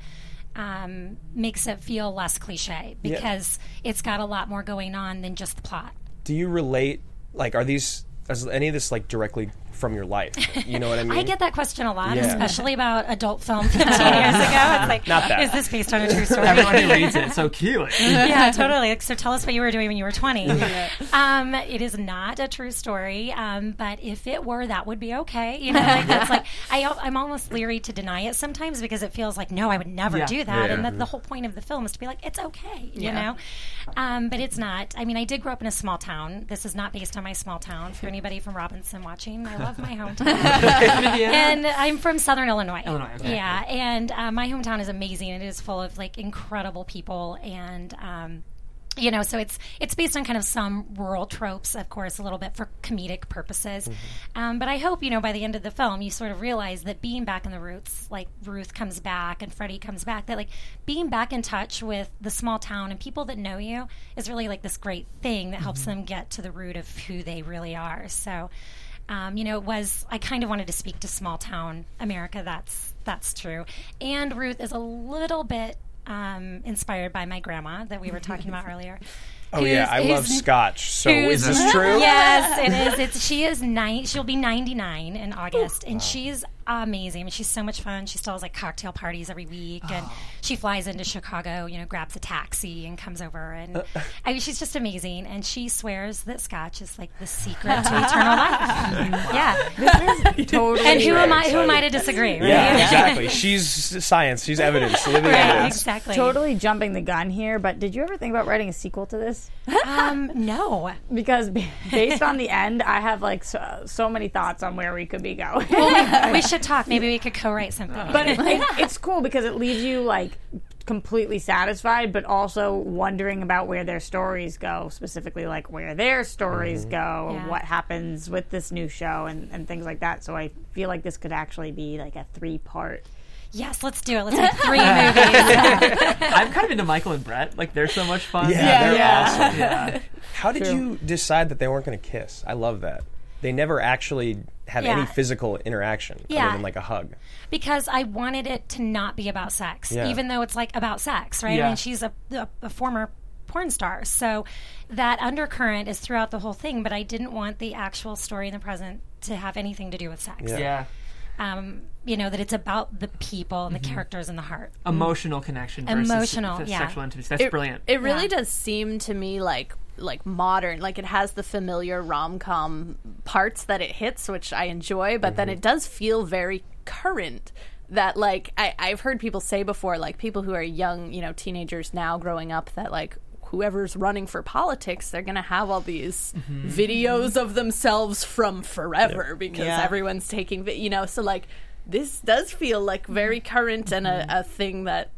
um, makes it feel less cliche
Yeah.
because it's got a lot more going on than just the plot.
Do you relate? Like, are these is any of this like directly from your life? You know what I mean?
I get that question a lot,
Yeah.
especially about adult film 15 years ago. It's like,
Not that.
is this based on a true story?
Everybody reads it so cute.
yeah, totally. Like, so tell us what you were doing when you were 20. Um, it is not a true story, um, but if it were, that would be okay. You know, like, it's like I, al- I'm almost leery to deny it sometimes because it feels like, no, I would never
Yeah.
do that.
Yeah.
And that
Mm-hmm.
the whole point of the film is to be like, it's okay, you
Yeah.
know? Um, but it's not. I mean, I did grow up in a small town. This is not based on my small town. For anybody from Robinson watching, I love my hometown.
Indiana?
and I'm from Southern Illinois.
Illinois, okay.
Yeah, and uh, my hometown is amazing. It is full of like incredible people and. Um, you know, so it's it's based on kind of some rural tropes, of course, a little bit for comedic purposes.
Mm-hmm.
Um, but I hope you know by the end of the film, you sort of realize that being back in the roots, like Ruth comes back and Freddie comes back, that like being back in touch with the small town and people that know you is really like this great thing that helps
Mhm.
them get to the root of who they really are. So, um, you know, it was I kind of wanted to speak to small town America. That's that's true. And Ruth is a little bit um, inspired by my grandma that we were talking about earlier.
Oh yeah, I
who's-
love scotch. So is
who's-
this true?
Yes, it is. It's she is nine. She'll be ninety nine in August, and she's amazing. I mean, she's so much fun. She still has like cocktail parties every week, and
Oh.
she flies into Chicago. You know, grabs a taxi and comes over, and I mean, she's just amazing. And she swears that Scotch is like the secret to eternal life. yeah,
totally
And who am I?
right.
Who am I to disagree? Right?
Yeah, exactly. She's science. She's evidence. Living
Right,
evidence.
exactly.
Totally jumping the gun here, but did you ever think about writing a sequel to this?
Um, no.
Because b- based on the end, I have like so, so many thoughts on where we could be going.
Well, we, we should talk. Maybe we could co-write something.
but it, it, it's cool because it leaves you like completely satisfied, but also wondering about where their stories go, specifically like where their
Mm-hmm.
stories go, and
Yeah.
what happens with this new show, and, and things like that. So I feel like this could actually be like a three part.
yes, let's do it. Let's make three movies.
I'm kind of into Michael and Brett. Like they're so much fun.
Yeah, they're awesome.
Yeah.
How did you decide that they weren't going to kiss? I love that. They never actually have any
Yeah.
physical interaction
Yeah.
other than like a hug.
because I wanted it to not be about sex,
Yeah.
even though it's like about sex, right?
Yeah.
I mean, she's a, a, a former porn star, so that undercurrent is throughout the whole thing. But I didn't want the actual story in the present to have anything to do with sex.
Yeah.
Yeah.
Um, you know that it's about the people and the
Mm-hmm.
characters and the heart.
Emotional connection versus
Emotional,
the
yeah.
sexual intimacy. That's brilliant.
It really
Yeah.
does seem to me like like modern. Like it has the familiar rom com parts that it hits, which I enjoy, but then it does feel very current. That like I, I've heard people say before, like people who are young, you know, teenagers now growing up that like whoever's running for politics, they're gonna have all these videos of themselves from forever because
Yeah.
everyone's taking vi- you know, so like this does feel like very
Mm-hmm.
current and a, a thing that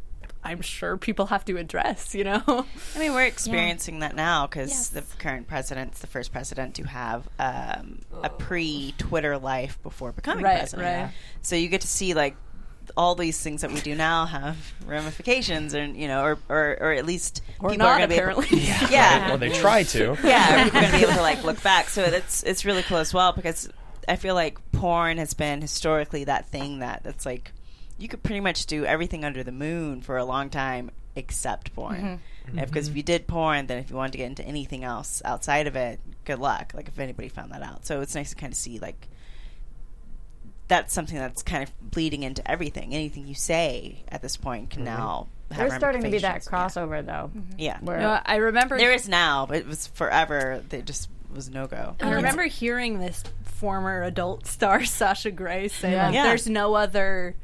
I'm sure people have to address, you know?
I mean, we're experiencing that now because
Yes.
the current president's the first president to have um,
Oh.
a pre-Twitter life before becoming
Right,
president.
right.
So you get to see like all these things that we do now have ramifications, and you know, or or, or at least
Or
people
not,
are gonna
apparently.
Be able,
Or
yeah,
they try to.
yeah, people are going to be able to like look back. So that's it's really cool as well because I feel like porn has been historically that thing that that's like you could pretty much do everything under the moon for a long time except
Mm-hmm.
porn. Because if you did porn, then if you wanted to get into anything else outside of it, good luck. Like if anybody found that out, so it's nice to kind of see like that's something that's kind of bleeding into everything. Anything you say at this point can
Mm-hmm.
now have
There's starting to be that
ramifications.
crossover though.
Mm-hmm.
Yeah. yeah.
Where
No, I remember
There is now, but it was forever. They just was no go.
I remember hearing this former adult star Sasha Grey say like,
Yeah.
there's no other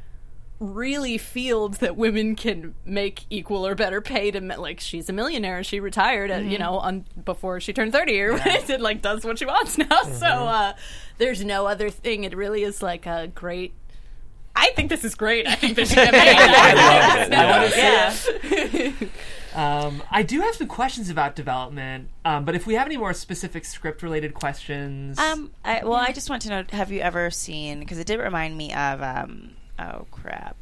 really field that women can make equal or better pay to ma- like she's a millionaire and she retired at, you
Mm-hmm.
know on before she turned 30 or it like does what she wants now
Mm-hmm.
so uh there's no other thing it really is like a great I think this is great I think this should get made
I love it. Yeah.
Yeah.
Um, I do have some questions about development, um, but if we have any more specific script-related questions,
Um. I, well, I just want to know: Have you ever seen? Because it did remind me of. Um. Oh crap.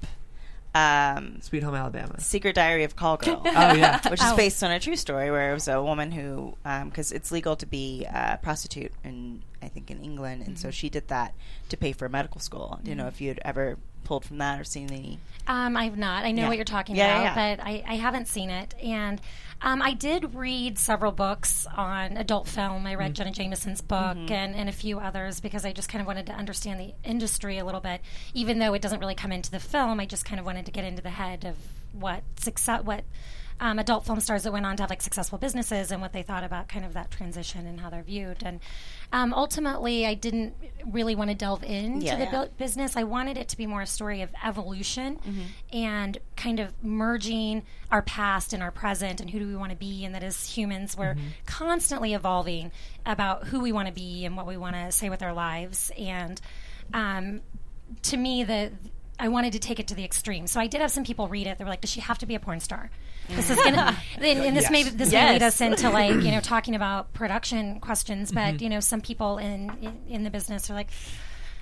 Um.
Sweet Home Alabama.
Secret Diary of Call Girl.
Oh yeah.
Which is based on a true story where it was a woman who, because it's legal to be a prostitute in, I think, in England. And
Mm-hmm.
so she did that to pay for medical school. Do You know, if you'd ever pulled from that or seen any.
Um, I've not. I know
Yeah.
what you're talking
Yeah,
about,
yeah, yeah.
but I, I haven't seen it. And um, I did read several books on adult film. I
Mm.
read Jenna Jameson's book
Mm-hmm.
and, and a few others because I just kind of wanted to understand the industry a little bit. Even though it doesn't really come into the film, I just kind of wanted to get into the head of what success, what um, adult film stars that went on to have like successful businesses and what they thought about kind of that transition and how they're viewed. And um, ultimately, I didn't really want to delve into
Yeah,
the
yeah.
build business. I wanted it to be more a story of evolution
Mm-hmm.
and kind of merging our past and our present and who do we want to be. And that as humans, we're constantly evolving about who we want to be and what we want to say with our lives. And um, to me, the I wanted to take it to the extreme. So I did have some people read it. They were like, "Does she have to be a porn star?" This is gonna, and, and this may this may lead us into like you know talking about production questions. But you know, some people in, in in the business are like,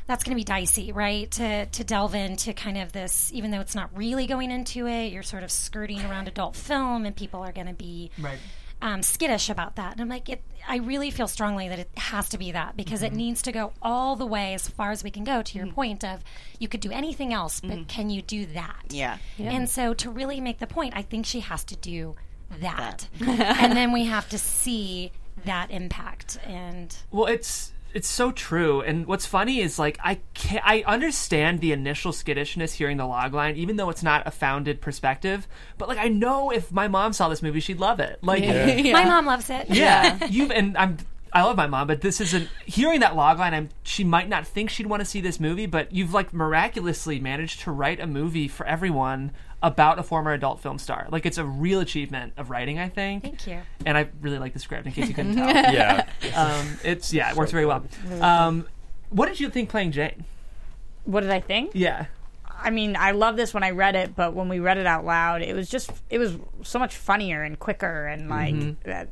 that's going to be dicey, right? To to delve into kind of this, even though it's not really going into it, you're sort of skirting around adult film, and people are going to be
Right.
um, skittish about that. And I'm like, it, I really feel strongly that it has to be that because it needs to go all the way as far as we can go. To your point of, you could do anything else, but can you do that?
Yeah.
And so to really make the point, I think she has to do that, and then we have to see that impact and.
Well, it's it's so true. And what's funny is like I can I understand the initial skittishness hearing the log line, even though it's not a founded perspective. But like I know if my mom saw this movie, she'd love it. Like
Yeah. Yeah. My mom loves it.
Yeah, you've and I'm. I love my mom, but this isn't hearing that log line. I'm, she might not think she'd want to see this movie, but you've like miraculously managed to write a movie for everyone about a former adult film star. Like it's a real achievement of writing, I think.
Thank you.
And I really like the script, in case you couldn't tell.
Yeah.
um, it's yeah, it works very well.
Really
Um, what did you think playing Jane?
What did I think?
Yeah,
I mean, I love this when I read it, but when we read it out loud, it was just it was so much funnier and quicker, and like
Mhm.
that,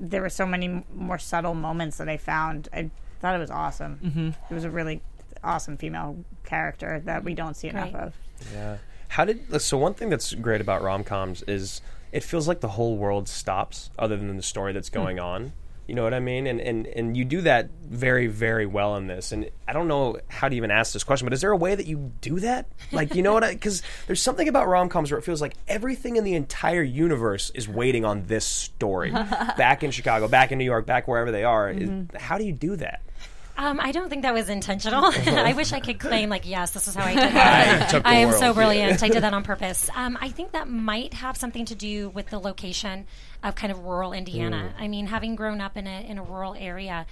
there were so many m- more subtle moments that I found. I thought it was awesome.
Mhm.
It was a really awesome female character that we don't see enough
Great.
of.
Yeah. How did so? One thing that's great about rom coms is it feels like the whole world stops, other than the story that's going on. You know what I mean? And and and you do that very very well in this. And I don't know how to even ask this question, but is there a way that you do that? Like you know what? I Because there's something about rom coms where it feels like everything in the entire universe is waiting on this story. back in Chicago, back in New York, back wherever they are. Is-
Mhm.
How do you do that?
Um, I don't think that was intentional. I wish I could claim, like, yes, this is how I did
I
that.
took the
am
world.
so brilliant.
Yeah.
I did that on purpose. Um, I think that might have something to do with the location of kind of rural Indiana.
Mm.
I mean, having grown up in a, in a rural area,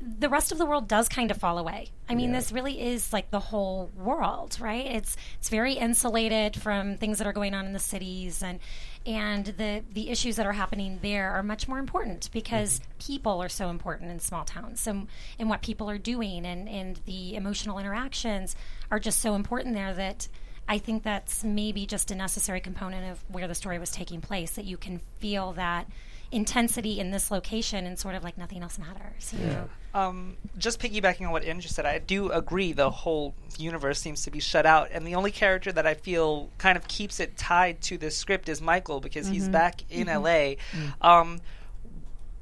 the rest of the world does kind of fall away. I mean,
Yeah.
this really is like the whole world, right? It's it's very insulated from things that are going on in the cities and and the the issues that are happening there are much more important because
Mm-hmm.
people are so important in small towns and and what people are doing and and the emotional interactions are just so important there that I think that's maybe just a necessary component of where the story was taking place that you can feel that intensity in this location and sort of like nothing else matters. You know?
Um, just piggybacking on what Andrew said, I do agree the whole universe seems to be shut out, and the only character that I feel kind of keeps it tied to this script is Michael because he's
Mhm.
back in
Mhm.
LA. Um,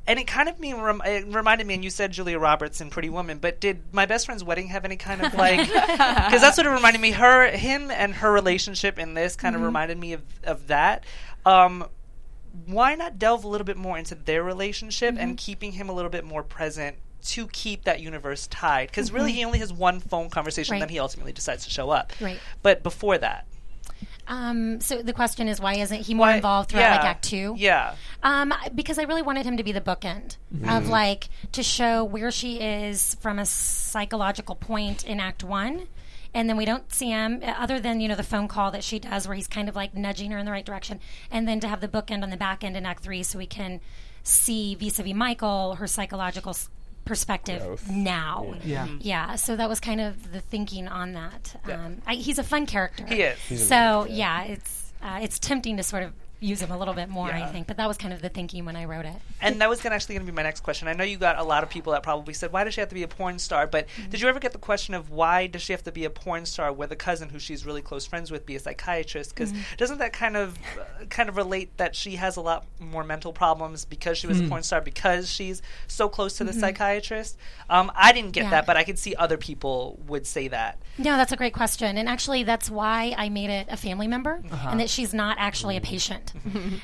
and it kind of me rem- it reminded me, and you said Julia Roberts in Pretty Woman, but did my best friend's wedding have any kind of like? Because that's what it reminded me. Her, him, and her relationship in this kind
Mhm.
of reminded me of of that. Um, why not delve a little bit more into their relationship and keeping him a little bit more present to keep that universe tied? Because really,
Mhm.
he only has one phone conversation,
Right.
then he ultimately decides to show up.
Right.
But before that,
Um, so the question is, why isn't he more involved throughout like Act Two?
Yeah.
Um, I- because I really wanted him to be the bookend
Mhm.
Mm.
of like to show where she is from a psychological point in Act One. And then we don't see him uh, other than, you know, the phone call that she does where he's kind of like nudging her in the right direction. And then to have the bookend on the back end in Act Three so we can see vis a vis Michael, her psychological s- perspective
Growth.
now.
Yeah. Mm-hmm. Yeah.
Yeah. So that was kind of the thinking on that. Um, I, he's a fun character.
He is. He's
So, yeah, it's, uh, it's tempting to sort of use him a little bit more, I
Yeah.
think. But that was kind of the thinking when I wrote it.
and that was gonna actually going to be my next question. I know you got a lot of people that probably said, "Why does she have to be a porn star?" But did you ever get the question of why does she have to be a porn star? Where the cousin who she's really close friends with be a psychiatrist? Because
Mhm.
doesn't that kind of uh, kind of relate that she has a lot more mental problems because she was
Mhm.
a porn star because she's so close to the
Mhm.
psychiatrist? Um, I didn't get
Yeah.
that, but I could see other people would say that.
No, that's a great question. And actually, that's why I made it a family member
Uh-huh.
and that she's not actually a patient.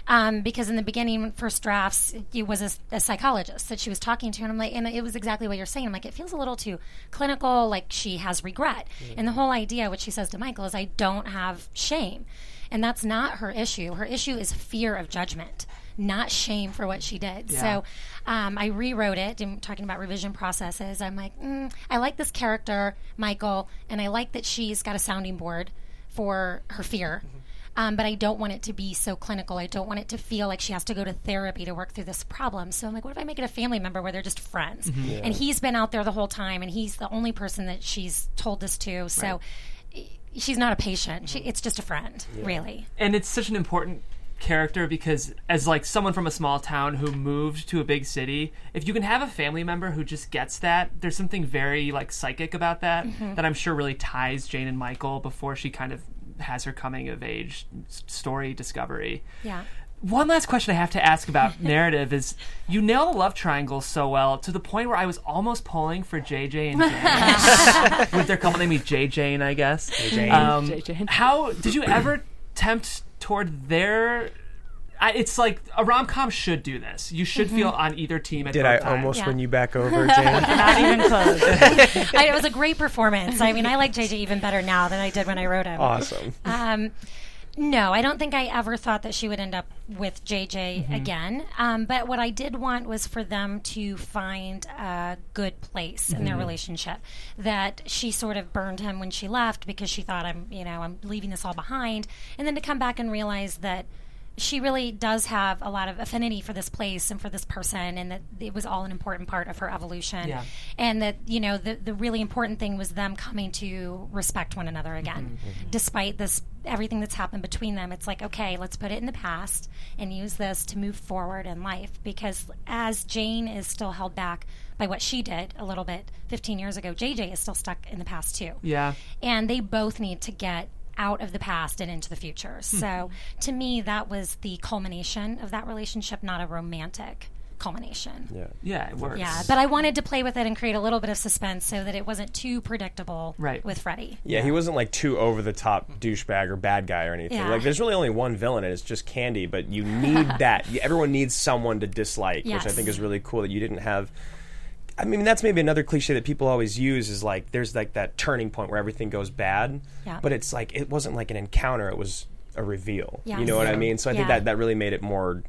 um, because in the beginning, first drafts, it was a, a psychologist that she was talking to. And I'm like, and it was exactly what you're saying. I'm like, it feels a little too clinical, like she has regret. And the whole idea, what she says to Michael, is I don't have shame. And that's not her issue. Her issue is fear of judgment, not shame for what she did.
Yeah.
So um, I rewrote it and talking about revision processes. I'm like, mm, I like this character, Michael, and I like that she's got a sounding board for her fear.
Mm-hmm.
Um, but I don't want it to be so clinical. I don't want it to feel like she has to go to therapy to work through this problem. So I'm like, what if I make it a family member where they're just friends?
Mhm. Yeah.
And he's been out there the whole time, and he's the only person that she's told this to. So eh, she's not a patient. She,
Mm-hmm.
it's just a friend,
Yeah.
really.
and it's such an important character because as like someone from a small town who moved to a big city if you can have a family member who just gets that there's something very like psychic about that
Mm-hmm.
Mhm.
that i'm sure really ties jane and michael before she kind of has her coming of age s- story discovery
Yeah.
one last question I have to ask about narrative is you nail the love triangle so well to the point where I was almost pulling for JJ and Jane. Would their couple name be JJ and I guess?
Jane.
Um,
Jane.
How did you ever tempt toward their I, it's like a rom com should do this. You should feel on either team at
Did
both
I
times.
almost
Yeah.
win you back over, Jane?
Not even close. I, it was a great performance. I mean, I like JJ even better now than I did when I wrote him.
awesome.
Um, no, I don't think I ever thought that she would end up with JJ again. Um, but what I did want was for them to find a good place in their relationship. That she sort of burned him when she left because she thought I'm, you know, I'm leaving this all behind, and then to come back and realize that she really does have a lot of affinity for this place and for this person and that it was all an important part of her evolution
Yeah.
and that you know the, the really important thing was them coming to respect one another again despite this everything that's happened between them it's like okay let's put it in the past and use this to move forward in life because as jane is still held back by what she did a little bit 15 years ago jj is still stuck in the past too
Yeah.
and they both need to get out of the past and into the future.
Hmm.
So to me, that was the culmination of that relationship, not a romantic culmination. Yeah.
Yeah, it works.
but I wanted to play with it and create a little bit of suspense so that it wasn't too predictable
Right.
with Freddie.
Yeah, he wasn't like too over the top douchebag or bad guy or anything.
Yeah.
Like, there's really only one villain, and it's just Candy. But you need that. You- Everyone needs someone to dislike, which I
Yes.
think is really cool that you didn't have. I mean, that's maybe another cliche that people always use is like there's like that turning point where everything goes bad.
Yeah.
But it's like it wasn't like an encounter; it was a reveal. You
Yes.
know what I mean? So I think
Yeah. Mm.
that that really made it more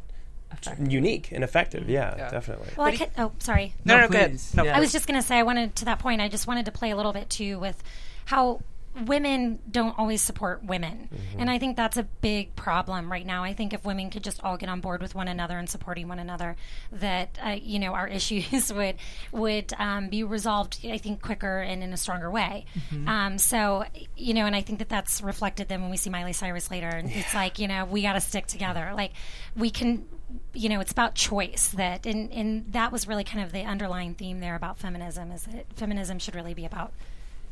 unique and effective. Yeah, definitely.
Well, I could. Oh, sorry.
No, no,
No,
no good.
please.
No,
Yeah.
I was just going to say, I wanted to that point, I just wanted to play a little bit too with how women don't always support women.
Mm-hmm.
And I think that's a big problem right now. I think if women could just all get on board with one another and supporting one another, that, uh, you know, our issues would, would um, be resolved, I think, quicker and in a stronger way.
Mm-hmm.
Um, so, you know, and I think that that's reflected then when we see Miley Cyrus later. And it's like, you know, we got to stick together. Like, we can you know it's about choice that and and that was really kind of the underlying theme there about feminism is that feminism should really be about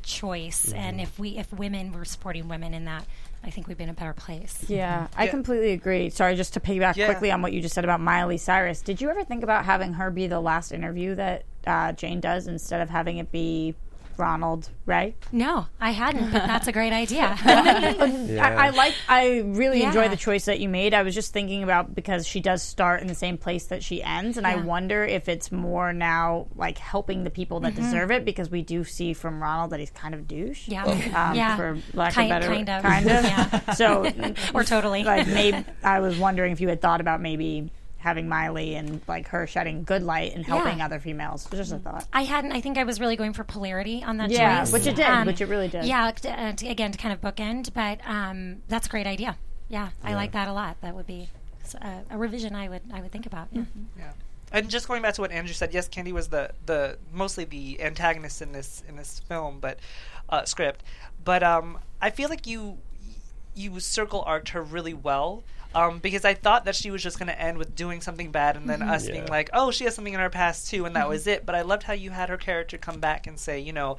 choice and if we if women were supporting women in that i think we'd be in a better place
Yeah, I completely agree. Sorry, just to piggyback
Yeah.
quickly on what you just said about Miley Cyrus. Did you ever think about having her be the last interview that uh, Jane does instead of having it be Ronald Ray?
no i hadn't but that's a great idea
I, I like. I really enjoy
Yeah.
the choice that you made. I was just thinking about because she does start in the same place that she ends, and I
Yeah.
wonder if it's more now like helping the people that deserve it because we do see from Ronald that he's kind of douche.
Mm-hmm. yeah
Um,
yeah
For lack
Kind-
of better,
kind of.
kind of.
Yeah.
So,
or totally
like, maybe I was wondering if you had thought about maybe having Miley and like her shedding good light and helping
Yeah.
other females. Just a thought.
I hadn't. I think I was really going for polarity on that
Yeah,
choice, Um,
which it did, which it really did.
Yeah, t- uh, t- again to kind of bookend, but um, that's a great idea. Yeah, I like that a lot. That would be s- uh, a, a revision I would I would think about. yeah.
And just going back to what Andrew said, yes, Candy was the, the mostly the antagonist in this in this film, but uh, script. But um, I feel like you you circle arced her really well um, because I thought that she was just going to end with doing something bad and then us being
Mm-hmm. Yeah. Mm-hmm.
like, oh, she has something in her past too, and that was it. But I loved how you had her character come back and say, you know.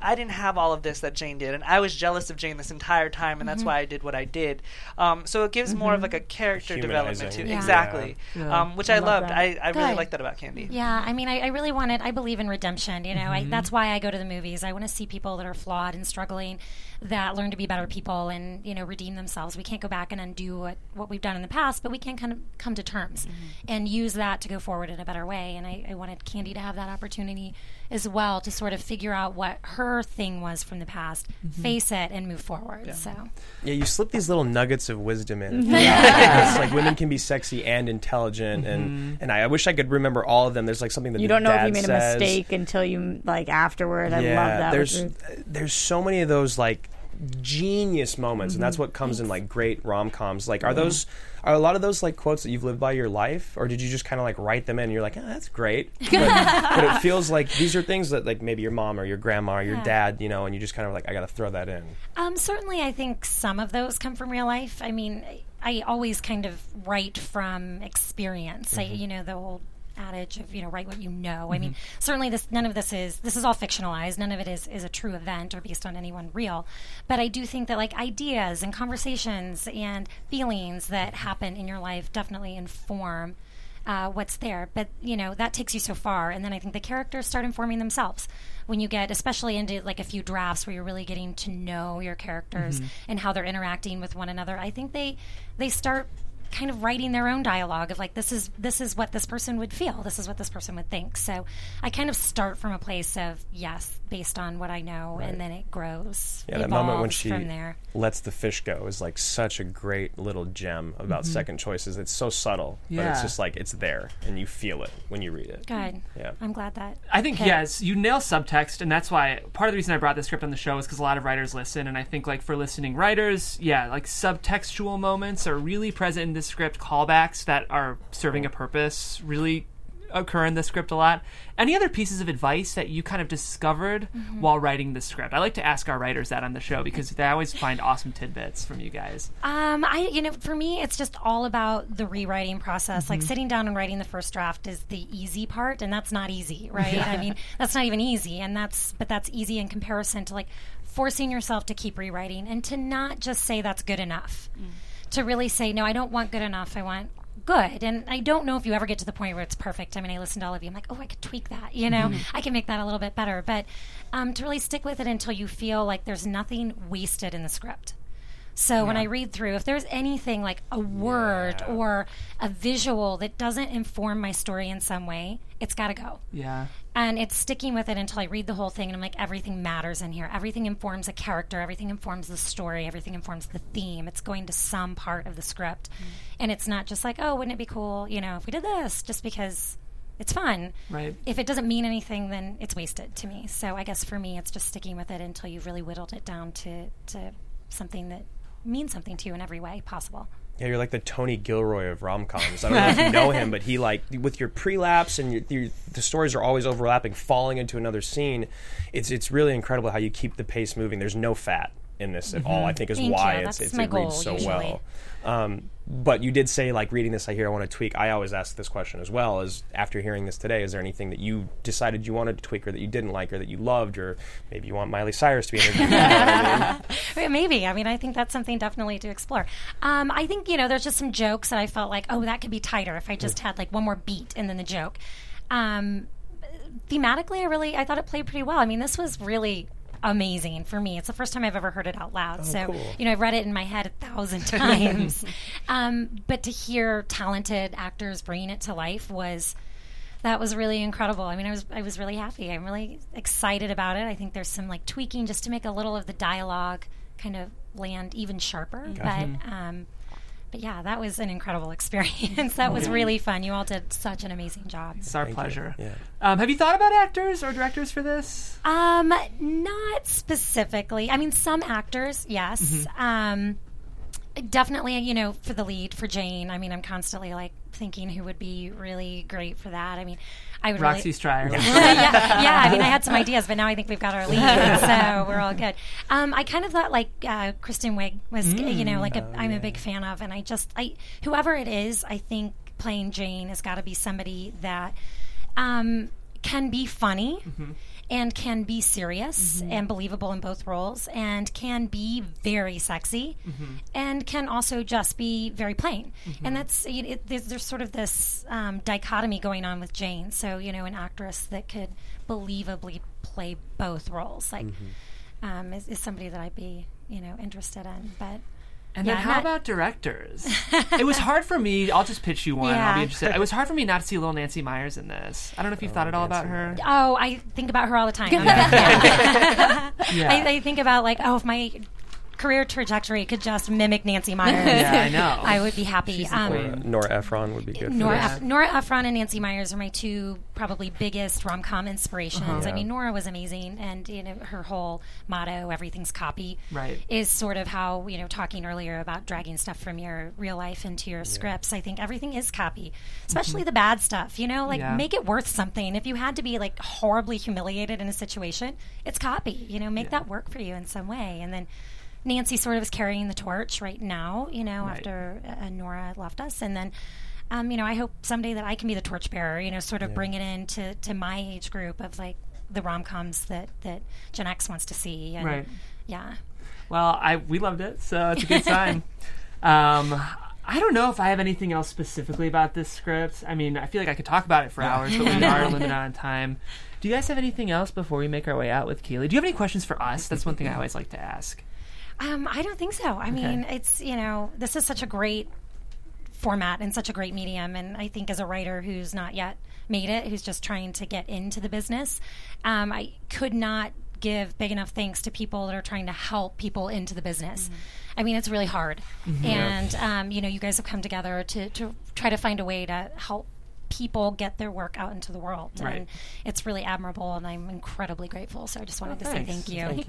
I didn't have all of this that Jane did, and I was jealous of Jane this entire time, and that's
Mm-hmm.
why I did what I did. Um, so it gives more of like a character development
Humanizing.
too,
Mm-hmm. Yeah.
exactly. Um, which I,
love
loved.
that.
I, I really
Good.
like that about Candy.
Yeah, I mean, I, I really wanted. I believe in redemption. You know, I, that's why I go to the movies. I want to see people that are flawed and struggling, that learn to be better people and you know redeem themselves. We can't go back and undo what, what we've done in the past, but we can kind of come to terms and use that to go forward in a better way. And I, I wanted Candy to have that opportunity as well to sort of figure out what her thing was from the past, face it, and move forward. So
Yeah, you slip these little nuggets of wisdom in. it's like women can be sexy and intelligent, and and I, I wish I could remember all of them. There's like something that
Mm-hmm. You
the
don't know if
dad
you made
says.
a mistake until you like afterward. I
yeah,
love that.
there's
with Ruth.
there's so many of those like genius moments, and
Mm-hmm.
that's what comes in like great rom coms. Like, are those are a lot of those like quotes that you've lived by your life, or did you just kind of like write them in? and You're like, oh, that's great, but, but it feels like these are things that like maybe your mom or your grandma or your dad, you know, and you just kind of like, I got to throw that in.
Um, certainly, I think some of those come from real life. I mean, I always kind of write from experience. I, you know, the old adage of you know write what you know. I mean, certainly this none of this is this is all fictionalized. None of it is is a true event or based on anyone real. But I do think that like ideas and conversations and feelings that happen in your life definitely inform uh, what's there. But you know that takes you so far, and then I think the characters start informing themselves when you get, especially into like a few drafts where you're really getting to
Mm-hmm.
know your characters and how they're interacting with one another. I think they they start kind of writing their own dialogue of like this is this is what this person would feel, this is what this person would think. So I kind of start from a place of yes, based on what I know, and then it grows.
Yeah, that moment when
evolves
she
from there.
lets the fish go is like such a great little gem about
Mhm.
second choices. It's so subtle, but
Yeah.
it's just like it's there and you feel it when you read it.
Good.
Yeah.
I'm glad that.
I think
hit.
yes, you nail subtext, and that's why part of the reason I brought the script on the show is because a lot of writers listen, and I think like for listening writers, yeah, like subtextual moments are really present in the script. Callbacks that are serving a purpose really occur in the script a lot. Any other pieces of advice that you kind of discovered
Mhm.
while writing the script? I like to ask our writers that on the show because they always find awesome tidbits from you guys.
Um, I you know, for me, it's just all about the rewriting process. Like
Mhm.
sitting down and writing the first draft is the easy part, and that's not easy, right? I mean, that's not even easy, and that's but that's easy in comparison to like forcing yourself to keep rewriting and to not just say that's good enough. To really say no, I don't want good enough. I want good. And I don't know if you ever get to the point where it's perfect. I mean, I listen to all of you. I'm like, oh, I could tweak that. You know,
Mhm.
I can make that a little bit better. But um, to really stick with it until you feel like there's nothing wasted in the script. So when
Yeah.
I read through, if there's anything like a word or a visual that doesn't inform my story in some way, it's got to go.
Yeah.
And it's sticking with it until I read the whole thing and I'm like, everything matters in here. Everything informs a character, everything informs the story, everything informs the theme. It's going to some part of the script. And it's not just like, oh, wouldn't it be cool, you know, if we did this just because it's fun.
Right.
If it doesn't mean anything, then it's wasted to me. So I guess for me, it's just sticking with it until you've really whittled it down to, to something that means something to you in every way possible.
Yeah, you're like the Tony Gilroy of rom coms. I don't know if you know him, but he like with your prelapse and your, your, the stories are always overlapping, falling into another scene. It's it's really incredible how you keep the pace moving. There's no fat in this at all.
Mhm.
I think is
Thank
why
you.
it's,
That's
it's
my
it
goal,
reads so
usually.
well. Um, but you did say like reading this, I hear I want to tweak. I always ask this question as well. Is after hearing this today, is there anything that you decided you wanted to tweak or that you didn't like or that you loved or maybe you want Miley Cyrus to be in it?
Well, Maybe. I mean, I think that's something definitely to explore. Um, I think, you know, there's just some jokes that I felt like, oh, that could be tighter if I just had like one more beat and then the joke. Um, thematically, I really, I thought it played pretty well. I mean, this was really amazing for me. It's the first time I've ever heard it out loud. so,
cool.
you know, I've read it in my head a thousand times. um, but to hear talented actors bringing it to life was that was really incredible. I mean, I was I was really happy. I'm really excited about it. I think there's some like tweaking just to make a little of the dialogue kind of land even sharper.
Gotcha.
But um, but yeah, that was an incredible experience. that was really fun. You all did such an amazing job.
It's our pleasure.
Yeah.
Um, have you thought about actors or directors for this?
Um, not specifically. I mean, some actors, yes.
Mhm.
Um, definitely, you know, for the lead for Jane. I mean, I'm constantly like thinking who would be really great for that. I mean, I would
Roxy
really,
Stryer.
yeah, yeah. I mean, I had some ideas, but now I think we've got our lead, so we're all good. Um, I kind of thought like uh, Kristen Wiig was, you
Mm.
know, like a,
Oh,
I'm a big fan of, and I just, I whoever it is, I think playing Jane has got to be somebody that um, can be funny and can be serious
Mhm.
and believable in both roles and can be very sexy and can also just be very plain. And that's it, it, there's, there's sort of this um, dichotomy going on with Jane. So you know, an actress that could believably play both roles, like, um, is, is somebody that I'd be you know interested in. But
And
yeah,
then
I'm
how
not-
about directors? it was hard for me. I'll just pitch you one. I'll
Yeah.
be interested. It was hard for me not to see little Nancy Myers in this. I don't know if you've thought at all about her.
Oh, I think about her all the time.
Yeah.
I, I think about like, oh, if my career trajectory could just mimic Nancy Myers,
Yeah, I know.
I would be happy.
Or, uh, Nora Ephron would be good. for
Um, Nora,
this.
Eph- Nora Ephron and Nancy Myers are my two probably biggest rom com inspirations.
Uh-huh.
I mean, Nora was amazing, and you know her whole motto, "Everything's copy,"
Right.
is sort of how you know talking earlier about dragging stuff from your real life into your scripts. I think everything is copy, especially the bad stuff. You know, like
Yeah.
make it worth something. If you had to be like horribly humiliated in a situation, it's copy. You know, make that work for you in some way, and then. Nancy sort of is carrying the torch right now, you know,
Right.
after uh, Nora left us. And then, um, you know, I hope someday that I can be the torchbearer, you know, sort of bring it into to my age group of like the rom coms that, that Gen X wants to see. And,
Right.
Yeah.
Well, I we loved it, so it's a good sign. um, I don't know if I have anything else specifically about this script. I mean, I feel like I could talk about it for hours, but we are limited on time. Do you guys have anything else before we make our way out with Keely? Do you have any questions for us? That's one thing I always like to ask.
Um, I don't think so. I mean, it's, you know, this is such a great format and such a great medium. And I think as a writer who's not yet made it, who's just trying to get into the business, um, I could not give big enough thanks to people that are trying to help people into the business. I mean, it's really hard.
Mhm. Yeah.
And, um, you know, you guys have come together to, to try to find a way to help people get their work out into the world.
Right.
And it's really admirable, and I'm incredibly grateful. So I just wanted to say thank you.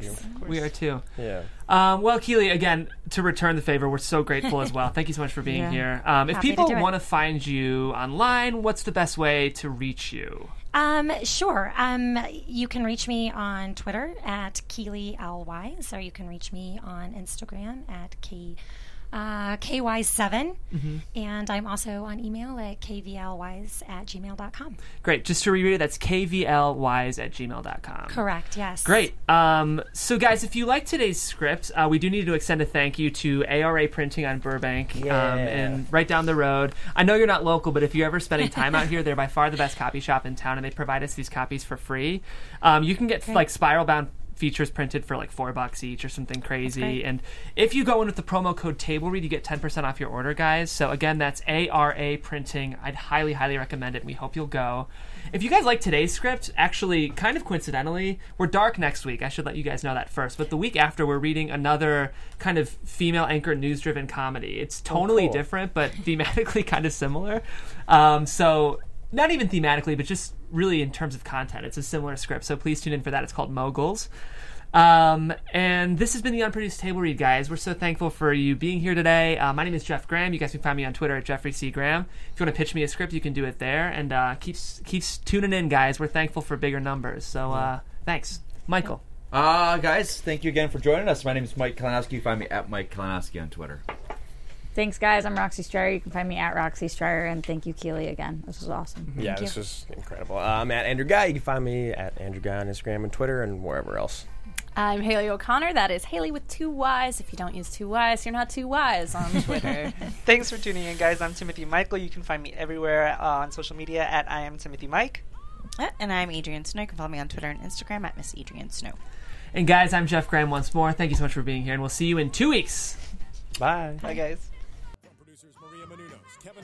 We are too.
Yeah.
Um, well, Keely, again, to return the favor, we're so grateful as well. Thank you so much for being
Yeah.
here. Um, if
Happy to
people
do it.
want to find you online, what's the best way to reach you?
Um, sure. Um, you can reach me on Twitter at Keely Ly. So you can reach me on Instagram at K, uh, KY7.
Mhm.
And I'm also on email at KVLWise at gmail.com.
Great. Just to reread it, that's kvlwise at gmail.com.
Correct. Yes.
Great. Um, so, guys, if you like today's script, uh, we do need to extend a thank you to ARA Printing on Burbank
Yeah.
um, and right down the road. I know you're not local, but if you're ever spending time out here, they're by far the best copy shop in town, and they provide us these copies for free. Um, you can get
Great.
like spiral bound features printed for like four bucks each or something crazy.
great.
And if you go in with the promo code TableRead, you get 10% off your order, guys. So, again, that's ARA Printing. I'd highly, highly recommend it. We hope you'll go. If you guys like today's script, actually, kind of coincidentally, we're dark next week. I should let you guys know that first. But the week after, we're reading another kind of female anchor news driven comedy. It's tonally
cool.
different, but thematically kind of similar. Um, so, not even thematically, but just really in terms of content, it's a similar script. So, please tune in for that. It's called Moguls. Um, and this has been the Unproduced Table Read, guys. We're so thankful for you being here today. Uh, my name is Jeff Graham. You guys can find me on Twitter at Jeffrey C. Graham. If you want to pitch me a script, you can do it there. And uh, keeps keeps tuning in, guys. We're thankful for bigger numbers. So uh, thanks, Michael.
Uh, guys, thank you again for joining us. My name is Mike Kalinowski. You find me at Mike Kalinowski on Twitter.
Thanks, guys. I'm Roxy Stryer. You can find me at Roxy Stryer. And thank you, Keely, again. This was awesome.
Yeah,
Thank
this
you.
was incredible. Uh, I'm at Andrew Guy. You can find me at Andrew Guy on Instagram and Twitter and wherever else.
I'm Haley O'Connor. That is Haley with two Y's. If you don't use two Y's, you're not two Y's on Twitter.
Thanks for tuning in, guys. I'm Timothy Michael. You can find me everywhere uh, on social media at I am Timothy Mike.
uh, And I'm Adrian Snow. You can follow me on Twitter and Instagram at Miss Adrian Snow.
And guys, I'm Jeff Graham once more. Thank you so much for being here, and we'll see you in two weeks.
Bye.
Bye, guys.
Producers Maria Menounos, Kevin